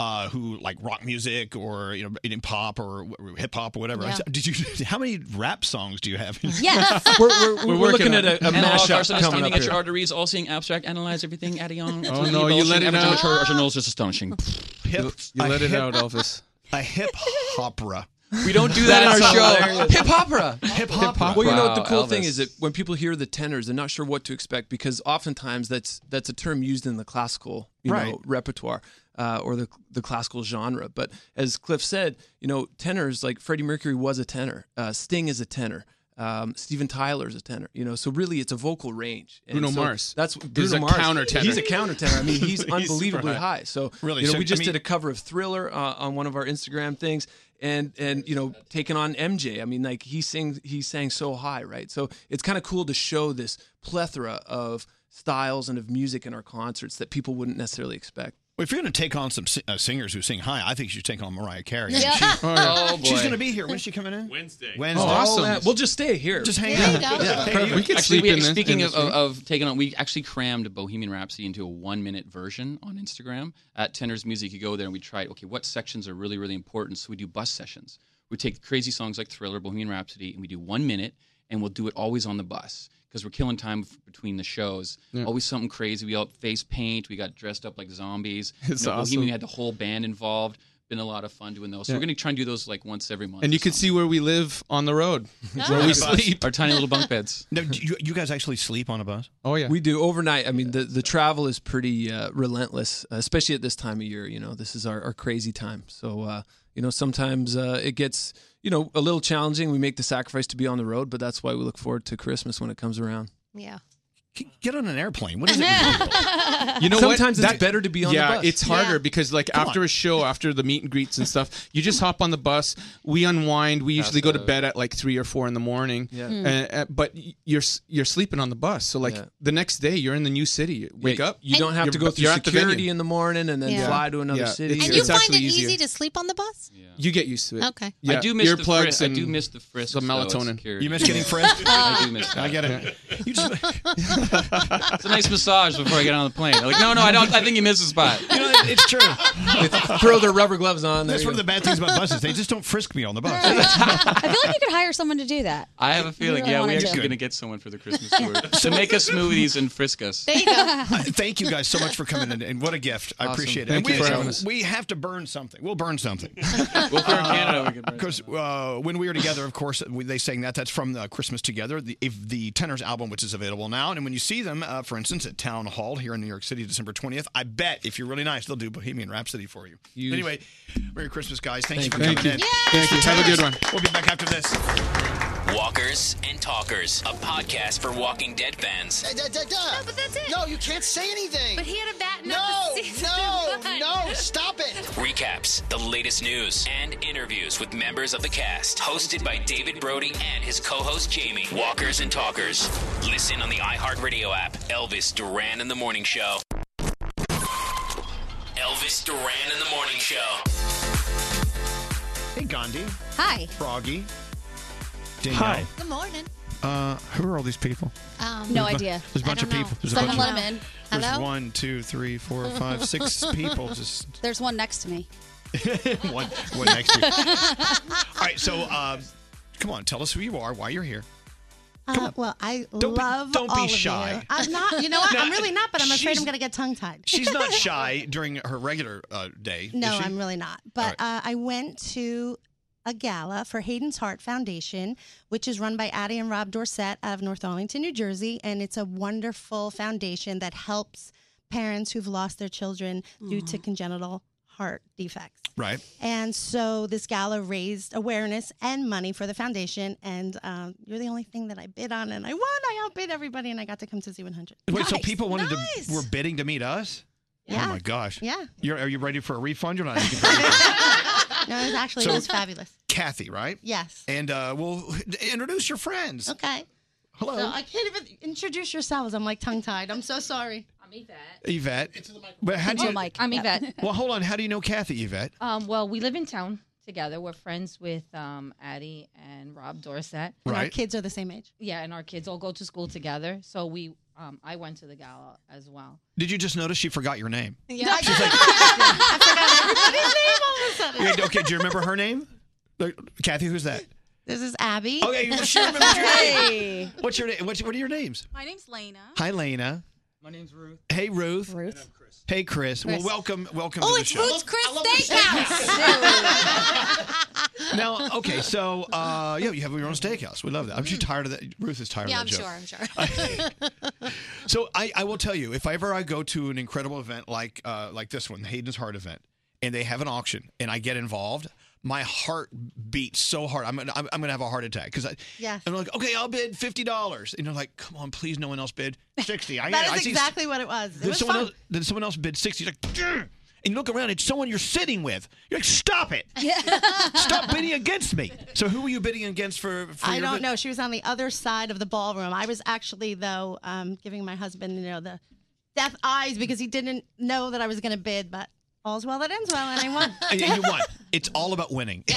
Speaker 12: uh, who like rock music or you know in pop or hip hop or whatever.
Speaker 10: Yeah.
Speaker 12: Did you how many rap songs do you have?
Speaker 10: Yes. We're- we're- We're we're working looking on at it. a- a
Speaker 4: Analog
Speaker 10: mashup
Speaker 4: arsenal,
Speaker 10: coming
Speaker 4: stunning
Speaker 10: up
Speaker 4: at your
Speaker 10: here.
Speaker 4: arteries, all seeing abstract, analyze everything, adding on.
Speaker 10: Oh, no, you let it out.
Speaker 4: Arsenal is just astonishing.
Speaker 12: Hip,
Speaker 10: You let
Speaker 12: a
Speaker 10: it
Speaker 12: hip-
Speaker 10: out, Elvis.
Speaker 12: A hip opera.
Speaker 4: We don't do that in
Speaker 10: That's
Speaker 4: our show.
Speaker 10: hilarious.
Speaker 4: Hip opera.
Speaker 10: Hip
Speaker 4: opera.
Speaker 10: Well, you know what the
Speaker 4: Wow,
Speaker 10: cool thing
Speaker 4: Elvis.
Speaker 10: is that when people hear the tenors, they're not sure what to expect because oftentimes that's that's a term used in the classical you
Speaker 12: Right.
Speaker 10: know, repertoire uh, or the the classical genre. But as Cliff said, you know, tenors like Freddie Mercury was a tenor, uh, Sting is a tenor. Um, Steven Tyler is a tenor, you know. So really, it's a vocal range.
Speaker 9: Bruno
Speaker 10: so
Speaker 9: Mars.
Speaker 10: That's
Speaker 9: He's
Speaker 10: Bruno
Speaker 9: a
Speaker 10: Mars.
Speaker 9: countertenor.
Speaker 10: He's a counter tenor. I mean, he's,
Speaker 9: He's super
Speaker 10: unbelievably
Speaker 9: high.
Speaker 10: high. So
Speaker 9: Really,
Speaker 10: you know,
Speaker 9: so,
Speaker 10: we just
Speaker 9: I
Speaker 10: did
Speaker 9: mean-
Speaker 10: a cover of Thriller uh, on one of our Instagram things, and and you know taking on MJ. I mean, like he sings, he sang so high, right? So it's kind of cool to show this plethora of styles and of music in our concerts that people wouldn't necessarily expect.
Speaker 12: Well, if you're going to take on some si- uh, singers who sing high, I think you should take on Mariah Carey.
Speaker 10: Yeah.
Speaker 12: She-
Speaker 10: Oh, yeah. Oh, boy.
Speaker 12: She's going to be here. When's she coming in?
Speaker 2: Wednesday.
Speaker 12: Wednesday.
Speaker 10: Oh, awesome. We'll just stay here.
Speaker 12: Just hang
Speaker 10: There
Speaker 12: out.
Speaker 10: you go. Yeah,
Speaker 12: Hey,
Speaker 10: perfect.
Speaker 12: you-
Speaker 10: We could
Speaker 4: Actually,
Speaker 10: sleep
Speaker 4: we,
Speaker 10: in this-
Speaker 4: speaking
Speaker 10: in
Speaker 4: of,
Speaker 10: this room.
Speaker 4: of, of taking on, we actually crammed Bohemian Rhapsody into a one-minute version on Instagram at Tenors Music. You go there and we tried. Okay, what sections are really really important? So we do bus sessions. We take crazy songs like Thriller, Bohemian Rhapsody, and we do one minute, and we'll do it always on the bus because we're killing time f- between the shows.
Speaker 10: Yeah.
Speaker 4: Always something crazy. We all face paint. We got dressed up like zombies.
Speaker 10: It's
Speaker 4: You know,
Speaker 10: awesome.
Speaker 4: Bohemian we had the whole band involved. Been a lot of fun doing those. So
Speaker 9: Yeah.
Speaker 4: we're going to try and do those like once every month.
Speaker 9: And
Speaker 4: or
Speaker 9: you can see where we live on the road, where we
Speaker 4: Nice.
Speaker 9: sleep.
Speaker 4: Our tiny little bunk beds.
Speaker 12: No, do you, you guys actually sleep on a bus?
Speaker 10: Oh yeah, we do overnight. I mean, the, the travel is pretty uh, relentless, especially at this time of year. You know, this is our, our crazy time. So uh, you know, sometimes uh, it gets you know a little challenging. We make the sacrifice to be on the road, but that's why we look forward to Christmas when it comes around.
Speaker 13: Yeah.
Speaker 12: Get on an airplane. What is it?
Speaker 9: You know
Speaker 10: Sometimes
Speaker 9: what?
Speaker 10: it's better to be on the
Speaker 9: yeah,
Speaker 10: bus.
Speaker 9: it's harder
Speaker 10: Yeah.
Speaker 9: because like
Speaker 10: Come
Speaker 9: after
Speaker 10: on.
Speaker 9: a show, after the meet and greets and stuff, you just hop on the bus. We unwind. We usually go to bed at like three or four in the morning.
Speaker 10: Yeah.
Speaker 9: Uh,
Speaker 10: Hmm.
Speaker 9: Uh, but y- you're s- you're sleeping on the bus, so like the next day you're in the new city. You wake up.
Speaker 10: You don't have
Speaker 9: you're
Speaker 10: to go
Speaker 9: bu-
Speaker 10: through
Speaker 9: you're at the
Speaker 10: security
Speaker 9: venue.
Speaker 10: in the morning and then
Speaker 9: Yeah.
Speaker 10: fly to another
Speaker 9: Yeah.
Speaker 10: city.
Speaker 9: It's-
Speaker 13: And you find it easy to sleep on the bus?
Speaker 9: You get used to it.
Speaker 13: Okay.
Speaker 9: Yeah.
Speaker 4: I do miss the
Speaker 9: Earplugs
Speaker 4: frisk. I
Speaker 9: and
Speaker 4: do miss the frisk.
Speaker 9: The melatonin.
Speaker 12: You miss getting frisked?
Speaker 4: I do miss that.
Speaker 12: I get it. You just,
Speaker 4: It's a nice massage before I get on the plane. I'm like, no, no, I don't. I think you missed a spot.
Speaker 12: you know, it's true.
Speaker 10: Throw their rubber gloves on.
Speaker 12: That's
Speaker 4: There
Speaker 12: one
Speaker 4: you
Speaker 12: of
Speaker 4: go.
Speaker 12: the bad things about buses. They just don't frisk me on the bus.
Speaker 15: I feel like you could hire someone to do that.
Speaker 4: I have a feeling.
Speaker 15: really
Speaker 4: yeah,
Speaker 15: wanted
Speaker 4: we're
Speaker 15: to.
Speaker 4: actually going to get someone for the Christmas tour to make us smoothies and frisk us.
Speaker 15: There you go.
Speaker 12: Thank you guys so much for coming in, and what a gift! I
Speaker 4: Awesome.
Speaker 12: appreciate it.
Speaker 4: Thank
Speaker 12: And
Speaker 4: you
Speaker 12: we,
Speaker 4: for having us.
Speaker 12: we have to burn something. We'll burn something.
Speaker 4: Well, if we're in Canada, we can burn
Speaker 12: Because uh, when we were together, of course, we, they sang that. That's from uh, Christmas Together, the, if the Tenors album, which is available now. And when you see them, uh, for instance, at Town Hall here in New York City, December twentieth, I bet if you're really nice, they'll do Bohemian Rhapsody for you.
Speaker 9: Huge.
Speaker 12: Anyway, Merry Christmas, guys! Thank, you for
Speaker 9: Thank
Speaker 12: coming
Speaker 9: you.
Speaker 12: in.
Speaker 9: Thank you. Have a good one.
Speaker 12: We'll be back after this.
Speaker 11: Walkers and Talkers, a podcast for Walking Dead fans.
Speaker 3: No, but that's it. No, you can't say anything. But he had a bat.
Speaker 8: in
Speaker 3: No,
Speaker 8: the season
Speaker 3: no,
Speaker 8: one.
Speaker 3: no! Stop it.
Speaker 11: Recaps, the latest news, and interviews with members of the cast. Hosted by David Brody and his co host Jamie. Walkers and Talkers. Listen on the iHeartRadio app. Elvis Duran and the Morning Show. Elvis Duran and the Morning Show.
Speaker 12: Hey, Gandhi,
Speaker 13: Hi.
Speaker 12: Froggy, Danielle.
Speaker 13: Hi. Good morning.
Speaker 12: Uh, who are all these people?
Speaker 13: Um,
Speaker 12: There's a bu- There's a bunch of people. There's a bunch of- There's
Speaker 15: Hello?
Speaker 12: one, two, three, four, five, six people. Just
Speaker 15: There's one next to me.
Speaker 12: one, one next to you. All right, so uh, come on, tell us who you are, why you're here.
Speaker 14: Uh, well, I
Speaker 12: Don't be-
Speaker 14: love
Speaker 12: don't be
Speaker 14: all of
Speaker 12: shy.
Speaker 14: you. I'm not. You know what?
Speaker 12: No,
Speaker 14: I'm really not, but I'm afraid
Speaker 12: she's-
Speaker 14: I'm going to get tongue tied.
Speaker 12: She's not shy during her regular uh, day.
Speaker 14: no,
Speaker 12: is she?
Speaker 14: I'm really not.
Speaker 12: All
Speaker 14: But
Speaker 12: right.
Speaker 14: uh, I went to a gala for Hayden's Heart Foundation, which is run by Addie and Rob Dorsett out of North Arlington, New Jersey, and it's a wonderful foundation that helps parents who've lost their children due to congenital heart defects.
Speaker 12: Right.
Speaker 14: And so this gala raised awareness and money for the foundation. And um, you're the only thing that I bid on, and I won. I outbid everybody, and I got to come to Z100.
Speaker 12: Wait, so people wanted
Speaker 14: Nice.
Speaker 12: to were bidding to meet us?
Speaker 14: Yeah.
Speaker 12: Oh my gosh.
Speaker 14: Yeah.
Speaker 12: You're, are you ready for a refund? You're not.
Speaker 14: No, it was actually
Speaker 12: So-
Speaker 14: it was fabulous.
Speaker 12: Kathy, right?
Speaker 14: Yes.
Speaker 12: And uh, we'll introduce your friends.
Speaker 14: Okay.
Speaker 12: Hello.
Speaker 14: So I can't even introduce yourselves. I'm like tongue tied. I'm so sorry. I'm
Speaker 12: Yvette. But how do you?
Speaker 17: Oh, I'm Yvette.
Speaker 12: Well, hold on. How do you know Kathy, Yvette?
Speaker 17: Um, well, we live in town together. We're friends with um, Addie and Rob Dorset.
Speaker 14: And our kids are the same age.
Speaker 17: Yeah, and our kids all go to school together. So we, um, I went to the gala as well.
Speaker 12: Did you just notice she forgot your name?
Speaker 17: Yeah,
Speaker 14: I forgot everybody's name all of a sudden.
Speaker 12: Wait, okay, do you remember her name? Like, Kathy, who's that?
Speaker 14: This is Abby.
Speaker 12: Okay, well, she remembers your name. What's your name? What's, what are your names?
Speaker 18: My name's Lena.
Speaker 12: Hi, Lena.
Speaker 18: My name's Ruth.
Speaker 12: Hey, Ruth. Ruth. Chris. Hey, Chris. Oh, Well,
Speaker 18: Chris.
Speaker 12: welcome, welcome
Speaker 18: Oh,
Speaker 12: to the
Speaker 18: it's
Speaker 12: show.
Speaker 18: Ruth's
Speaker 15: Chris
Speaker 18: Steakhouse.
Speaker 12: Now, okay, so uh, yeah, you have your own steakhouse. We love that. I'm too tired of that. Ruth is tired
Speaker 13: yeah, I'm
Speaker 12: of that joke.
Speaker 13: sure. I'm sure.
Speaker 12: So I, I will tell you, if ever I go to an incredible event like uh, like this one, the Hayden's Heart event, and they have an auction, and I get involved, my heart beats so hard. I'm gonna, I'm, I'm gonna have a heart attack because I
Speaker 14: Yeah.
Speaker 12: I'm like, okay, I'll bid fifty dollars, and they're like, come on, please, no one else bid sixty. I,
Speaker 14: that
Speaker 12: I
Speaker 14: is
Speaker 12: see-
Speaker 14: exactly what it was. It
Speaker 12: Then
Speaker 14: was
Speaker 12: someone
Speaker 14: fun.
Speaker 12: else, then someone else bid sixty. You're like, "Grr!" and you look around, it's someone you're sitting with. You're like, stop it, stop bidding against me. So who were you bidding against for? for
Speaker 14: I
Speaker 12: your
Speaker 14: don't
Speaker 12: bid?
Speaker 14: know. She was on the other side of the ballroom. I was actually though um, giving my husband, you know, the death eyes because he didn't know that I was going to bid, but all's well that ends well, and I won.
Speaker 12: And you won. It's all about winning.
Speaker 13: And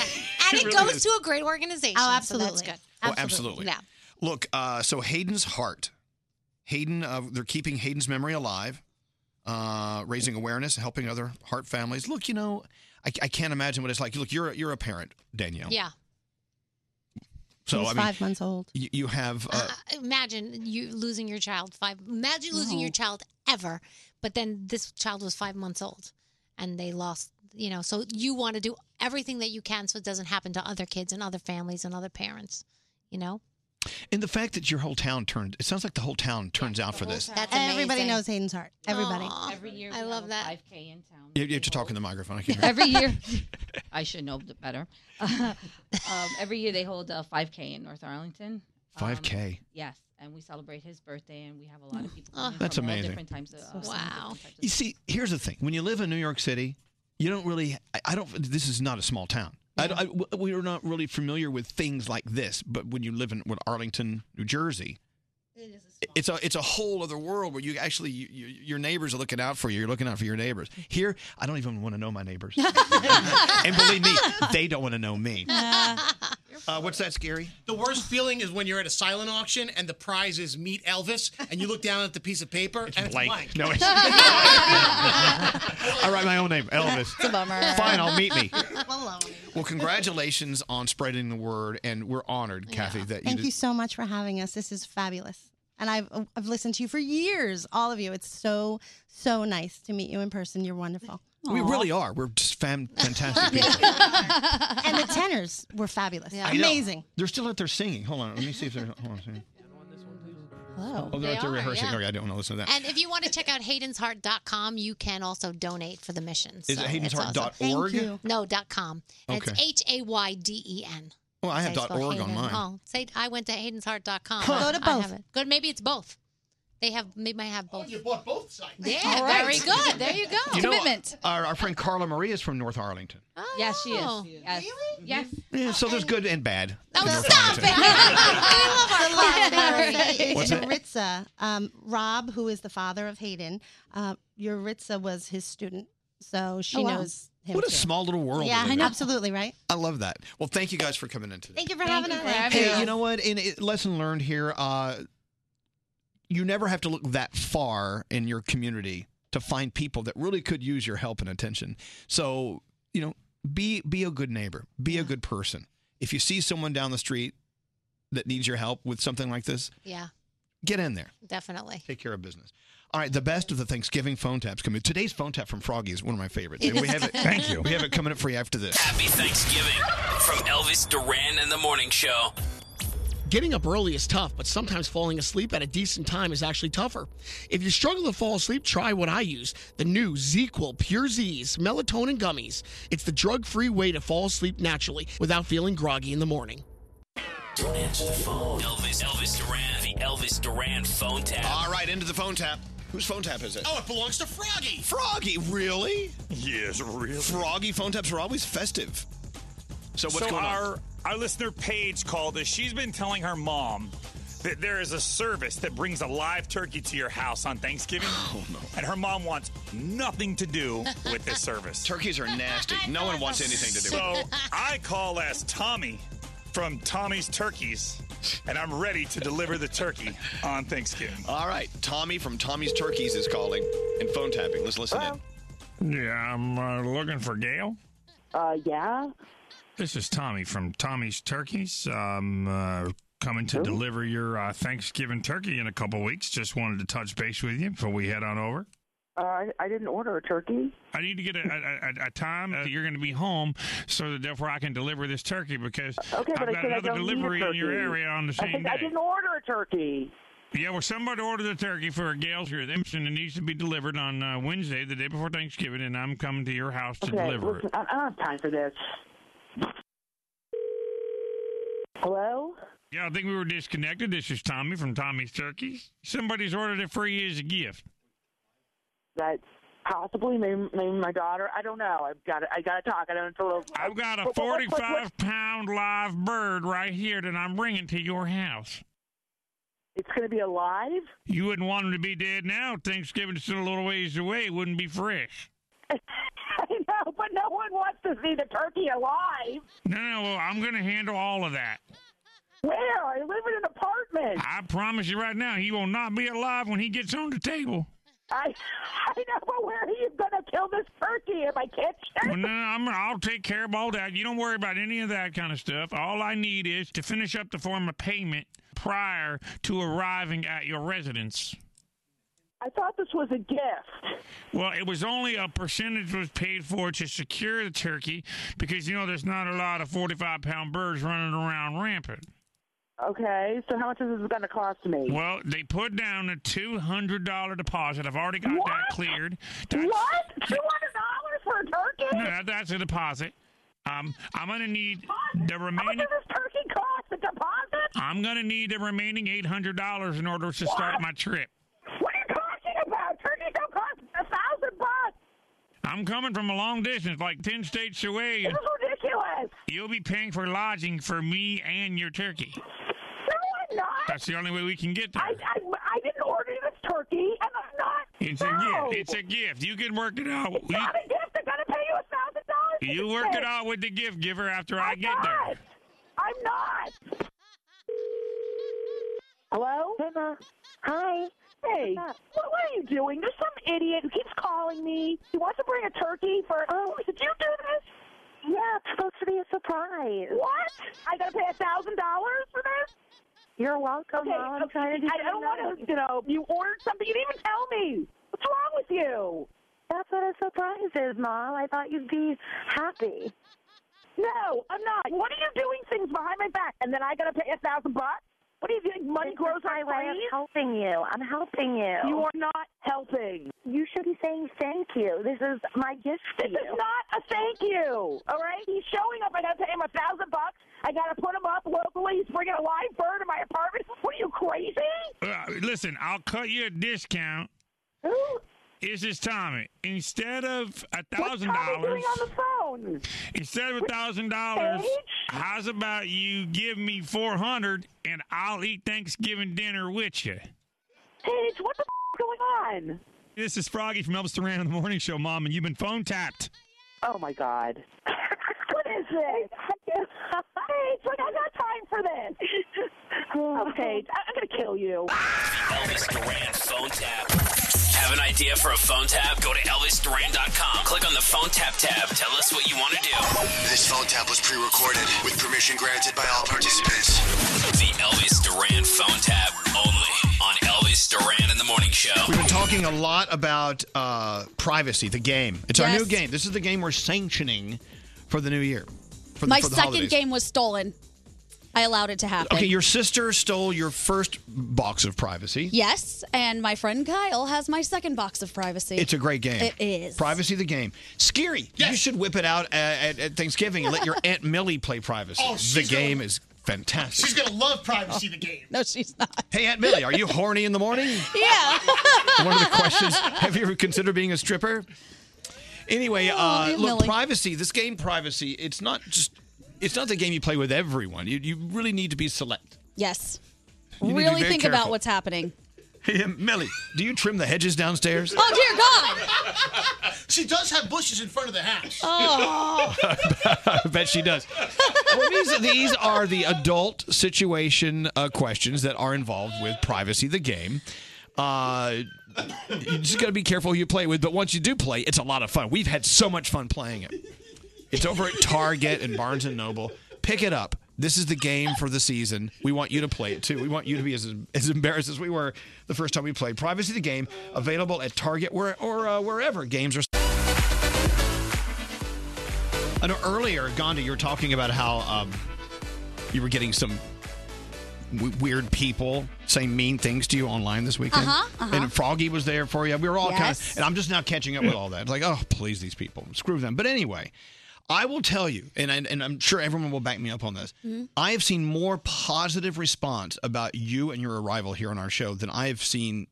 Speaker 13: it,
Speaker 12: really
Speaker 13: goes
Speaker 12: is.
Speaker 13: to a great organization.
Speaker 14: Oh,
Speaker 13: So that's
Speaker 14: absolutely.
Speaker 13: good.
Speaker 12: Oh, absolutely.
Speaker 13: Yeah.
Speaker 12: Look, uh, so Hayden's heart. Hayden, uh, they're keeping Hayden's memory alive, uh, raising awareness, helping other heart families. Look, you know, I, I can't imagine what it's like. Look, you're a- you're a parent, Danielle. So
Speaker 14: He was
Speaker 12: I mean,
Speaker 14: five months old.
Speaker 12: You, you have uh,
Speaker 13: Ah. Imagine you losing your child five. Imagine losing
Speaker 14: No.
Speaker 13: your child ever, but then this child was five months old, and they lost. You know, so you want to do everything that you can so it doesn't happen to other kids and other families and other parents. You know,
Speaker 12: and the fact that your whole town turned. It sounds like the whole town turns out for this.
Speaker 13: that's
Speaker 14: Everybody
Speaker 13: amazing.
Speaker 14: knows Hayden's heart. Everybody.
Speaker 17: Every year, I love that. 5K in town.
Speaker 12: You, you have to talk in the microphone. I can't hear.
Speaker 17: Every year, I should know better. um, every year they hold a 5K in North Arlington. Um,
Speaker 12: 5K.
Speaker 17: Yes, and we celebrate his birthday, and we have a lot of
Speaker 14: Ah.
Speaker 17: people. come in
Speaker 12: That's
Speaker 17: from all
Speaker 12: amazing.
Speaker 17: different times of, uh,
Speaker 13: wow.
Speaker 12: You see, here's the thing: when you live in New York City, you don't really. I, I don't. This is not a small town. I don't- I- w- we are not really familiar with things like this. But when you live in what, Arlington, New Jersey, it's a it's a whole other world where you actually you, you, your neighbors are looking out for you. You're looking out for your neighbors. Here, I don't even want to know my neighbors, and believe me, they don't want to know me. Uh, what's that, Scary?
Speaker 16: The worst feeling is when you're at a silent auction and the prize is meet Elvis, and you look down at the piece of paper and it's blank.
Speaker 12: No, it's- I write my own name, Elvis.
Speaker 16: It's a bummer.
Speaker 12: Fine, I'll meet me.
Speaker 14: Well,
Speaker 12: Well, congratulations on spreading the word, and we're honored, Kathy, that you.
Speaker 14: Thank
Speaker 12: did-
Speaker 14: you so much for having us. This is fabulous. And I've oh, I've listened to you for years, all of you. It's so so nice to meet you in person. You're wonderful.
Speaker 12: We really are. We're just fan- fantastic people.
Speaker 14: and the tenors were fabulous.
Speaker 12: I know.
Speaker 14: Amazing.
Speaker 12: They're still out there singing. Hold on. Let me see if they're. Hold on a second.
Speaker 14: Hello.
Speaker 12: Oh, they're
Speaker 13: They
Speaker 12: out there
Speaker 13: are,
Speaker 12: rehearsing.
Speaker 13: yeah.
Speaker 12: Okay, I don't want to listen to that.
Speaker 13: And if you want to check out haydensheart.com, you can also donate for the mission.
Speaker 12: Is it
Speaker 13: So
Speaker 12: Hayden's
Speaker 13: it's
Speaker 12: Heart
Speaker 13: awesome.
Speaker 12: dot Thank org? you.
Speaker 13: No, dot com. And It's
Speaker 12: Okay.
Speaker 13: H A Y D E N.
Speaker 12: Well, I have
Speaker 13: That's how
Speaker 12: dot
Speaker 13: spell
Speaker 12: org on
Speaker 13: Hayden.
Speaker 12: mine.
Speaker 13: Oh, say I went to haydensheart.com.
Speaker 12: Huh.
Speaker 13: but
Speaker 12: Go to
Speaker 13: I
Speaker 12: both.
Speaker 13: haven't. Good, maybe it's both. They have they might have both.
Speaker 16: Oh, you bought both sides.
Speaker 13: Yeah,
Speaker 16: All right.
Speaker 13: very good. There you go.
Speaker 12: You know, our, our friend Carla Marie is from North Arlington.
Speaker 17: Yes, she
Speaker 13: Oh.
Speaker 17: is. Yes. Really? Yes.
Speaker 12: Yeah, so there's good and bad.
Speaker 13: Oh,
Speaker 12: stop
Speaker 14: The last thing I'll say
Speaker 12: What's
Speaker 14: is
Speaker 12: that?
Speaker 14: Yuritsa, um, Rob, who is the father of Hayden, uh, Yuritsa was his student, so she
Speaker 12: Oh, wow.
Speaker 14: knows him.
Speaker 12: What a
Speaker 14: too.
Speaker 12: small little world.
Speaker 14: Yeah,
Speaker 12: we live
Speaker 14: I
Speaker 12: in.
Speaker 14: know. absolutely right.
Speaker 12: I love that. Well, thank you guys for coming in today.
Speaker 14: Thank you for
Speaker 6: Thank
Speaker 14: having
Speaker 6: you
Speaker 14: us.
Speaker 6: for having
Speaker 12: Hey, you know what? And it, lesson learned here: uh, you never have to look that far in your community to find people that really could use your help and attention. So, you know, be be a good neighbor, be a good person. If you see someone down the street that needs your help with something like this,
Speaker 13: Yeah,
Speaker 12: get in there,
Speaker 13: definitely.
Speaker 12: take care of business. All right, the best of the Thanksgiving phone taps coming. Today's phone tap from Froggy is one of my favorites, and we have it.
Speaker 13: Thank you.
Speaker 12: We have it coming up for you after this.
Speaker 11: Happy Thanksgiving from Elvis Duran and the Morning Show.
Speaker 2: Getting up early is tough, but sometimes falling asleep at a decent time is actually tougher. If you struggle to fall asleep, try what I use the new ZQL Pure Z's melatonin gummies. It's the drug free way to fall asleep naturally without feeling groggy in the morning.
Speaker 11: Don't answer the phone. Elvis, Elvis Duran, the Elvis Duran phone tap.
Speaker 12: All right, into the phone tap. Whose phone tap is it?
Speaker 2: Oh, it belongs to Froggy.
Speaker 12: Froggy, really? Yes, really. Froggy phone taps are always festive. So what's going on?
Speaker 1: our, Our listener Paige called us. She's been telling her mom that there is a service that brings a live turkey to your house on Thanksgiving. Oh no! And her mom wants nothing to do with this service.
Speaker 12: Turkeys are nasty. No one wants anything to do with
Speaker 1: So
Speaker 12: it.
Speaker 1: I call as Tommy from Tommy's Turkeys, and I'm ready to deliver the turkey on Thanksgiving.
Speaker 12: All right, Tommy from Tommy's Turkeys is calling and phone tapping. Let's listen in.
Speaker 7: Yeah, I'm uh, looking for Gail.
Speaker 18: Uh, yeah.
Speaker 7: This is Tommy from Tommy's Turkeys. I'm uh, coming to deliver your uh, Thanksgiving turkey in a couple weeks. Just wanted to touch base with you before we head on over.
Speaker 6: Uh, I, I didn't order a turkey.
Speaker 27: I need to get a, a, a, a time that you're going to be home, so that therefore I can deliver this turkey because
Speaker 6: Okay, but
Speaker 27: I've
Speaker 6: I
Speaker 27: got
Speaker 6: said I
Speaker 27: another
Speaker 6: don't need a
Speaker 27: delivery in your
Speaker 6: turkey.
Speaker 27: area on the
Speaker 6: I
Speaker 27: same
Speaker 6: said
Speaker 27: day.
Speaker 6: I didn't order a turkey.
Speaker 27: Yeah, well, somebody ordered a turkey for a gal's here. Them- and It needs to be delivered on uh, Wednesday, the day before Thanksgiving, and I'm coming to your house to
Speaker 6: okay,
Speaker 27: deliver
Speaker 6: listen,
Speaker 27: it.
Speaker 6: I, I don't have time for this. Hello?
Speaker 27: Yeah, I think we were disconnected. This is Tommy from Tommy's Turkeys. Somebody's ordered it for you as a gift.
Speaker 6: That possibly maybe, maybe my daughter. I don't know. I've got to, I got to talk. I don't know.
Speaker 27: I've got a 45 pound live bird right here that I'm bringing to your house.
Speaker 6: It's going to be alive.
Speaker 27: You wouldn't want him to be dead now. Thanksgiving's still a little ways away. It wouldn't be fresh.
Speaker 6: I know, but no one wants to see the turkey alive.
Speaker 27: No, no, well, I'm going to handle all of that.
Speaker 6: Where? I live in an apartment.
Speaker 27: I promise you right now, he will not be alive when he gets on the table.
Speaker 6: I I know, but where are you going to kill this turkey in my kitchen?
Speaker 27: Well, no, no, I'm, I'll take care of all that. You don't worry about any of that kind of stuff. All I need is to finish up the form of payment prior to arriving at your residence.
Speaker 6: I thought this was a gift.
Speaker 27: Well, it was only a percentage was paid for to secure the turkey because you know there's not a lot of 45 pound birds running around rampant.
Speaker 6: Okay, so how much is this going to cost me?
Speaker 27: Well, they put down a $200 deposit. I've already got that cleared. That's-
Speaker 6: What? Two hundred dollars for a turkey?
Speaker 27: No, that- that's a deposit. Um, I'm gonna need the remaining. How much does
Speaker 6: this turkey cost? The deposit?
Speaker 27: I'm gonna need the remaining eight hundred dollars in order to start my trip.
Speaker 6: What are you talking about? Turkeys don't cost a thousand bucks.
Speaker 27: I'm coming from a long distance, like ten states away. This
Speaker 6: is ridiculous.
Speaker 27: You'll be paying for lodging for me and your turkey.
Speaker 6: No, I'm not.
Speaker 27: That's the only way we can get there.
Speaker 6: I, I didn't order this turkey, and I'm not.
Speaker 27: it's
Speaker 6: no.
Speaker 27: a gift. It's a gift. You can work it out. You-
Speaker 6: Not a gift. I'm gonna pay you a thousand dollars. for
Speaker 27: you
Speaker 6: this
Speaker 27: work
Speaker 6: thing.
Speaker 27: it out with the gift giver after I get there.
Speaker 6: I'm not. Hello? Hi. Hey, what, what are you doing? There's some idiot who keeps calling me. He wants to bring a turkey for. Oh, did you do this? Yeah, it's supposed to be a surprise. What? I gotta pay a thousand dollars for this? You're welcome. Okay,
Speaker 23: Mom. I'm
Speaker 6: okay.
Speaker 23: trying to do
Speaker 6: I, I don't want to. You know, you ordered something. You didn't even tell me. What's wrong with you?
Speaker 23: That's what a surprise is, Mom. I thought you'd be happy.
Speaker 6: No, I'm not. What are you doing things behind my back? And then I gotta pay a thousand bucks? What do you think? Money
Speaker 23: This
Speaker 6: grows
Speaker 23: is my
Speaker 6: on
Speaker 23: way of
Speaker 6: trees?
Speaker 23: helping you. I'm helping you.
Speaker 6: You are not helping.
Speaker 23: You should be saying thank you. This is my gift to
Speaker 6: This is not a thank you. All right, he's showing up. I gotta pay him a thousand bucks. I gotta put him up locally. He's bringing a live bird in my apartment. What are you crazy?
Speaker 27: Uh, listen, I'll cut you a discount. This is Tommy. Instead of a
Speaker 6: What's
Speaker 27: thousand
Speaker 6: Tommy
Speaker 27: dollars,
Speaker 6: doing on the phone?
Speaker 27: instead of a thousand dollars, how's about you give me four hundred and I'll eat Thanksgiving dinner with you?
Speaker 6: Paige, what the f- going on?
Speaker 1: This is Froggy from Elvis Duran on the Morning Show, Mom, and you've been phone tapped.
Speaker 6: Oh my God. What is this? Paige, like I got time for this. Oh, Paige, I- I'm gonna kill you.
Speaker 23: Ah!
Speaker 11: Elvis Duran phone tap. Have an idea for a phone tap? Go to ElvisDuran.com. Click on the phone tap tab. Tell us what you want to do.
Speaker 32: This phone tap was pre-recorded with permission granted by all participants.
Speaker 11: The Elvis Duran phone tap only on Elvis Duran in the Morning Show.
Speaker 12: We've been talking a lot about uh, privacy, the game. It's our new
Speaker 15: Yes.
Speaker 12: game. This is the game we're sanctioning for the new year. For the,
Speaker 15: My
Speaker 12: for the
Speaker 15: second
Speaker 12: holidays.
Speaker 15: game was stolen. I allowed it to happen.
Speaker 12: Okay, your sister stole your first box of privacy.
Speaker 15: Yes, and my friend Kyle has my second box of privacy.
Speaker 12: It's a great game.
Speaker 15: It is.
Speaker 12: Privacy the game. Scary. You should whip it out at, at, at Thanksgiving and let your Aunt Millie play privacy.
Speaker 16: Oh,
Speaker 12: the
Speaker 16: she's gonna-
Speaker 12: game is fantastic.
Speaker 16: She's gonna love privacy the game.
Speaker 15: No, she's not.
Speaker 12: Hey, Aunt Millie, are you horny in the morning?
Speaker 15: Yeah.
Speaker 12: One of the questions Have you ever considered being a stripper? Anyway, uh,
Speaker 15: Aunt
Speaker 12: look,
Speaker 15: Millie.
Speaker 12: privacy, this game, privacy, it's not just. It's not the game you play with everyone. You, you really need to be select.
Speaker 15: Yes.
Speaker 12: You need to be
Speaker 15: Really
Speaker 12: very
Speaker 15: think about
Speaker 12: careful.
Speaker 15: what's happening.
Speaker 12: Hey, Aunt Millie, do you trim the hedges downstairs?
Speaker 15: Oh dear God!
Speaker 16: She does have bushes in front of the house.
Speaker 15: Oh.
Speaker 12: I bet she does. Well, these, these are the adult situation uh, questions that are involved with privacy, the game. Uh, you just got to be careful who you play with, but once you do play, it's a lot of fun. We've had so much fun playing it. It's over at Target and Barnes and Noble. Pick it up. This is the game for the season. We want you to play it too. We want you to be as, as embarrassed as we were the first time we played. Privacy the game available at Target where, or uh, wherever games are. I know earlier, Gandhi, you were talking about how um, you were getting some w- weird people saying mean things to you online this weekend.
Speaker 15: Uh-huh, uh-huh.
Speaker 12: And Froggy was there for you. We were all kind
Speaker 15: Yes.
Speaker 12: of, and I'm just now catching up with all that. Like, oh, please, these people, screw them. But anyway, I will tell you, and I, and I'm sure everyone will back me up on this.
Speaker 15: Mm-hmm.
Speaker 19: Mhm.
Speaker 12: I have seen more positive response about you and your arrival here on our show than I have seen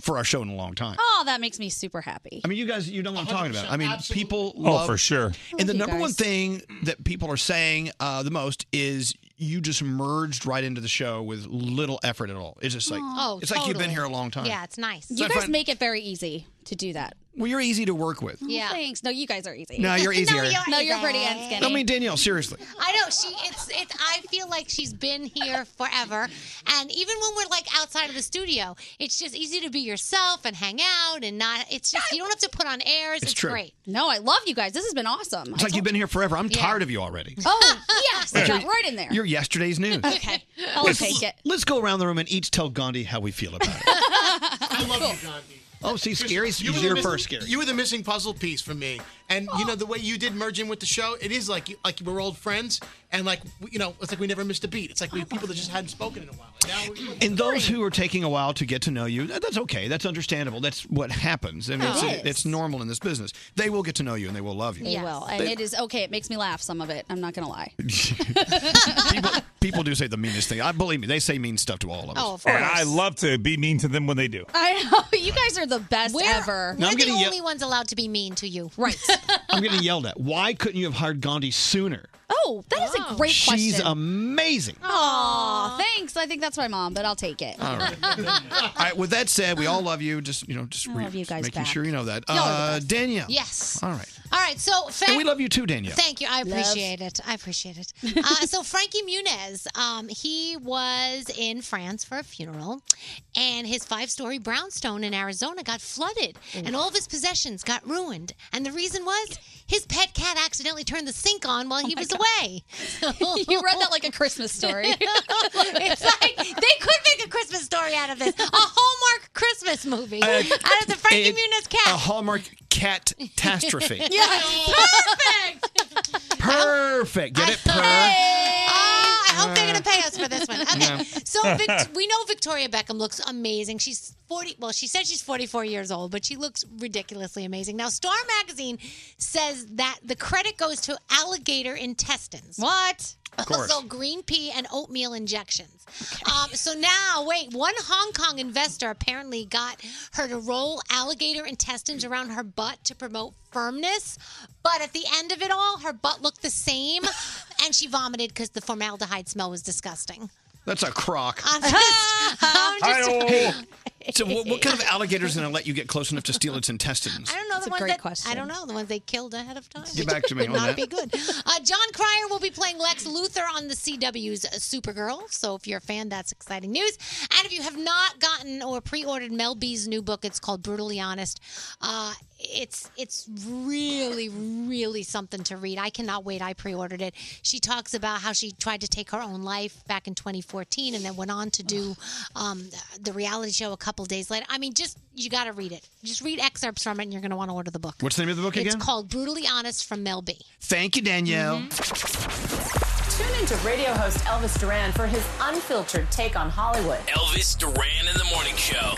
Speaker 12: for our show in a long time.
Speaker 15: Oh, that makes me super happy.
Speaker 12: I mean, you guys, you know what I'm talking about. I mean, people
Speaker 1: Oh,
Speaker 12: love
Speaker 1: for sure.
Speaker 12: And the
Speaker 15: you
Speaker 12: number one
Speaker 15: guys.
Speaker 12: thing that people are saying uh, the most is you just merged right into the show with little effort at all. It's just like
Speaker 15: Oh,
Speaker 12: it's like you've been
Speaker 15: totally.
Speaker 12: here a long time.
Speaker 15: it's nice.
Speaker 12: So
Speaker 15: You
Speaker 12: I
Speaker 15: guys
Speaker 12: find-
Speaker 15: make it very easy to do that.
Speaker 12: Well, you're easy to work with.
Speaker 15: Yeah. Thanks. No, you guys are easy.
Speaker 12: No, you're easier.
Speaker 13: No, you're
Speaker 15: pretty and skinny.
Speaker 12: I mean, Danielle, seriously.
Speaker 13: I know she. It's. It's. I feel like she's been here forever, and even when we're like outside of the studio, it's just easy to be yourself and hang out and not. It's just you don't have to put on airs.
Speaker 12: It's
Speaker 13: It's,
Speaker 12: true.
Speaker 13: great.
Speaker 15: No, I love you guys. This has been awesome.
Speaker 12: It's like you've been here forever. I'm tired of you already.
Speaker 15: Oh, yes. I got right in there.
Speaker 12: You're yesterday's news.
Speaker 15: Okay. I'll
Speaker 12: Let's-
Speaker 15: take it.
Speaker 19: Let's go around the room and each tell Gandhi how we feel about it.
Speaker 16: I love you, Gandhi.
Speaker 19: Oh, see, scary.
Speaker 16: You were
Speaker 19: You're
Speaker 16: the
Speaker 19: first,
Speaker 16: missing-
Speaker 19: scary.
Speaker 16: You were the missing puzzle piece for me, and you know the way you did merge in with the show. It is like you- like we're old friends, and like we- you know, it's like we never missed a beat. It's like we people that just hadn't spoken in a while. And now we're,
Speaker 12: And those who are taking a while to get to know you, that- that's okay. That's understandable. That's what happens. I mean,
Speaker 15: Yeah,
Speaker 12: it's,
Speaker 15: it is.
Speaker 12: it's normal in this business. They will get to know you and they will love you.
Speaker 15: They will. And
Speaker 12: They-
Speaker 15: it is okay. It makes me laugh, some of it. I'm not going to lie.
Speaker 12: people do say the meanest thing. I believe me, they say mean stuff to all of us.
Speaker 15: Oh, of
Speaker 1: And I love to be mean to them when they do.
Speaker 15: I know. You guys are the best ever.
Speaker 12: Now I'm
Speaker 13: We're the
Speaker 12: getting ye-
Speaker 13: only ones allowed to be mean to you.
Speaker 15: Right.
Speaker 19: I'm getting yelled at. Why couldn't you have hired Gandhi sooner?
Speaker 15: Oh, that is a great question.
Speaker 19: She's amazing.
Speaker 15: Aw, thanks. I think that's my mom, but I'll take it.
Speaker 12: All right. all right. With that said, we all love you. Just you know, just, re-
Speaker 15: love you
Speaker 12: just
Speaker 15: guys
Speaker 12: making
Speaker 15: back.
Speaker 12: sure you know that.
Speaker 13: Y'all are the
Speaker 12: Uh,
Speaker 13: best.
Speaker 12: Danielle.
Speaker 13: Yes.
Speaker 12: All right.
Speaker 13: All right. So, Frank,
Speaker 12: And we love you too, Danielle.
Speaker 13: Thank you. I
Speaker 12: Love.
Speaker 13: appreciate it. I appreciate it. Uh, so Frankie Muniz, um, he was in France for a funeral, and his five-story brownstone in Arizona got flooded, and all of his possessions got ruined. And the reason was his pet cat accidentally turned the sink on while he was away.
Speaker 15: Oh You read that like a Christmas story.
Speaker 13: it's like they could make a Christmas story out of this, a Hallmark Christmas movie
Speaker 12: Uh,
Speaker 13: out of the Frankie
Speaker 12: it-
Speaker 13: Muniz cat.
Speaker 12: A Hallmark cat catastrophe.
Speaker 13: yes,
Speaker 16: Oh,
Speaker 13: perfect.
Speaker 19: Perfect. Get it?
Speaker 13: Oh, I hope they're going to pay us for this one. Okay.
Speaker 19: Yeah.
Speaker 13: So Vic- we know Victoria Beckham looks amazing. She's 40, well, she said she's 44 years old, but she looks ridiculously amazing. Now, Star Magazine says that the credit goes to alligator intestines.
Speaker 15: What?
Speaker 12: Of course.
Speaker 13: Also, green pea and oatmeal injections. Um, so now, wait, one Hong Kong investor apparently got her to roll alligator intestines around her butt to promote firmness. But at the end of it all, her butt looked the same and she vomited because the formaldehyde smell was disgusting.
Speaker 12: That's a crock.
Speaker 13: I'm just, I'm just,
Speaker 12: Hey, so what, what kind of alligator is going to let you get close enough to steal its intestines?
Speaker 13: I don't know the ones that I don't know the ones they killed ahead of time.
Speaker 12: Get back to me
Speaker 13: Would
Speaker 12: on that.
Speaker 13: not be good. Uh, John Cryer will be playing Lex Luthor on the CW's Supergirl. So if you're a fan, that's exciting news. And if you have not gotten or pre-ordered Mel B's new book, it's called Brutally Honest. Uh, it's it's really really something to read. I cannot wait. I pre-ordered it. She talks about how she tried to take her own life back in 2014, and then went on to do um, the reality show a couple days later. I mean, just you got to read it. Just read excerpts from it, and you're going to want to order the book.
Speaker 12: What's the name of the book
Speaker 13: It's
Speaker 12: again?
Speaker 13: called Brutally Honest from Mel B.
Speaker 12: Thank you, Danielle.
Speaker 13: Mm-hmm.
Speaker 22: Tune in to radio host Elvis Duran for his unfiltered take on Hollywood.
Speaker 11: Elvis Duran in the Morning Show.